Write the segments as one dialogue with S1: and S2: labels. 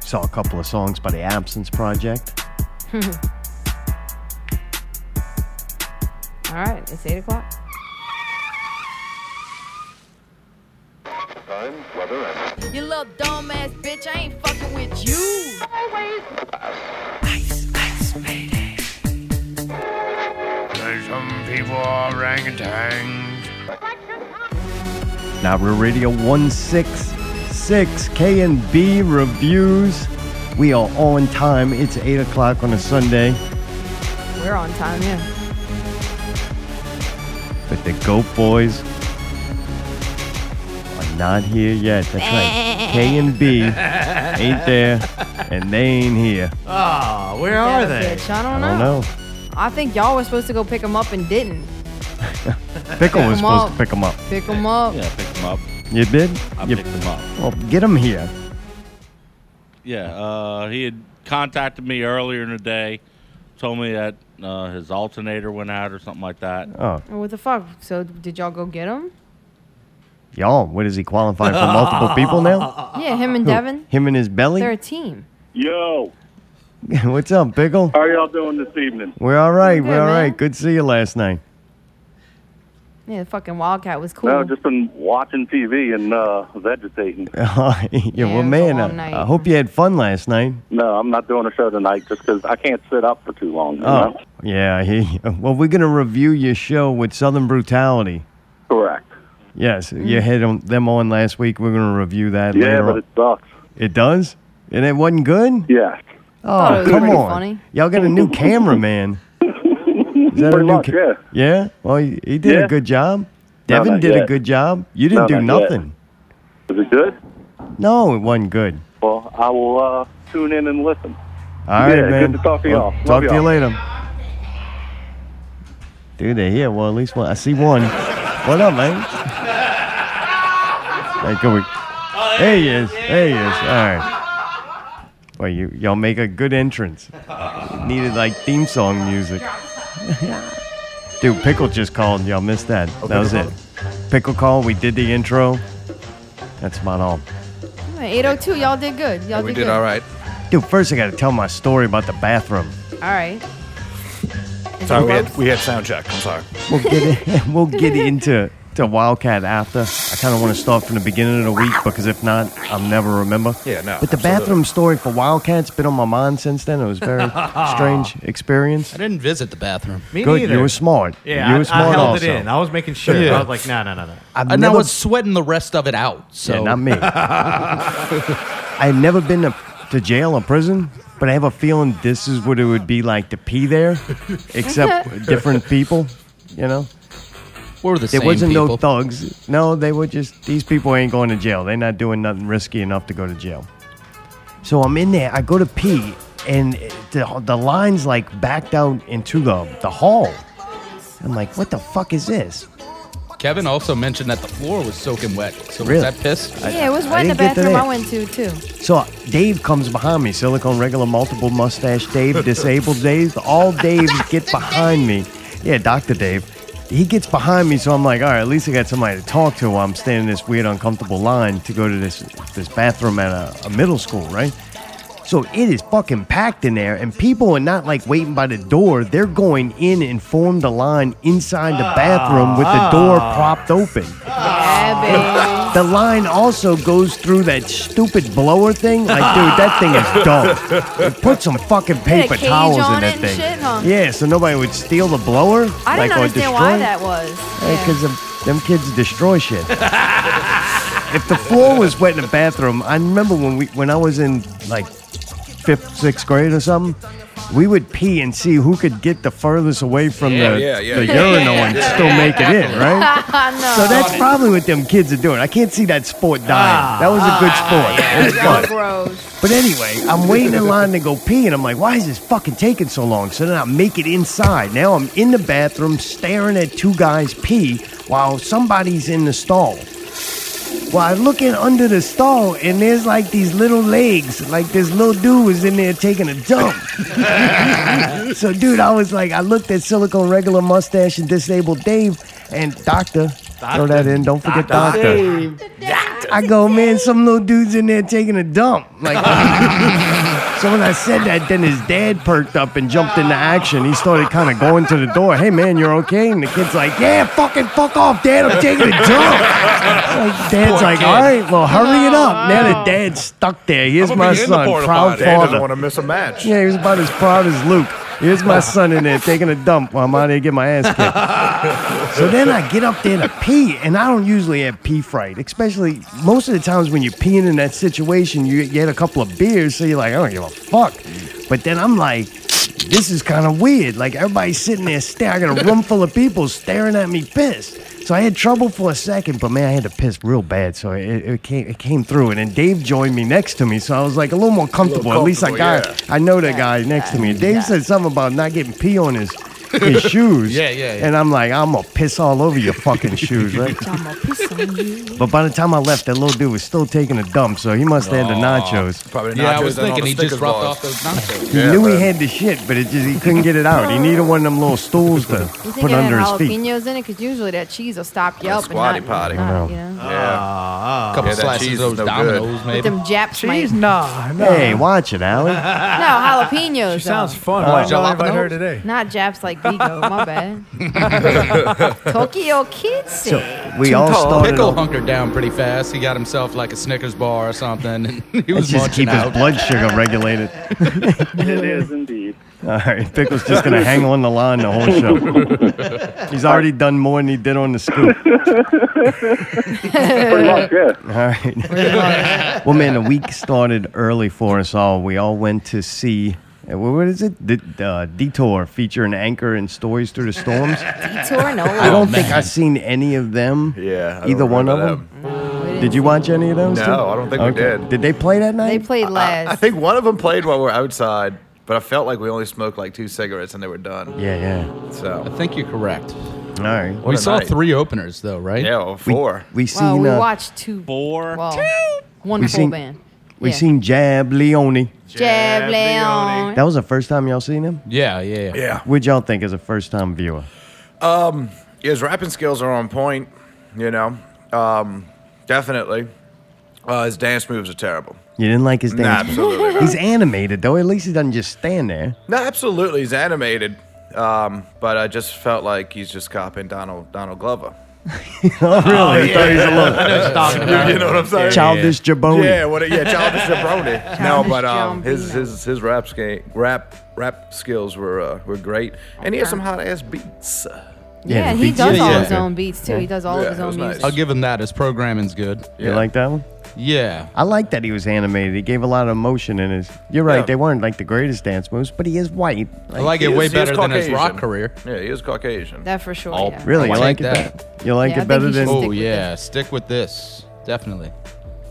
S1: saw a couple of songs by the Absence Project.
S2: All right, it's eight o'clock.
S3: Time, weather, and
S4: You little dumbass bitch, I ain't fucking with you.
S5: Some people are orangutans.
S1: Now we're Radio 166 K and B Reviews. We are on time. It's 8 o'clock on a Sunday,
S2: We're on time, yeah.
S1: but the Goat Boys are not here yet. That's right. K and B ain't there, and they ain't here.
S3: Ah,
S6: Oh, where are
S2: That
S6: they?
S2: Bitch. I
S1: I
S2: don't know.
S1: don't know.
S2: I think y'all were supposed to go pick them up and didn't.
S1: Pickle
S2: Pick 'em
S1: was supposed to
S2: up.
S1: pick them up.
S2: Pick them up.
S6: Yeah, pick them up.
S1: You did?
S6: I
S1: You,
S6: picked them up.
S1: well, get them here.
S6: Yeah, uh, he had contacted me earlier in the day, told me that uh, his alternator went out or something like that.
S1: Oh,
S2: Oh, What the fuck? So did y'all go get them?
S1: y'all, what is he qualifying for? Multiple people now?
S2: Yeah, him and
S1: Who,
S2: Devin.
S1: Him and his
S2: They're a
S1: belly?
S2: team.
S7: Yo,
S1: What's up, Pickle?
S7: how are y'all doing this evening?
S1: We're all right.
S2: good,
S1: We're all
S2: man.
S1: right. Good to see you last night.
S2: Yeah, the fucking Wildcat was cool.
S7: No, just been watching TV and uh, vegetating.
S1: yeah, well,
S2: was a
S1: man,
S2: long
S1: I,
S2: night.
S1: I hope you had fun last night.
S7: No, I'm not doing a show tonight just 'cause I can't sit up for too long. you
S1: Oh,
S7: know?
S1: yeah, I hear you. Well, we're going to review your show with Southern Brutality.
S7: Correct.
S1: Yes, you had on, them on last week. We're going to review that
S7: Mm. Yeah,
S1: later
S7: but
S1: on.
S7: it sucks.
S1: It does? And it wasn't good?
S7: Yeah.
S2: thought it
S1: Oh,
S2: was
S1: come
S2: pretty
S1: on.
S2: funny.
S1: Y'all got a new cameraman. Is that
S7: Pretty much,
S1: ca-
S7: yeah.
S1: Yeah? Well, he, he did
S7: Yeah.
S1: a good job. Devin
S7: not
S1: did a
S7: yet.
S1: good job. You didn't
S7: No,
S1: do
S7: not yet.
S1: nothing.
S7: Is it good?
S1: No, it wasn't good.
S7: Well, I will uh, tune in and listen.
S1: All right,
S7: Yeah, good
S1: man.
S7: to talk to
S1: Well,
S7: y'all. Love
S1: Talk to you
S7: y'all.
S1: later. Dude, they're here. Well, at least one. I see one. What up, man? Hey, can we- there he is. There he is. All right. Well, you y'all make a good entrance. It needed like theme song music. Dude, Pickle just called. Y'all missed that. that was it. Pickle call. We did the intro. That's about all.
S2: Eight oh two. Y'all did good. Y'all
S8: We
S2: did,
S8: did
S2: good.
S8: all right.
S1: Dude, first I got to tell my story about the bathroom.
S2: All right. Is
S8: Sorry,
S2: it
S8: we
S2: close?
S8: had, we had sound check. I'm sorry.
S1: We'll get in, we'll get into to Wildcat after. I kind of want to start from the beginning of the week because if not, I'll never remember.
S8: Yeah, no,
S1: But the
S8: absolutely.
S1: bathroom story for Wildcat's been on my mind since then. It was a very strange experience.
S9: I didn't visit the bathroom.
S6: Me
S1: Good,
S6: neither.
S1: you were smart.
S6: Yeah,
S1: you
S6: I,
S1: were smart
S6: I held
S1: also.
S6: it in. I was making sure.
S8: Yeah.
S6: I was like, no, no, no, no.
S1: I've
S9: And I
S1: never,
S9: was sweating the rest of it out. So
S1: yeah, not me. I had never been to, to jail or prison, but I have a feeling this is what it would be like to pee there, except with different people. You know.
S9: we're the
S1: There
S9: same
S1: wasn't
S9: people.
S1: no thugs. No, they were just these people ain't going to jail. They're not doing nothing risky enough to go to jail. So I'm in there. I go to pee, and it- the, the line's like backed out into the the hall. I'm like, what the fuck is this?
S9: Kevin also mentioned that the floor was soaking wet. So
S1: Really?
S9: was that piss?
S2: Yeah, it was
S1: I
S2: wet in the
S1: didn't get to
S2: bathroom
S1: that.
S2: I went to too.
S1: So Dave comes behind me, silicone regular, multiple mustache Dave, disabled Dave, all Daves get behind me. Yeah, Dr. Dave. He gets behind me, so I'm like, all right, at least I got somebody to talk to while I'm standing in this weird, uncomfortable line to go to this this bathroom at a, a middle school, right? So it is fucking packed in there, and people are not like waiting by the door. They're going in and formed a line inside the bathroom with the door propped open. Ah.
S2: Yeah,
S1: The line also goes through that stupid blower thing. Like, dude, that thing is dumb. Put some fucking
S2: a
S1: paper
S2: cage
S1: towels
S2: on
S1: in that
S2: it and
S1: thing.
S2: shit, huh?
S1: Yeah, so nobody would steal the blower.
S2: babe. I
S1: like,
S2: didn't
S1: or
S2: understand
S1: destroy
S2: why
S1: it.
S2: that was. Yeah.
S1: Because them kids destroy shit. if the floor was wet in the bathroom, I remember when we when I was in like fifth, sixth grade or something, we would pee and see who could get the furthest away from the,
S8: yeah, yeah,
S1: the
S8: yeah,
S1: urinal and still make it in, right?
S2: no.
S1: So that's probably what them kids are doing. I can't see that sport dying.
S2: Ah.
S1: that was a good sport. It was
S2: Y'all
S1: fun.
S2: gross.
S1: But anyway, I'm waiting in line to go pee, and I'm like, why is this fucking taking so long? So then I make it inside. Now I'm in the bathroom staring at two guys pee while somebody's in the stall. Well, I look in under the stall, and there's like these little legs. Like this little dude was in there taking a dump. so, dude, I was like, I looked at Silicone Regular Mustache and Disabled Dave and Doctor. Throw that in. Don't forget Doctor. I go, man, some little dude's in there taking a dump. Like, so when I said that, then his dad perked up and jumped into action. He started kind of going to the door. Hey, man, you're okay? And the kid's like, yeah, fucking fuck off, dad. I'm taking a dump. Like, dad's like, all right, well, hurry it up. Now the dad's stuck there. Here's
S3: Oh, I'm
S1: my
S3: gonna be in the
S1: son,
S3: porta
S1: proud
S3: potty. Dad
S1: father.
S8: doesn't want to miss a match.
S1: Yeah, he was about as proud as Luke. Here's my son in there taking a dump while I'm out here getting my ass kicked. so then I get up there to pee, and I don't usually have pee fright, especially most of the times when you're peeing in that situation, you, you had a couple of beers, so you're like, I don't give a fuck. But then I'm like, this is kind of weird. Like everybody's sitting there staring. I got a room full of people staring at me pissed. So I had trouble for a second, but man, I had to piss real bad. So it, it came it came through, and then Dave joined me next to me, so I was like a little more comfortable. At least I got
S8: comfortable,
S1: I know that guy next to me. Dave said something about not getting pee on his his shoes.
S9: Yeah, yeah, yeah.
S1: And I'm like, I'm gonna piss all over your fucking shoes, right?
S2: I'ma piss on you.
S1: But by the time I left, that little dude was still taking a dump, so he must have had the nachos.
S8: Probably
S9: Yeah, I
S8: nachos
S9: was
S8: and all
S9: thinking
S8: the
S9: he just
S8: Snickers
S9: dropped
S8: bars.
S9: off those nachos.
S1: He
S8: Yeah,
S1: knew he
S8: man.
S1: had the shit, but it just he couldn't get it out. He needed one of them little stools to
S2: You think
S1: put
S2: it had
S1: under his feet.
S2: jalapenos in it? Because usually that cheese will stop you
S8: That
S2: up. and
S8: squatty
S2: not-
S8: potty.
S2: not,
S1: I know.
S2: you know?
S8: Yeah.
S9: A couple
S8: Yeah, that
S9: slices
S8: cheese
S9: of
S8: is
S9: those
S8: no good.
S9: dominoes,
S2: But
S9: maybe.
S2: them Japs might.
S10: Jeez,
S2: No,
S10: nah, nah.
S1: Hey, watch it, Allie.
S2: jalapenos.
S10: She
S2: though.
S10: sounds fun.
S11: Uh,
S10: Why did I invite her
S9: jalapenos?
S10: today?
S2: Not Japs like Vigo. my bad. Tokyo Kitsi.
S1: So we all started.
S9: Pickle
S1: on-
S9: hunkered down pretty fast. He got himself like a Snickers bar or something, and he
S1: Let's
S9: was
S1: just
S9: munching
S1: keep his
S9: out.
S1: blood sugar regulated.
S7: It is indeed.
S1: All right, Pickle's just gonna hang on the line the whole show. He's already done more than he did on the scoop.
S7: Pretty much, yeah.
S1: All right. well, man, the week started early for us all. We all went to see. uh, wh- What is it? The uh, detour featuring anchor and stories through the storms.
S2: Detour, no.
S1: I don't think I've seen any of them.
S8: Oh, Yeah. I
S1: either
S8: don't
S1: one of
S8: remember
S1: them. Did you watch any of those?
S8: No,
S1: two?
S8: I don't think we did.
S1: Did they play that
S2: They
S1: night?
S2: played
S8: I,
S2: last.
S8: I think one of them played while we were outside, but I felt like we only smoked like two cigarettes and they were done.
S1: yeah, yeah.
S9: I
S8: So,
S9: think you're correct.
S1: All right.
S8: What
S9: we
S8: a
S9: saw
S8: night.
S9: three openers though, right?
S8: yeah, well, four.
S1: We
S2: well,
S1: seen.
S2: we
S1: uh,
S2: watched two.
S6: Four.
S2: Well, One
S1: We
S2: full
S1: seen-
S2: band.
S1: we
S2: yeah.
S1: seen Jab Leone.
S2: Jab Leon.
S1: That was the first time y'all seen him.
S9: Yeah, yeah, yeah.
S8: yeah.
S1: What'd y'all think as a first time viewer?
S8: Um, His rapping skills are on point, you know. Um, definitely. Uh, his dance moves are terrible.
S1: You didn't like his
S8: Nah,
S1: dance?
S8: absolutely. not.
S1: He's animated though. At least he doesn't just stand there.
S8: No, absolutely, he's animated. Um, but I just felt like he's just copying Donald Donald Glover.
S1: oh, really? I thought he was a little
S8: you know what I'm saying?
S1: childish jabroni.
S8: Yeah, what? A, yeah, childish jabroni. no, but um,
S2: Childish
S8: his
S2: Jambino.
S8: his his rap ska- rap rap skills were uh, were great, and he has some hot ass beats.
S1: Yeah,
S2: Yeah,
S1: the
S2: he
S1: beats.
S2: does
S9: Yeah,
S2: all
S9: yeah.
S2: his own beats too. He does all
S8: Yeah,
S2: of his
S8: it was
S2: own
S8: nice.
S2: music.
S9: I'll give him that. His programming's good.
S1: You like that one?
S9: Yeah.
S1: I like that he was animated. He gave a lot of emotion in his. You're right.
S8: Yeah.
S1: They weren't like the greatest dance moves, but he is white.
S9: I like
S8: He
S9: it
S8: is-
S9: way
S8: he is
S9: better than his
S8: Caucasian.
S9: rock career.
S8: Yeah, he is Caucasian.
S2: That for sure.
S6: Oh,
S2: yeah.
S1: Really,
S9: I
S1: you like
S9: like
S1: it?
S9: that.
S1: bet- You like
S2: Yeah, I
S1: it
S2: think
S1: better
S2: he should
S1: than?
S2: stick
S9: Oh
S2: with
S9: yeah, stick with this. Definitely.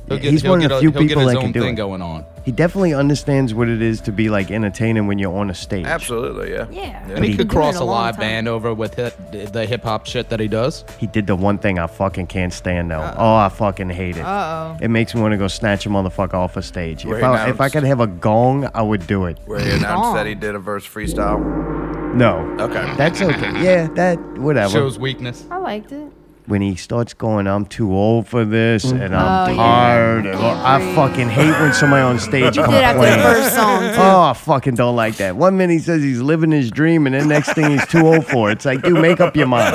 S9: He'll
S1: Yeah, he's
S9: he'll
S1: one of the
S9: a-
S1: few
S9: he'll get
S1: people
S9: his
S1: that can
S9: own
S1: do
S9: thing
S1: it.
S9: going on.
S1: He definitely understands what it is to be like entertaining when you're on a stage.
S8: Absolutely, yeah.
S2: Yeah.
S9: And he
S2: He's
S9: could
S2: been doing it
S9: cross a
S2: a long
S9: live
S2: time.
S9: band over with hit, the hip hop shit that he does.
S1: He did the one thing I fucking can't stand though. Oh, I fucking hate it.
S2: Uh-oh.
S1: It makes me want to go snatch a motherfucker off a stage. If
S8: Ray
S1: I, if I
S8: Mounts.
S1: could have a gong, I would do it.
S8: Where he announced
S2: Gone.
S8: that he did a verse freestyle.
S1: No.
S8: Okay.
S1: That's okay. Yeah, that whatever.
S9: Shows weakness.
S2: I liked it.
S1: when he starts going, I'm too old for this, and I'm
S2: Oh, yeah.
S1: tired. and I fucking hate when somebody on stage
S2: Did it after the
S1: complains.
S2: first song too.
S1: Oh, I fucking don't like that. One minute he says he's living his dream, and then next thing he's too old for it. It's like, dude, make up your mind.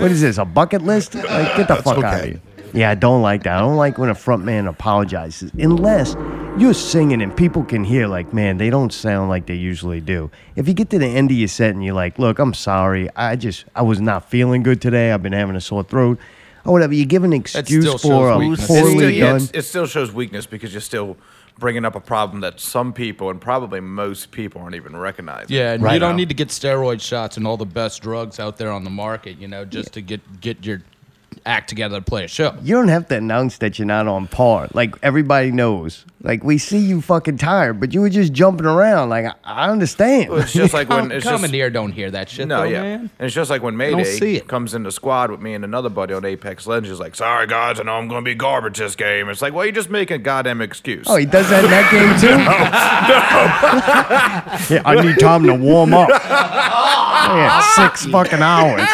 S1: What is this, a bucket list? Like, get the fuck out of
S8: okay.
S1: here. Yeah, I don't like that. I don't like when a front man apologizes, unless you're singing and people can hear, like, man, they don't sound like they usually do. If you get to the end of your set and you're like, look, I'm sorry, I just, I was not feeling good today. I've been having a sore throat, or whatever. You give an excuse
S9: still
S1: for
S9: shows
S1: a
S9: weakness.
S8: It still,
S1: poorly
S8: yeah,
S1: done.
S8: it's- it still shows weakness because you're still bringing up a problem that some people and probably most people aren't even recognizing.
S9: Yeah, and
S1: Right.
S9: you don't need to get steroid shots and all the best drugs out there on the market, you know, just to get get your act together to play a show.
S1: you don't have to announce that you're not on par. Like everybody knows. Like we see you fucking tired, but you were just jumping around. Like I, I understand.
S8: Well, It's just like when
S9: Come,
S8: it's just,
S9: commandeer don't hear that shit,
S8: No,
S9: though,
S8: yeah.
S9: man.
S8: And it's just like when
S9: see
S8: Mayday
S9: it.
S8: comes into squad with me and another buddy on Apex Legends, like, sorry guys, I know I'm gonna be garbage this game. It's like, well, you're just making a goddamn excuse.
S1: Oh, he does that in that game too. yeah, I need time to warm up. Yeah, six fucking hours.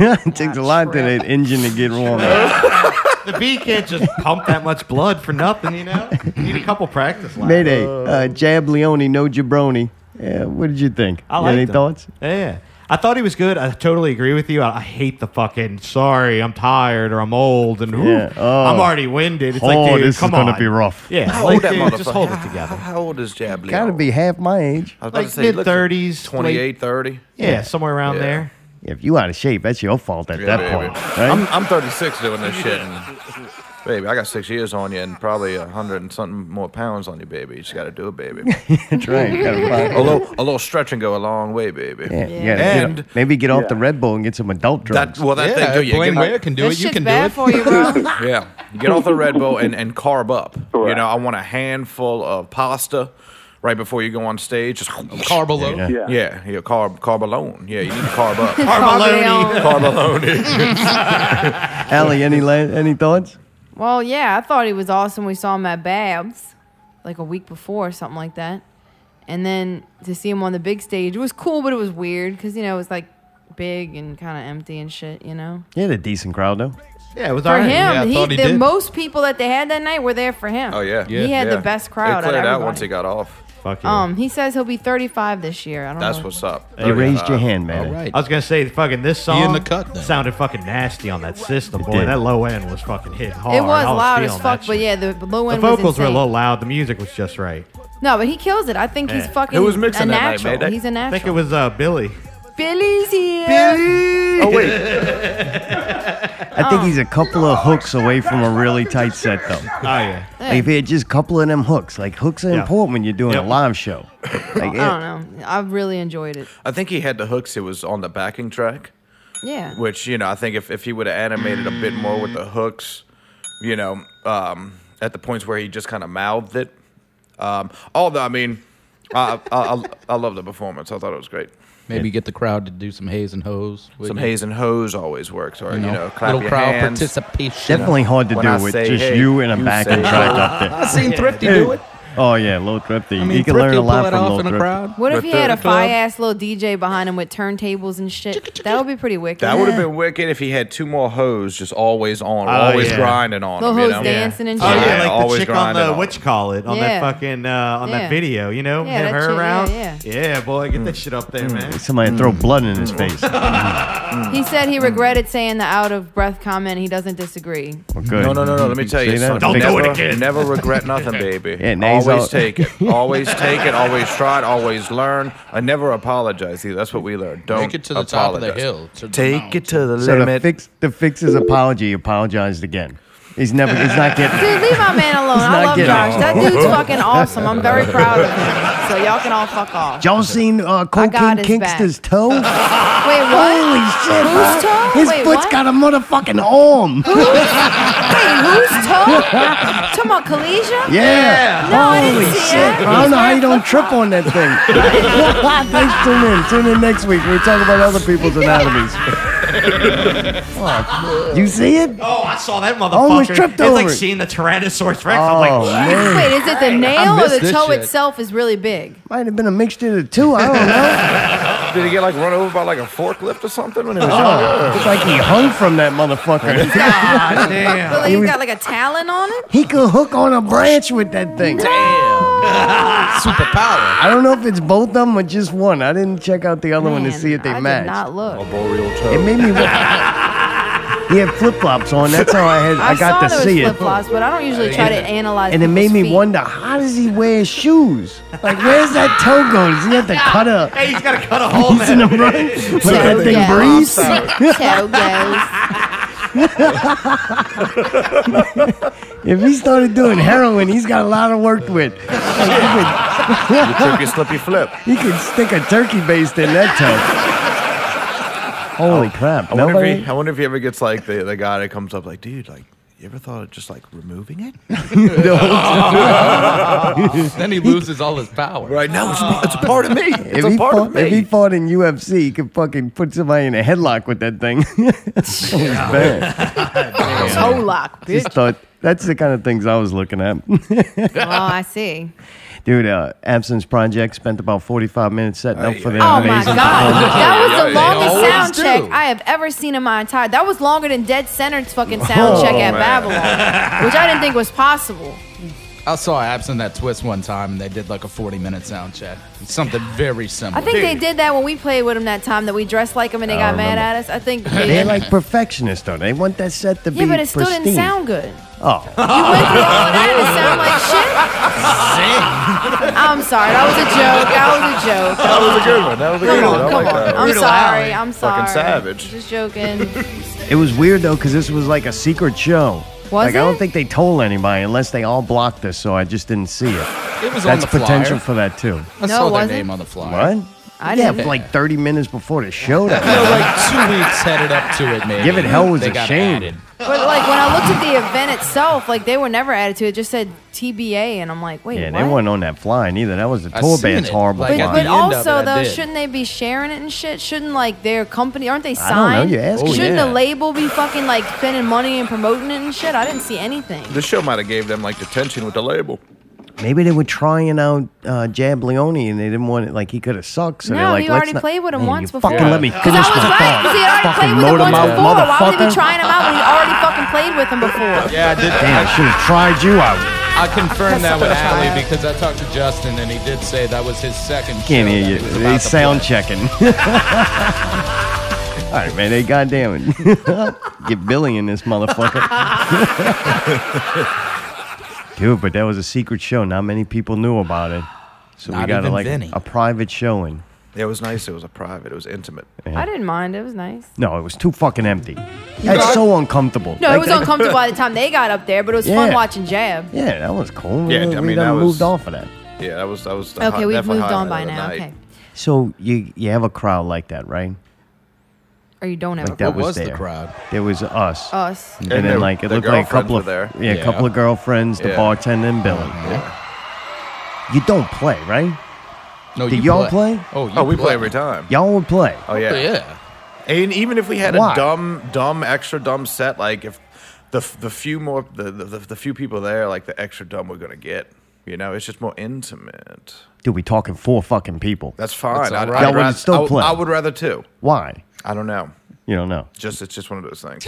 S1: it takes a lot to that engine to get warm up.
S3: the bee can't just pump that much blood for nothing, you know? You need a couple practice laps.
S1: Mayday, uh, Jab Leone, no jabroni. Yeah, what did you think?
S3: I
S1: You
S3: like
S1: Any
S3: them.
S1: thoughts?
S3: Yeah. I thought he was good. I totally agree with you. I, I hate the fucking sorry, I'm tired or I'm old and ooh,
S1: Yeah. Oh.
S3: I'm already winded. It's
S1: Oh,
S3: like, dude,
S1: this is
S3: come
S1: gonna
S3: on.
S1: be rough.
S3: Yeah,
S8: How
S3: like,
S8: old that
S3: dude, just
S8: motherfucker-
S3: hold it
S8: How,
S3: together.
S8: old is Jab Leone?
S1: Gotta be half my age.
S8: I was about
S3: Like
S8: to say, he looks
S3: mid-thirties,
S8: 28, 30.
S3: Yeah, somewhere around
S8: Yeah.
S3: there.
S1: Yeah, if you out of shape, that's your fault at
S8: Yeah,
S1: that
S8: baby.
S1: point, right?
S8: I'm, I'm 36 doing this shit. And, baby, I got six years on you and probably a hundred and something more pounds on you, baby. You just got to do it, baby.
S1: That's right. You gotta find-
S8: a little, a little stretch and go a long way, baby.
S1: Yeah, you gotta get-
S8: And-
S1: maybe get off the Red Bull and get some adult drugs.
S8: That well, that
S9: yeah,
S8: thing do you
S9: Blaine
S8: get,
S9: Ware can do
S2: this
S9: it. You
S2: shit's
S9: can do
S2: bad
S9: it.
S2: for you, bro.
S8: Yeah, you get off the Red Bull and and carb up. You
S7: Correct.
S8: know, I want a handful of pasta right before you go on stage. Just
S9: Carb alone.
S1: Yeah.
S7: Yeah.
S8: Yeah, yeah, carb, carb alone. Yeah, you need to carb up.
S2: Carbalone.
S8: carb alone.
S1: Allie, any la- any thoughts?
S2: Well, yeah, I thought he was awesome. We saw him at Babs like a week before or something like that. And then to see him on the big stage it was cool, but it was weird because, you know, it was like big and kind of empty and shit, you know?
S1: He had a decent crowd though.
S3: Yeah, it was
S2: For
S3: alright.
S2: him,
S9: yeah, I
S2: he,
S9: thought he
S2: the
S9: did.
S2: most people that they had that night were there for him.
S8: Oh yeah,
S9: Yeah.
S2: He had the
S8: Yeah.
S2: best crowd.
S8: It cleared
S2: out,
S8: out
S2: of
S8: once he
S2: everybody.
S8: got off.
S3: Fuck you.
S2: Um, he says he'll be 35 this year. I don't
S8: That's
S2: know.
S8: what's up. uh,
S1: You raised your hand,
S9: All
S1: man.
S9: right.
S3: I was gonna say, fucking this
S9: in
S3: song
S9: the cut then.
S3: sounded fucking nasty on that system, boy.
S1: did.
S3: That low end was fucking hit hard.
S2: It was
S3: I
S2: loud as
S3: feeling that
S2: fuck, but
S3: shit.
S2: yeah, the low
S3: the
S2: end
S3: vocals
S2: was
S3: were a
S2: insane.
S3: little loud. The music was just right.
S2: No, but he kills it. I think he's
S3: Yeah.
S2: fucking
S8: Who was mixing
S2: a
S8: that night,
S2: natural.
S8: Mayday?
S2: He's a
S3: I
S2: natural.
S3: think it was uh, Billy.
S2: Billy's here.
S8: Oh wait,
S1: I think he's a couple of hooks away from a really tight set though.
S3: Oh yeah,
S1: Like if he had just a couple of them hooks, like hooks are
S3: Yeah.
S1: important when you're doing
S3: Yep.
S1: a live show. Like, yeah.
S2: I don't know. I really enjoyed it.
S8: I think he had the hooks. It was on the backing track,
S2: Yeah.
S8: which you know I think if if he would have animated a bit more with the hooks, you know, um, at the points where he just kind of mouthed it. Um, although I mean, I I, I, I love the performance. I thought it was great.
S9: Maybe get the crowd to do some haze and hose. with
S8: Some
S9: you.
S8: haze and hose always works, or you know, clap
S9: little
S8: your
S9: crowd
S8: hands.
S9: participation.
S1: Definitely hard to
S8: When
S1: do
S8: I
S1: with
S8: say,
S1: just
S8: hey,
S1: you and a
S8: you
S1: backing
S8: say
S1: track
S8: hey.
S1: up there.
S9: I've seen Thrifty do it.
S1: Oh yeah, Lil Thrifty.
S9: I mean,
S1: you can
S9: Thrifty
S1: learn a
S9: will pull
S1: lot
S9: it
S1: from
S9: off
S1: Lil
S9: in a
S1: Thrifty.
S9: crowd.
S2: What if he
S8: With the
S2: had a
S8: club.
S2: fire ass little DJ behind him with turntables and shit? That would be pretty wicked.
S8: That would have been wicked if he had two more hoes just always on,
S3: Oh,
S8: always
S3: yeah.
S8: grinding on
S2: Little
S8: him. You
S2: hoes
S8: know?
S2: dancing and
S3: Oh
S2: shit.
S3: yeah,
S8: Yeah,
S3: like the
S8: always
S3: chick on
S8: grinding
S3: the
S8: on.
S3: what you call it on
S2: Yeah.
S3: that fucking uh, on
S2: Yeah.
S3: that video, you know,
S2: Yeah,
S3: him
S2: that
S3: her
S2: shit, yeah,
S3: around.
S2: yeah.
S3: boy, get that shit up there, man.
S1: Somebody throw blood in
S8: Mm.
S1: his face. Well,
S2: He said
S1: Mm.
S2: he regretted saying the out of breath comment. He doesn't disagree.
S1: good.
S8: No, no, no, no. Let me tell you,
S1: See that?
S8: son,
S1: Don't
S8: never,
S1: do it
S3: again.
S8: Never regret nothing, baby.
S1: Yeah, now he's
S8: always
S1: all-
S8: take it. Always take it. Always try it. Always learn. I never apologize either. That's what we learned. Don't
S9: Take it to the top of
S8: apologize.
S9: the hill. to the
S8: Take
S9: mountain.
S8: it to the
S1: So to
S8: limit.
S1: fix to fix his apology, he apologized again. He's never. He's not getting.
S2: Dude, leave my man alone. I
S1: not
S2: love
S1: getting-
S2: Josh. That dude's fucking awesome. I'm very proud of him. So y'all can all fuck off.
S1: Y'all seen uh, Cold
S2: got
S1: King
S2: his back.
S1: Kingston's toe?
S2: Wait,
S1: Holy
S2: what?
S1: shit!
S2: Whose toe?
S1: His
S2: Wait,
S1: foot's
S2: what?
S1: got a motherfucking arm.
S2: Wait, whose toe? Talking about Kalisha?
S1: Yeah.
S2: No, I didn't
S1: Holy
S2: see
S1: shit!
S2: it.
S1: I don't know how you don't trip on that thing. Thanks. Tune in. Tune in next week. We're talking about other people's anatomies. Fuck. you see it?
S3: Oh, I saw that motherfucker.
S1: Almost
S3: it's
S1: tripped
S3: like
S1: over it.
S3: seeing the Tyrannosaurus Rex. I'm
S1: Oh
S3: like,
S1: man.
S2: Wait, is it the nail or
S9: missed
S2: the
S9: this
S2: toe
S9: shit.
S2: itself is really big?
S1: Might have been a mixture of the two. I don't know.
S8: Did he get like run over by like a forklift or something when he was
S1: Oh, it's like he hung from
S2: Oh,
S1: that motherfucker.
S3: God damn.
S2: Really, he's got like a talon on it?
S1: He could hook on a branch with that thing.
S9: superpower.
S1: I don't know if it's both of them or just one. I didn't check out the other one to
S2: Man,
S1: see if they
S2: I
S1: matched.
S2: Did not look.
S8: Boreal
S1: It
S8: toe.
S1: made me. wa- he had flip flops on. That's how I had. I,
S2: I,
S1: got
S2: saw
S1: to
S2: those
S1: see
S2: flip
S1: it.
S2: flops, but I don't usually try to analyze.
S1: And it made me
S2: people's feet.
S1: wonder, how does he wear his shoes? Like, where's that toe go? Does he have to cut a
S3: Hey, he's got to cut a hole in
S1: piece in
S3: that.
S1: the front? Let that thing
S2: Yeah.
S1: breathe?
S2: Toe goes.
S1: If he started doing heroin, he's got a lot of work with. Like,
S8: You took your slippy flip.
S1: he, could, he could stick a turkey baste in that toe. Holy crap.
S8: Oh, I wonder,
S1: Nobody?
S8: if he, I wonder if he ever gets like the, the guy that comes up like, dude, like, you ever thought of just like removing it?
S9: Then he loses all his power.
S8: Right now, it's,
S1: Oh.
S8: a- it's a part of me. It's
S1: If
S8: a
S1: he,
S8: part
S1: fought,
S8: of me.
S1: if he fought in UFC, he could fucking put somebody in a headlock with that thing. that was bad.
S2: Toe lock, bitch.
S1: Just thought That's the kind of things I was looking at.
S2: Oh, I see.
S1: Dude, uh, Absence Project spent about 45 minutes setting up for their
S2: Oh my
S1: amazing
S2: god, that was the
S8: They
S2: longest
S8: always
S2: sound
S8: do.
S2: check I have ever seen in my entire. That was longer than Dead Center's fucking
S1: Oh,
S2: sound
S8: Oh,
S2: check at Babylon, which I didn't think was possible.
S9: I saw Abs in that twist one time, and they did like a 40 minute sound check. Something very similar.
S2: I think they
S8: Dude.
S2: did that when we played with them that time that we dressed like them and they got mad at us. I think
S1: They're like perfectionists, though. They want that set to be
S2: yeah, but it still
S1: pristine.
S2: didn't sound good.
S1: Oh,
S2: You went through all that and it sounded like shit. I'm sorry, that was a joke. That was a joke.
S8: That was a good one. That was a good one.
S2: Come
S8: I
S2: on, come
S8: like
S2: on.
S8: that.
S2: I'm
S9: Brutal
S2: sorry.
S9: Alley.
S2: I'm sorry.
S8: Fucking savage.
S2: Just joking.
S1: it was weird though because this was like a secret show.
S2: Was
S1: like I
S2: it?
S1: don't think they told anybody unless they all blocked us, so I just didn't see it.
S9: It was on
S1: That's
S9: the
S1: potential
S9: flyer.
S1: for that too.
S9: I saw
S2: No, it
S9: their
S2: wasn't.
S9: name on the flyer.
S1: What?
S2: I
S1: yeah,
S2: didn't.
S1: like 30 minutes before the show. That
S9: They were like two weeks headed up to it, maybe.
S1: Give It Hell was
S9: They
S1: a
S9: got
S1: shame.
S9: added.
S2: But like when I looked at the event itself, like they were never added to it. It Just said TBA, and I'm like, wait,
S1: yeah,
S2: what?
S1: they weren't on that fly neither. That was the
S9: I
S1: tour
S9: seen
S1: band's
S9: it.
S1: horrible
S9: Like,
S2: But,
S1: fly.
S9: at
S2: but
S9: the end of
S2: also
S9: it, I
S2: though,
S9: did.
S2: shouldn't they be sharing it and shit? Shouldn't like their company, aren't they
S1: I don't
S2: signed?
S1: know, you ask me.
S2: shouldn't
S1: Yeah.
S2: the label be fucking like spending money and promoting it and shit? I didn't see anything.
S8: The show might have gave them like detention with the label.
S1: Maybe they were trying out uh, Jab Leone and they didn't want it. Like he could have sucked. So
S2: No,
S1: they're like,
S2: you
S1: "Let's
S2: already
S1: not-
S2: played with him
S1: Man,
S2: once
S1: you
S2: before.
S1: Fucking let me
S2: Cause I was
S1: finish my
S2: right.
S1: thought.
S2: Cause he had already
S1: Fucking
S2: played with him
S1: motor
S2: once
S1: mouth
S2: before. Why would he be
S1: motherfucker.
S2: trying him out when he already fucking played with him before?
S9: Yeah, I did.
S1: Damn, I should have tried you out.
S9: I confirmed that with Allie because I talked to Justin and he did say that was his second.
S1: Can't
S9: show that
S1: hear you.
S9: he was about to
S1: They sound
S9: play.
S1: checking. All right, man. They goddamn it. Get Billy in this motherfucker. Dude, but that was a secret show. Not many people knew about it. So we
S9: Not
S1: got a,
S9: even
S1: like
S9: Vinny.
S1: a private showing.
S8: Yeah, it was nice. It was a private. It was intimate.
S2: I didn't mind. It was nice.
S1: No, it was too fucking empty. That's so uncomfortable.
S2: No,
S1: Like,
S2: it was
S1: that-
S2: uncomfortable by the time they got up there, but it was fun
S1: Yeah.
S2: watching Jab.
S1: Yeah, that was cool.
S8: Yeah,
S1: we,
S8: I
S1: we
S8: mean,
S1: done
S8: that was-
S1: moved off of that.
S8: Yeah, that was that was. The
S2: Okay,
S8: hi-
S2: we've
S8: definitely
S2: moved
S8: highlight
S2: on by
S8: of the
S2: now.
S8: night.
S2: Okay.
S1: So you you have a crowd like that, right?
S2: Or you don't have
S1: Like
S2: a
S1: that
S9: What was the
S1: there.
S9: crowd?
S1: There was us,
S2: us.
S1: and,
S8: And
S1: then
S8: their-
S1: like it
S8: their
S1: looked like a couple of
S8: girlfriends were
S1: yeah, a
S9: Yeah.
S1: couple of girlfriends, the
S8: Yeah.
S1: bartender, and Billy. You don't play, right?
S9: No,
S1: Did
S9: you
S1: y'all play?
S9: Oh, you
S8: Oh, we play every time.
S1: Y'all would play.
S8: Oh yeah.
S9: Oh, yeah.
S8: And even if we had
S1: Why?
S8: a dumb, dumb, extra dumb set, like if the the few more the the, the, the few people there, like the extra dumb we're gonna get. You know, it's just more intimate.
S1: Dude, we talking four fucking people.
S8: That's fine.
S9: That's
S8: I'd,
S9: all
S8: I'd
S9: right. Y'all
S1: wouldn't
S8: rather,
S1: still
S8: I would-
S1: play.
S8: I would rather too.
S1: Why?
S8: I don't know.
S1: You don't know.
S8: Just it's just one of those things.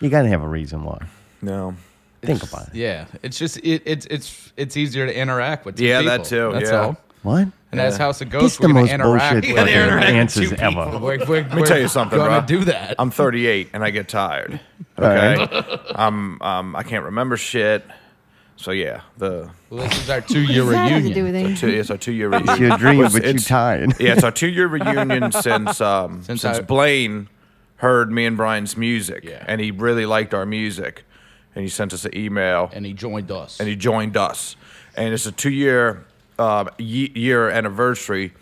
S1: You gotta have a reason why.
S8: No.
S1: Think about it.
S9: Yeah, it's just it, it's it's it's easier to interact with. Two
S8: Yeah,
S9: people.
S8: that too,
S9: That's
S8: yeah.
S9: all.
S1: What?
S9: And as House of
S1: This
S9: Ghosts, we're
S1: the
S9: gonna
S1: most
S9: interact.
S1: bullshit
S9: with-
S1: fucking
S3: with
S1: answers
S3: two
S1: ever.
S9: We're, we're, Let
S8: me tell you something,
S9: Gonna
S8: Rob.
S9: do that.
S8: I'm 38 and I get tired.
S1: All
S8: Okay.
S1: right.
S8: I'm um I can't remember shit. So yeah, the
S9: well, this is our two-year
S2: Does that have to do
S9: reunion
S2: with
S8: our
S2: anything?
S8: two, it's our two year reunion.
S1: It's your dream,
S8: It's-
S1: but you
S8: it's-
S1: tired.
S8: Yeah, it's our two year reunion since um
S9: Since
S8: since,
S9: I-
S8: Blaine heard me and Brian's music.
S9: Yeah.
S8: And he really liked our music. And he sent us an email
S9: and he joined us.
S8: and he joined us. And it's a two year uh, ye- year anniversary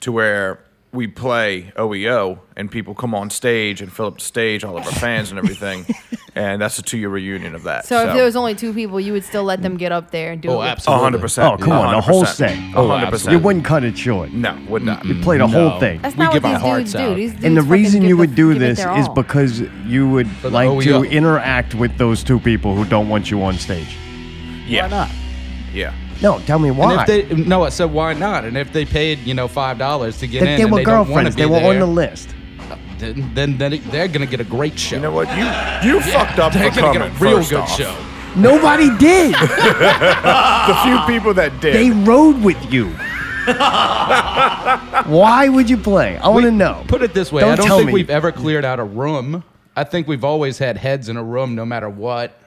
S8: to where we play OEO and people come on stage and fill up the stage, all of our fans and everything. and that's a two year reunion of that.
S2: So, if there was only two people, you would still let them get up there and do
S9: oh,
S2: it.
S9: absolutely.
S8: 100%.
S1: Oh, come on, the whole set.
S8: 100%.
S1: Oh, You
S8: 100%.
S1: wouldn't cut it short.
S8: No, would not.
S1: Play the
S9: No.
S1: whole thing.
S2: That's
S9: We
S2: not
S9: give
S2: what
S9: our
S2: these
S9: hearts
S2: dudes do.
S9: out.
S2: These dudes
S1: And the
S2: fucking
S1: reason
S2: give
S1: you
S2: the-
S1: would do
S2: give it
S1: this
S2: their
S1: is
S2: all.
S1: because you would
S9: the oh,
S1: like
S9: OEO.
S1: to interact with those two people who don't want you on stage.
S8: Yeah.
S9: Why not?
S8: Yeah.
S1: No, tell me
S9: And
S1: why.
S9: if they no, I said why not? And if they paid you know five dollars to get
S1: That
S9: in,
S1: they
S9: and
S1: were
S9: they don't wanna
S1: girlfriends.
S9: be
S1: They were on
S9: there,
S1: the list.
S9: Then, then then it- they're gonna get a great show.
S8: You know what? You you fucked up
S9: they're
S8: for
S9: gonna
S8: coming.
S9: get a real
S8: first
S9: good
S8: off.
S9: show.
S1: Nobody did.
S8: The few people that did.
S1: they rode with you. why would you play? I want to know.
S9: Put it this way:
S1: Don't
S9: I don't
S1: tell
S9: think
S1: me.
S9: we've ever cleared out a room. I think we've always had heads in a room, no matter what.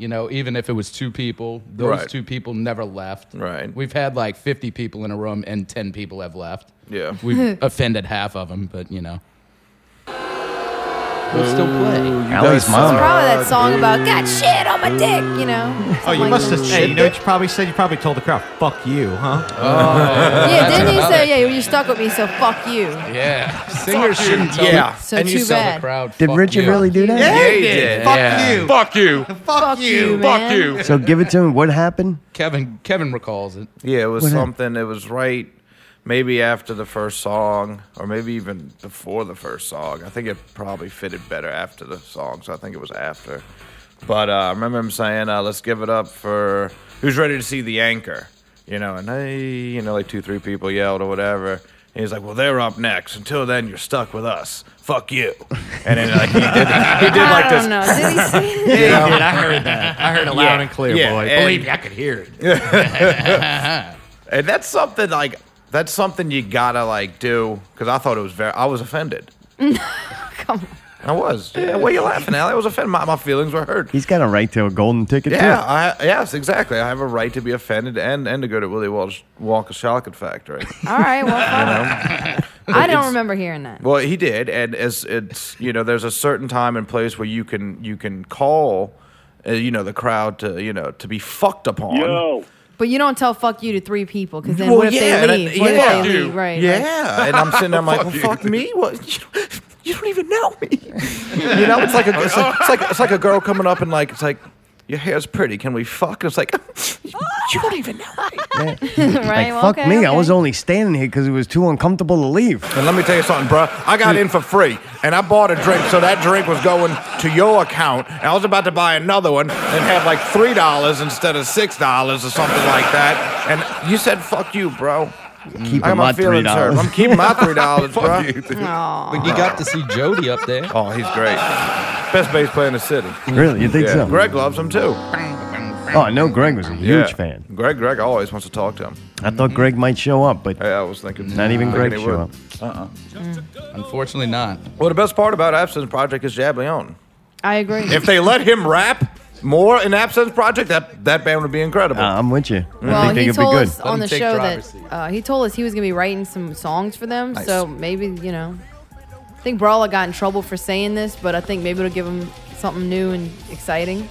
S9: You know, even if it was two people, those
S8: Right.
S9: two people never left.
S8: Right.
S9: We've had like 50 people in a room, and 10 people have left.
S8: Yeah.
S9: We've offended half of them, but you know, we still play.
S1: Allie's mom.
S2: Probably that song about got shit on my dick, you know.
S3: Oh,
S2: Something
S3: you
S2: like
S3: must
S2: that.
S3: have. Hey, you know Oh, what you probably said? You probably told the crowd, "Fuck you," huh?
S2: Yeah, didn't he
S9: about
S2: say, "Yeah, you stuck with me, so fuck you."
S9: Yeah, singers shouldn't tell
S8: Yeah.
S2: So
S8: and you
S2: too
S8: saw
S9: the
S2: bad.
S9: crowd.
S1: Did
S9: fuck
S1: Richard
S9: you.
S1: really do that?
S8: Yeah, he did.
S3: Fuck
S9: Yeah.
S3: you.
S8: Fuck you.
S2: Fuck you, man. Fuck you.
S1: So give it to him. What happened?
S9: Kevin Kevin recalls it.
S8: Yeah, it was
S1: What happened?
S8: something. It was right, maybe after the first song, or maybe even before the first song. I think it probably fitted better after the song, so I think it was after. But uh, I remember him saying, uh, "Let's give it up for who's ready to see the anchor," you know, and hey, you know, like two, three people yelled or whatever. And he's like, "Well, they're up next. Until then, you're stuck with us. Fuck you." And then like he did, he did like
S2: I
S8: this.
S2: don't know. Did he say that?
S3: Yeah, I did. I heard that. I heard it loud and clear,
S8: Yeah,
S3: boy.
S8: and-
S3: Believe me, I could hear it.
S8: And that's something like that's something you gotta like do because I thought it was very. I was offended.
S2: Come on.
S8: I was. Yeah, what are you laughing at? I was offended. My, my feelings were hurt.
S1: He's got a right to a golden ticket
S8: Yeah.
S1: too.
S8: I, yes. Exactly. I have a right to be offended and and to go to Willy Walsh Walker Chocolate Factory.
S2: All right. Well, fuck. I don't remember hearing that.
S8: Well, he did, and as it's you know, there's a certain time and place where you can you can call, uh, you know, the crowd to you know to be fucked upon.
S7: Yo,
S2: But you don't tell "fuck you" to three people because then
S8: Well,
S2: what if
S8: yeah, and I-
S2: they leave? What
S8: yeah.
S2: if they leave? Right.
S8: Yeah,
S2: like-
S8: and I'm sitting there, I'm like, well, fuck me, what? You don't, you don't even know me. you know, it's like a it's like, it's like it's like a girl coming up and like it's like. Your hair's pretty. Can we fuck? It's like you don't even know. Me.
S2: right.
S1: Like,
S2: well,
S1: fuck
S2: okay,
S1: me. I
S2: okay.
S1: was only standing here because it was too uncomfortable to leave.
S8: And let me tell you something, bro. I got in for free, and I bought a drink, so that drink was going to your account. And I was about to buy another one and have like three dollars instead of six dollars or something like that. And you said, "Fuck you, bro."
S1: Keep
S8: I got
S1: my
S8: my
S1: three
S8: feelings hurt.
S1: dollars.
S8: I'm keeping my three dollars, bro.
S2: Aw.
S9: But you got to see Jody up there.
S8: Oh, he's great. Best bass player in the city.
S1: Really? You think
S8: Yeah,
S1: so?
S8: Greg loves him too.
S1: Oh, I know Greg was a huge
S8: Yeah.
S1: fan.
S8: Greg, Greg always wants to talk to him.
S1: I
S2: Mm-hmm.
S1: thought Greg might show up, but
S8: Yeah, I was thinking.
S1: not even
S8: thinking
S1: Greg
S8: he
S1: show
S8: would. Uh-uh.
S1: up.
S2: Oh,
S9: Unfortunately, not.
S8: Well, the best part about Absence Project is Jablion.
S2: I agree.
S8: If they let him rap more in Absence Project, that, that band would be incredible.
S1: Uh, I'm with you. I
S2: well,
S1: think they
S2: he
S1: could be
S2: told
S1: good.
S2: us on
S9: him
S2: the
S9: take
S2: show
S9: driver's
S2: that
S9: seat.
S2: uh, he told us he was gonna be writing some songs for them. So maybe you know, I think Brawler got in trouble for saying this, but I think maybe it'll give him something new and exciting.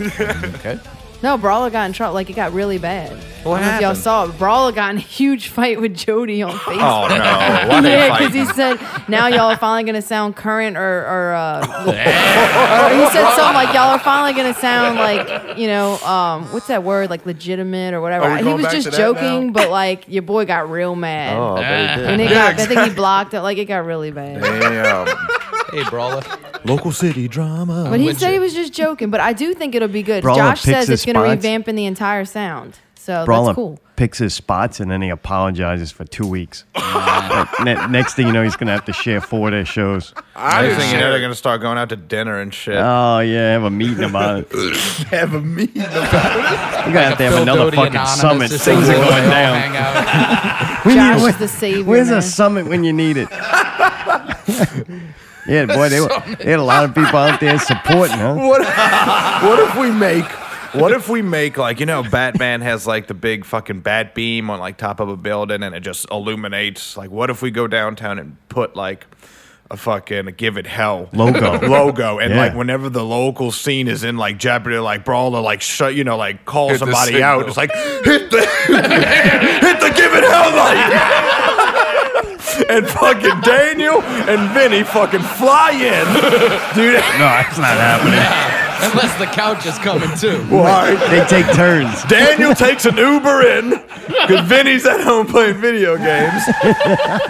S9: Okay.
S2: No, Brawler got in trouble. Like it got really bad.
S8: What
S2: I don't know if y'all
S8: happened?
S2: saw it. but Brawler got in a huge fight with Jody on Facebook.
S8: oh, no. Why they
S2: Yeah,
S8: fighting?
S2: because he said now y'all are finally gonna sound current or or, uh, or he said something like y'all are finally gonna sound like you know um, what's that word like legitimate or
S8: Are
S2: whatever.
S8: we
S2: He
S8: going
S2: was
S8: back
S2: just
S8: to that
S2: joking,
S8: now?
S2: but like your boy got real mad.
S8: Oh,
S2: And
S1: Ah.
S8: baby.
S2: it got, I think he blocked it. Like it got really bad.
S8: Damn.
S9: Hey, Brawler.
S8: Local city drama.
S2: But he
S9: with
S2: said
S9: you.
S2: he was just joking. But I do think it'll be good.
S1: Brawler
S2: Josh
S1: picks
S2: says
S1: his
S2: it's gonna
S1: spots.
S2: revamp in the entire sound, so
S1: Brawler
S2: that's cool.
S1: picks his spots and then he apologizes for two weeks. Like, ne- next thing you know, he's gonna have to share four of their shows.
S8: I think you know they're going to start going out to dinner and shit.
S1: Oh yeah, have a meeting about it. We're
S8: have a meeting.
S1: gonna have to have
S9: Phil
S1: another
S9: Doty
S1: fucking
S9: Anonymous
S1: summit.
S9: is
S1: Things are
S9: somewhere
S1: going
S9: they all
S1: down.
S9: hang out.
S1: We need-
S2: Josh
S1: where-
S2: is the savior.
S1: Where's
S2: man.
S1: a summit when you need it? yeah, boy, they, were, they had a lot of people out there supporting, huh?
S8: What, what if we make. What if we make like you know Batman has like the big fucking bat beam on like top of a building and it just illuminates like what if we go downtown and put like a fucking give it hell
S1: Logo.
S8: logo and
S1: Yeah.
S8: like whenever the local scene is in like jeopardy like brawler like shut you know like call
S9: Hit the
S8: somebody out
S9: signal.
S8: it's like hit the hit the give it hell light and fucking daniel and vinny fucking fly in dude
S1: No, that's not happening.
S9: Unless the couch is coming too.
S8: why
S1: They take turns.
S8: Daniel takes an Uber in because Vinny's at home playing video games.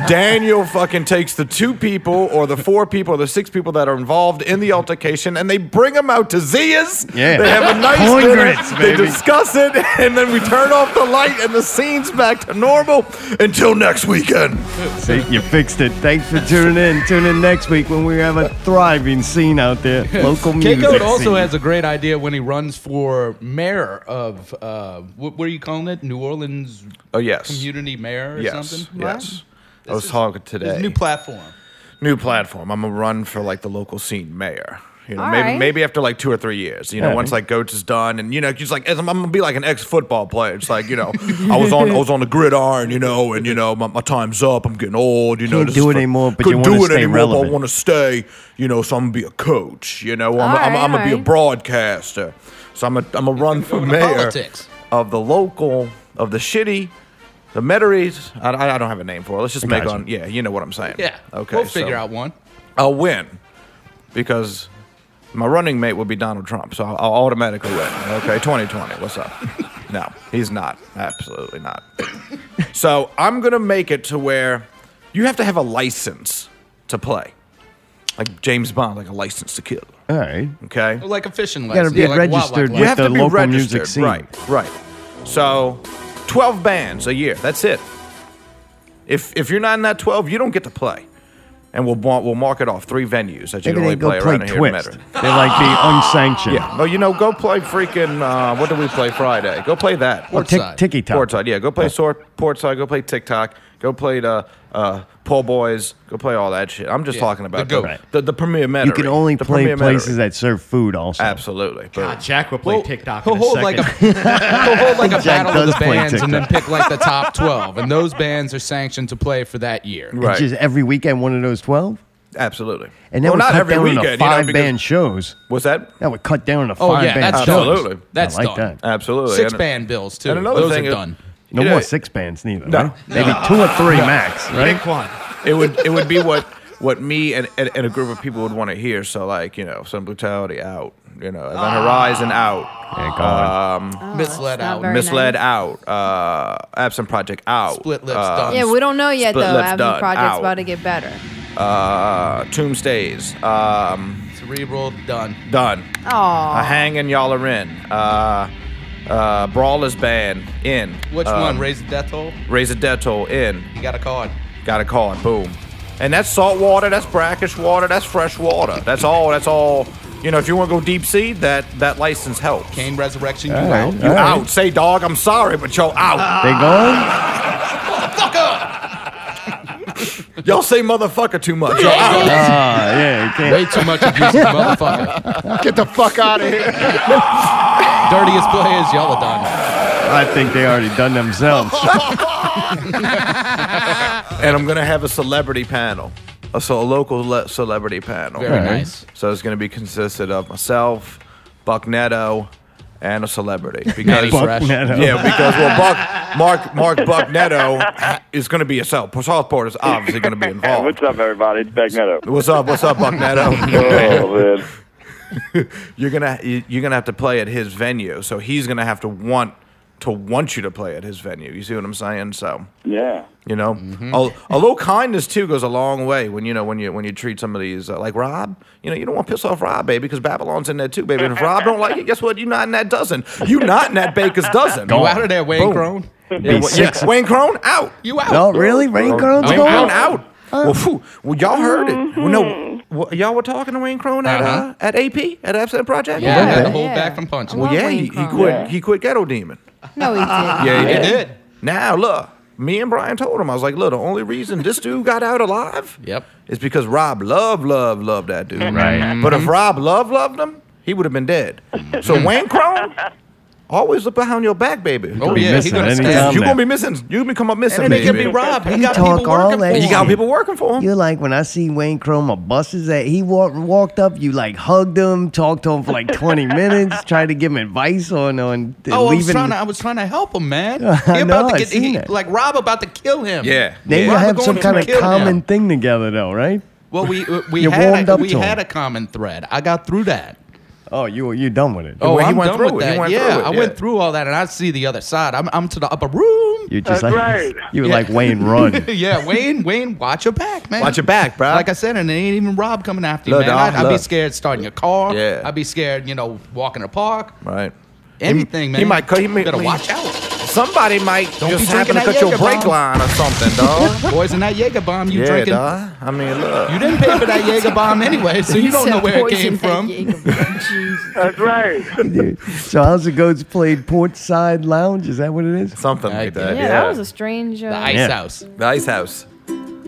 S8: Daniel fucking takes the two people or the four people or the six people that are involved in the altercation and they bring them out to Zia's.
S1: Yeah.
S8: They have a nice
S1: Corn
S8: dinner.
S1: grits,
S8: they
S1: baby.
S8: discuss it and then we turn off the light and the scene's back to normal until next weekend.
S1: See, you fixed it. Thanks for tuning in. Tune in next week when we have a thriving scene out there. Local music.
S9: Keiko also
S1: scene.
S9: has a great idea when he runs for mayor of, uh, what, what are you calling it? New Orleans
S8: Oh, yes.
S9: Community Mayor or something?
S8: Yes. I was talking
S9: His
S8: today.
S9: new platform.
S8: new platform. I'm gonna run for like the local scene mayor. You know,
S2: All
S8: maybe
S2: right.
S8: maybe after like two or three years. You know,
S1: Yeah,
S8: once
S1: man.
S8: like Goats is done, and you know, just like as I'm, I'm gonna be like an ex football player. It's like you know, I was on I was on the gridiron. You know, and you know, my, my time's up. I'm getting old. You know,
S1: Can't
S8: this
S1: do
S8: is
S1: it
S8: for-
S1: anymore, but you
S8: couldn't
S1: wanna
S8: do it
S1: stay
S8: anymore, But I
S1: relevant.
S8: want to stay. You know, so I'm gonna be a coach. You know, I'm,
S2: All
S8: I'm,
S2: right,
S8: I'm
S2: all
S8: gonna be a
S2: right.
S8: broadcaster. So I'm gonna I'm gonna run for
S9: into
S8: mayor
S9: politics.
S8: of the local of the shitty. The Metairies, I, I I don't have a name for it. Let's just make
S1: gotcha.
S8: on. Yeah, you know what I'm saying.
S9: Yeah.
S8: Okay.
S9: We'll figure
S8: so-
S9: out one.
S8: I'll win because my running mate will be Donald Trump, so I'll, I'll automatically win. Okay, 2020, what's up? No, he's not. Absolutely not. So I'm gonna make it to where you have to have a license to play, like James Bond, like a license to kill.
S1: All right.
S8: Okay.
S9: Like a fishing
S1: gotta
S9: lesson.
S1: be
S9: yeah, like a wildlife
S1: registered
S8: You
S1: with
S9: lesson.
S8: have
S1: the
S8: to be
S1: local
S8: registered,
S1: music scene.
S8: right? Right. So, twelve bands a year. That's it. If if you're not in that twelve, you don't get to play. And we'll mar- we'll mark it off three venues that you can
S1: Maybe they
S8: only play
S1: go play
S8: around here in
S1: Twist.
S8: Metairie.
S1: They like be unsanctioned.
S8: Yeah. No, you know, go play freaking. Uh, what do we play Friday? Go play that.
S1: Or Oh, tick,
S9: Portside.
S1: ticky top.
S8: Portside, yeah. Go play sort Portside. Go play TikTok. Go play the uh, Paul Boys. Go play all that shit. I'm just
S9: Yeah,
S8: talking about
S9: the
S8: the,
S9: goat.
S8: the, the premier Metairie.
S1: You can only
S8: the
S1: play
S8: Premier
S1: places
S8: Metairie.
S1: that serve food also.
S8: Absolutely.
S3: God,
S8: But
S3: Jack will play TikTok.
S9: He'll
S3: in a
S9: hold
S3: second.
S9: like a he'll hold like a battle of
S1: does
S9: the
S1: play
S9: bands and then
S1: TikTok.
S9: pick like the top twelve, and those bands are sanctioned to play for that year.
S1: It's
S8: right.
S1: Just every weekend, one of those 12?
S8: absolutely.
S1: And that
S8: well,
S1: would
S8: not
S1: cut
S8: every
S1: down
S8: weekend.
S1: to
S8: you know,
S1: five
S8: because-
S1: band shows.
S8: What's that?
S1: That would cut down to
S9: Oh
S1: five
S9: yeah,
S1: band
S9: that's
S1: shows.
S9: done.
S8: Absolutely.
S9: That's
S1: I like
S9: done.
S1: that.
S8: Absolutely.
S9: Six
S8: And-
S9: band bills too.
S8: And another
S9: those
S8: thing
S9: are
S8: is-
S9: done.
S1: No
S8: Yeah.
S1: more six bands, neither.
S8: No.
S1: Right? Maybe two or three max, right?
S3: Pick one.
S8: it would it would be what what me and, and, and a group of people would want to hear. So like you know, some brutality out, you know, Event Horizon out, Um,
S1: Yeah, go on.
S9: Misled
S2: not
S9: out.
S2: very-
S8: Misled
S2: nice.
S8: out, uh, Absent Project out,
S9: Split lips
S8: uh,
S9: done.
S2: Yeah, we don't know yet
S8: Split
S2: though.
S8: lip's
S2: Abby
S8: done.
S2: project's
S8: Ow.
S2: about to get better.
S8: uh, Tombstays, um,
S9: Cerebral done.
S8: done. A
S2: Oh,
S8: hanging y'all are in. Uh, uh, Brawlers band in.
S9: Which
S8: Um,
S9: one? Raise the death toll.
S8: Raise a dead toll in.
S9: You got a card.
S8: Got to call it. Boom. And that's salt water. That's brackish water. That's fresh water. That's all. That's all. You know, if you want to go deep sea, that that license helps.
S9: Kane resurrection. You out.
S1: All
S9: Ah.
S1: right.
S8: You
S1: all right.
S8: out. Say, dog, I'm sorry, but y'all out.
S1: They gone?
S8: y'all say motherfucker too much. Y'all out.
S1: Ah, yeah. You can't.
S9: Way too much abusive motherfucker.
S8: Get the fuck out of here.
S9: Dirtiest players, y'all are done.
S1: I think they already done themselves.
S8: And I'm going to have a celebrity panel. Uh, So a local le- celebrity panel.
S9: Very
S1: All right.
S9: nice.
S8: So it's going to be consisted of myself, Buck Netto, and a celebrity.
S9: Manny
S8: Because
S1: Fuck
S9: Fresh.
S1: Neto.
S8: Yeah, because well, Buck, Mark, Mark Buck Netto is going to be a South. Southport is obviously going to be
S7: Hey,
S8: involved.
S7: what's up, everybody? It's Bagnetto.
S8: What's up? What's up, Buck Netto?
S7: Oh, man.
S8: you're gonna you- you're gonna have to play at his venue, so he's gonna have to want to want you to play at his venue. You see what I'm saying? So
S7: Yeah.
S8: you know, a, a little kindness too goes a long way when you know when you when you treat some of these uh, like Rob. You know, you don't want to piss off Rob, baby, because Babylon's in there too, baby. And if Rob don't like it, guess what? You're not in that dozen. You're not in that baker's dozen.
S9: You out of there, Wayne
S8: Boom.
S9: Crone.
S8: Yeah, Wa- yeah, Wayne Crone out.
S9: You out.
S1: No, really? Rain Girl's
S9: Wayne
S8: Wayne
S1: gone?
S8: Crone out. well, phew, well, y'all heard it. Well, no, well, y'all were talking to Wayne Crone at
S9: Uh-huh.
S8: uh, at AP at Absent Project.
S9: Yeah, I had to
S1: Yeah.
S9: hold
S2: Yeah.
S9: back from punching.
S2: Well,
S8: Well, yeah,
S2: Wayne
S8: he, he
S2: Crone.
S8: quit. He quit Ghetto Demon.
S2: no, he did.
S8: Yeah, he
S9: He did.
S8: Now look, me and Brian told him I was like, look, the only reason this dude got out alive,
S9: Yep.
S8: is because Rob love love loved that dude.
S1: Right.
S8: But
S9: Mm-hmm.
S8: if Rob love loved him, he would have been dead. So Wayne Crone, always look behind your back, baby.
S9: Oh
S1: Be
S9: yeah, he
S1: missing
S9: gonna
S1: any
S9: stand.
S1: time
S8: You
S1: now.
S8: gonna be missing. You gonna come up missing,
S9: And then he
S8: baby.
S9: can be robbed. He
S1: You
S9: got
S1: talk
S9: people
S1: all
S9: working for
S1: that
S8: You
S9: him.
S1: shit.
S8: got people working for him.
S1: You like when I see Wayne Chrome on buses that he walked walked up, you like hugged him, talked to him for like twenty minutes, tried to give him advice on on
S9: Oh, I was
S1: leaving.
S9: trying to. I was trying to help him, man. He
S1: I
S9: about
S1: know,
S9: to
S1: I
S9: get
S1: seen
S9: he,
S1: that.
S9: like Rob about to kill him.
S8: Yeah.
S1: Now you
S9: Rob
S1: have
S9: going
S1: some
S9: to
S1: kind of
S9: kill him.
S1: common thing together though, right?
S9: Well, we uh, we
S1: You
S9: had
S1: warmed
S9: a,
S1: up
S9: we
S1: to him.
S9: had a common thread. I got through that.
S1: Oh, you you done with it?
S9: Oh,
S8: he
S9: I
S8: went
S9: done
S8: through
S9: with
S8: it. He
S9: that.
S8: went
S9: yeah,
S8: through it,
S9: I
S8: yeah.
S9: went through all that, and I see the other side. I'm I'm to the upper room.
S1: you just like
S7: that's right.
S1: you were
S9: Yeah.
S1: like Wayne run.
S9: yeah, Wayne, Wayne, watch your back, man.
S8: Watch your back, bro.
S9: Like I said, and it ain't even Rob coming after you,
S8: Look,
S9: man.
S8: dawg,
S9: I'd, I'd be
S8: look.
S9: scared starting your car.
S8: Yeah.
S9: I'd be scared, you know, walking in the park.
S8: Right.
S9: Anything, man.
S8: He might cut. He may,
S9: Better
S8: he-
S9: watch out.
S8: Somebody might
S9: Don't be
S8: just happen to cut
S9: drinking that
S8: your
S9: Jaeger
S8: brake
S9: bomb.
S8: line or something, dog.
S9: Poison that Jaeger bomb you
S8: yeah,
S9: drinking.
S8: dawg. I mean, look.
S9: You didn't pay for that Jaeger bomb anyway, so you don't know
S2: Said
S9: where it
S2: poison
S9: came
S2: that
S9: from.
S2: Jacob. Jesus.
S7: That's right.
S1: Dude. So how's it goes played portside lounge? Is that what it is?
S8: something
S9: I
S8: like
S9: did.
S8: that.
S2: Yeah, that was a strange.
S9: The
S2: Uh,
S9: ice
S1: Yeah.
S9: house.
S8: the ice house.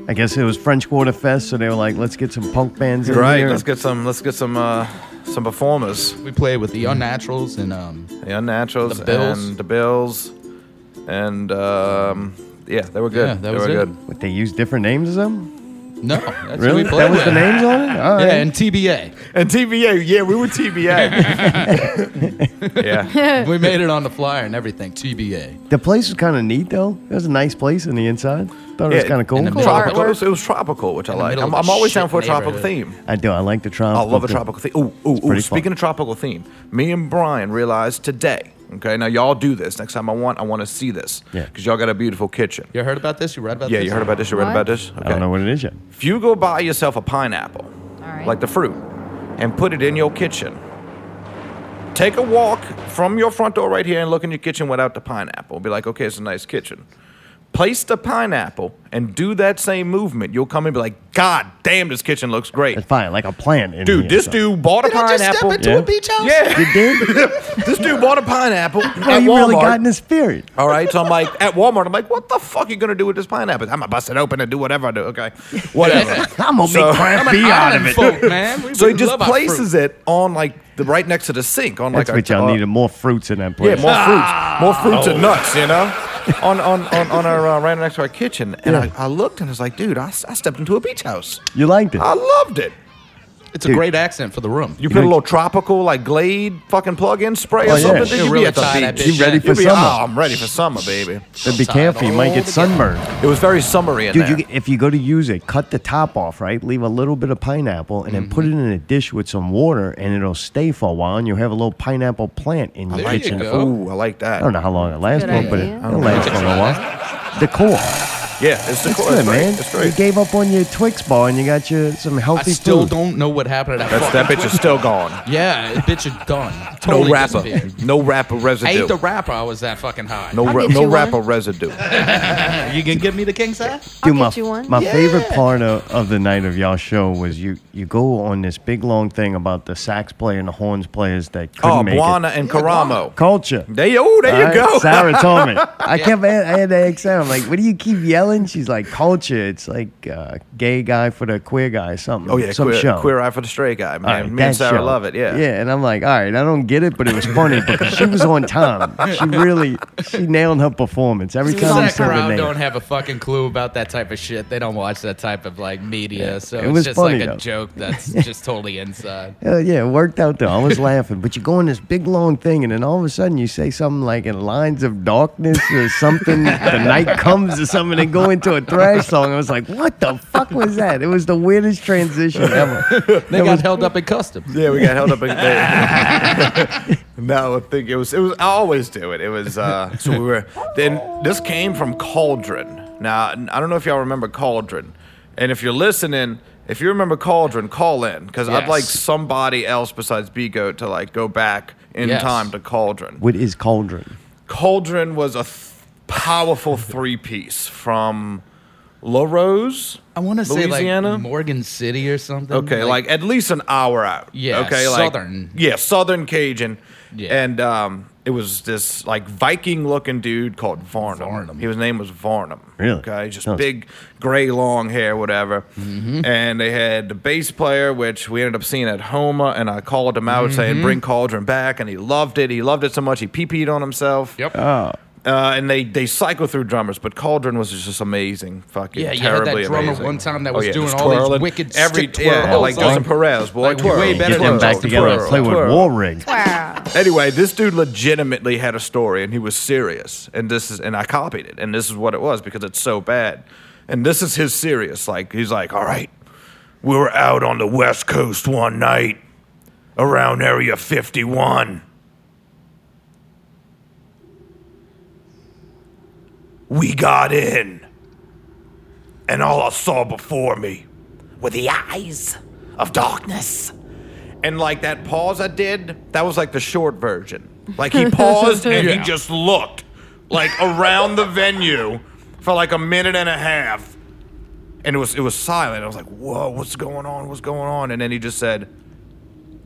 S1: I guess it was French Quarter Fest, so they were like, let's get some punk bands in
S8: Right.
S1: here.
S8: Let's get some. Let's get some. Uh, some performers.
S9: We played with the Unnaturals and um,
S8: The Unnaturals
S9: The Bills.
S8: and the Bills, and um, yeah, they were good.
S9: Yeah, that
S8: they
S9: was
S8: were
S9: it.
S8: good.
S1: What, they used different names or something?
S9: no, that's
S1: Really?
S9: who we played
S1: That was the
S9: with.
S1: names on it? All right.
S9: Yeah, and TBA.
S8: And TBA, yeah, we were TBA. yeah,
S9: we made it on the flyer and everything. TBA.
S1: The place was kind of neat though. It was a nice place on the inside. Thought it was
S8: Yeah,
S1: kind of
S9: in
S1: cool.
S9: the middle.
S8: tropical.
S9: artwork.
S8: It was, it was tropical, which I
S9: the
S8: like.
S9: middle
S8: I'm,
S9: of
S8: I'm
S9: a
S8: always
S9: shit
S8: down for a tropical
S9: neighborhood.
S8: theme.
S1: I do. I like the
S8: I
S1: tropical.
S8: love a tropical theme. Ooh, ooh,
S1: Ah, pretty
S8: ooh. Speaking
S1: fun.
S8: of tropical theme, me and Brian realized today. Okay, now y'all do this next time. I want, I want to see this.
S1: Yeah.
S8: because y'all got a beautiful kitchen.
S9: You heard about this? You read about
S8: Yeah,
S9: this?
S8: you heard about this. You read
S2: What?
S8: about this.
S1: I don't know what it is yet.
S8: If you go buy yourself a pineapple,
S2: All right.
S8: like the fruit, and put it in your kitchen. Take a walk from your front door right here and look in your kitchen without the pineapple. Be like, okay, it's a nice kitchen. Place the pineapple and do that same movement. You'll come and be like, God damn, this kitchen looks great.
S1: It's fine, like a plant. In
S8: Dude,
S1: here,
S8: this
S1: so-
S8: dude bought a
S9: Did I just step
S8: pineapple.
S9: into
S1: Yeah.
S9: a beach house?
S8: Yeah,
S1: You did?
S8: this dude bought a pineapple at
S1: Well, you really
S8: Walmart.
S1: got in the spirit.
S8: All right. So I'm like, at Walmart, I'm like, what the fuck you going to do with this pineapple? I'm going to bust it open and do whatever I do. Okay. Whatever.
S1: I'm gonna
S8: So-
S1: make craft beer out of
S9: Island
S1: it.
S9: folk, man. We
S8: so he
S9: love
S8: just
S9: our fruit.
S8: places it on like the right next to the sink. On
S1: That's
S8: like
S1: what
S8: our,
S1: y'all
S8: uh,
S1: needed. More fruits in that
S8: Yeah,
S1: place.
S8: more
S9: Ah.
S8: fruits. More fruits and
S9: Oh.
S8: nuts, you know? on, on, on, on our uh, right next to our kitchen. And I, I looked and I was like, dude, I, s- I stepped into a beach house.
S1: you liked it.
S8: I loved it.
S9: It's a
S1: Dude.
S9: great accent for the room.
S8: You put a little tropical like Glade fucking plug-in spray
S1: Oh,
S8: or
S1: yeah.
S8: something. then
S1: It
S8: you'd be
S9: really
S8: at the
S9: tied that
S8: beach.
S9: bitch You're ready
S1: in. for
S8: You'd be,
S1: summer.
S8: "Oh, I'm ready for summer, baby.
S1: But be
S9: Outside
S1: careful, you might
S9: all
S1: get
S9: together.
S1: sunburned.
S8: It was very summery in
S1: Dude,
S8: there.
S1: you, get- if you go to use it, cut the top off, right? Leave a little bit of pineapple and then put
S9: Mm-hmm.
S1: it in a dish with some water and it'll stay for a while and you'll have a little pineapple plant in your
S9: There you
S1: kitchen.
S9: go.
S8: Ooh, I like that.
S1: I don't know how long it lasts,
S2: Good
S1: for, but it,
S2: idea.
S1: it'll last for a while. Decor.
S8: Yeah, it's the
S1: It's
S8: cool.
S1: good, man.
S8: It's
S1: You
S8: great.
S1: gave up on your Twix bar and you got your some
S9: I
S1: healthy
S9: still
S1: food.
S9: don't know what happened to that.
S8: That's,
S9: fucking
S8: that bitch is
S9: Twix.
S8: still gone.
S9: Yeah, that bitch is done.
S8: No
S9: Totally
S8: rapper.
S9: disappeared.
S8: No rapper
S9: I
S8: residue.
S9: ate the wrapper. I was that fucking high.
S8: No,
S2: I'll
S8: ra-
S2: get
S8: no
S2: you one.
S8: rapper residue.
S9: you can give me the king size.
S2: I'll
S1: Dude, my,
S2: get you one.
S1: my favorite part of, of the night of y'all show was you you go on this big long thing about the sax player and the horns players that couldn't
S8: Oh,
S1: make
S8: Buana
S1: it.
S8: and Karamo.
S1: Culture.
S8: They, oh, there you
S1: All right,
S8: go.
S1: Sarah told me. I kept I had to ask Sarah. I'm like, what do you keep yelling? She's like, culture. It's like uh, gay guy for the queer guy, or something.
S8: oh yeah,
S1: some
S8: queer,
S1: show.
S8: queer eye for the straight guy, man.
S1: All right,
S8: Me
S1: that
S8: and Sarah
S1: show.
S8: love it. Yeah.
S1: Yeah, and I'm like, all right, I don't get it, but it was funny because she was on time. She really she nailed her performance every time we
S9: That
S1: said her
S9: crowd don't
S1: name.
S9: have a fucking clue about that type of shit. They don't watch that type of like media,
S1: Yeah.
S9: so
S1: It
S9: it's
S1: was
S9: just
S1: funny,
S9: like a
S1: though.
S9: joke that's just totally inside.
S1: Uh, yeah, it worked out though. I was laughing, but you go on this big long thing, and then all of a sudden you say something like "in lines of darkness" or something. the night comes or something, and go into a thrash song. I was like, "What the fuck was that?" It was the weirdest transition ever.
S9: They got held up in customs.
S8: Yeah, we got held up. In there. no, I think it was. It was. I always do it. It was. Uh, so we were. Then this came from Cauldron. Now I don't know if y'all remember Cauldron, and if you're listening, if you remember Cauldron, call in because I'd like
S9: Yes.
S8: somebody else besides B Goat to like go back in
S9: Yes.
S8: time to Cauldron.
S1: What is cauldron?
S8: Cauldron was a th- powerful three piece from La Rose.
S9: I want to say
S8: Louisiana?
S9: like Morgan City or something.
S8: Okay, like, at least an hour out.
S9: Yeah,
S8: Okay,
S9: Southern.
S8: Like, yeah, Southern Cajun.
S9: Yeah.
S8: And um, it was this like Viking looking dude called Varnum.
S9: Varnum.
S8: His name was Varnum.
S1: Really?
S8: Okay, just
S1: Sounds-
S8: big gray long hair, whatever.
S9: Mm-hmm.
S8: And they had the bass player, which we ended up seeing at Homa, and I called him out
S9: Mm-hmm.
S8: saying, Bring Cauldron back, and he loved it. He loved it so much he pee peed on himself.
S9: Yep.
S8: Uh, and they they cycle through drummers, but Cauldron was just amazing, fucking
S9: Yeah, you had that
S8: terribly
S9: drummer
S8: amazing.
S9: one time that
S8: Oh,
S9: was
S8: yeah,
S9: doing
S8: just
S9: all these
S8: twirling.
S9: wicked
S8: every
S9: stick
S8: yeah,
S9: twirls,
S8: like
S9: like-
S8: Justin Perez, boy,
S9: like way
S8: twirl,
S9: better
S1: Get
S9: than
S1: them
S8: twirl,
S1: back together and
S8: twirl,
S1: play with
S8: twirl.
S1: War Rig.
S2: Wow.
S8: Anyway, this dude legitimately had a story, and he was serious, and this is and I copied it, and this is what it was because it's so bad, and this is his serious. Like he's like, all right, we were out on the West Coast one night around Area 51. We got in, and all I saw before me were the eyes of darkness. And like that pause I did, that was like the short version. Like he paused and he just looked like around the venue for like a minute and a half and it was it was silent. I was like, "Whoa, what's going on? What's going on?" And then he just said,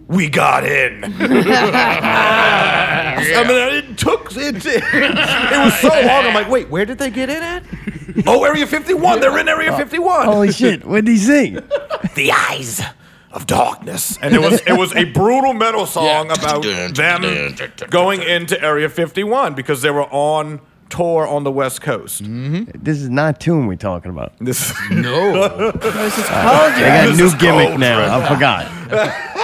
S8: "We got in." I mean, it took it. It was so long. I'm like, "Wait, where did they get in at?" oh, Area 51. They're in Area 51.
S1: Oh. Holy shit! What did he sing?
S8: the eyes of darkness. And it was it was a brutal metal song about them going into Area 51 because they were on tour on the West Coast.
S9: Mm-hmm.
S1: This is not tune we're talking about.
S8: This
S9: no,
S1: They got a
S8: This
S1: new
S8: is
S1: gimmick
S8: Cauldron.
S1: now. I forgot.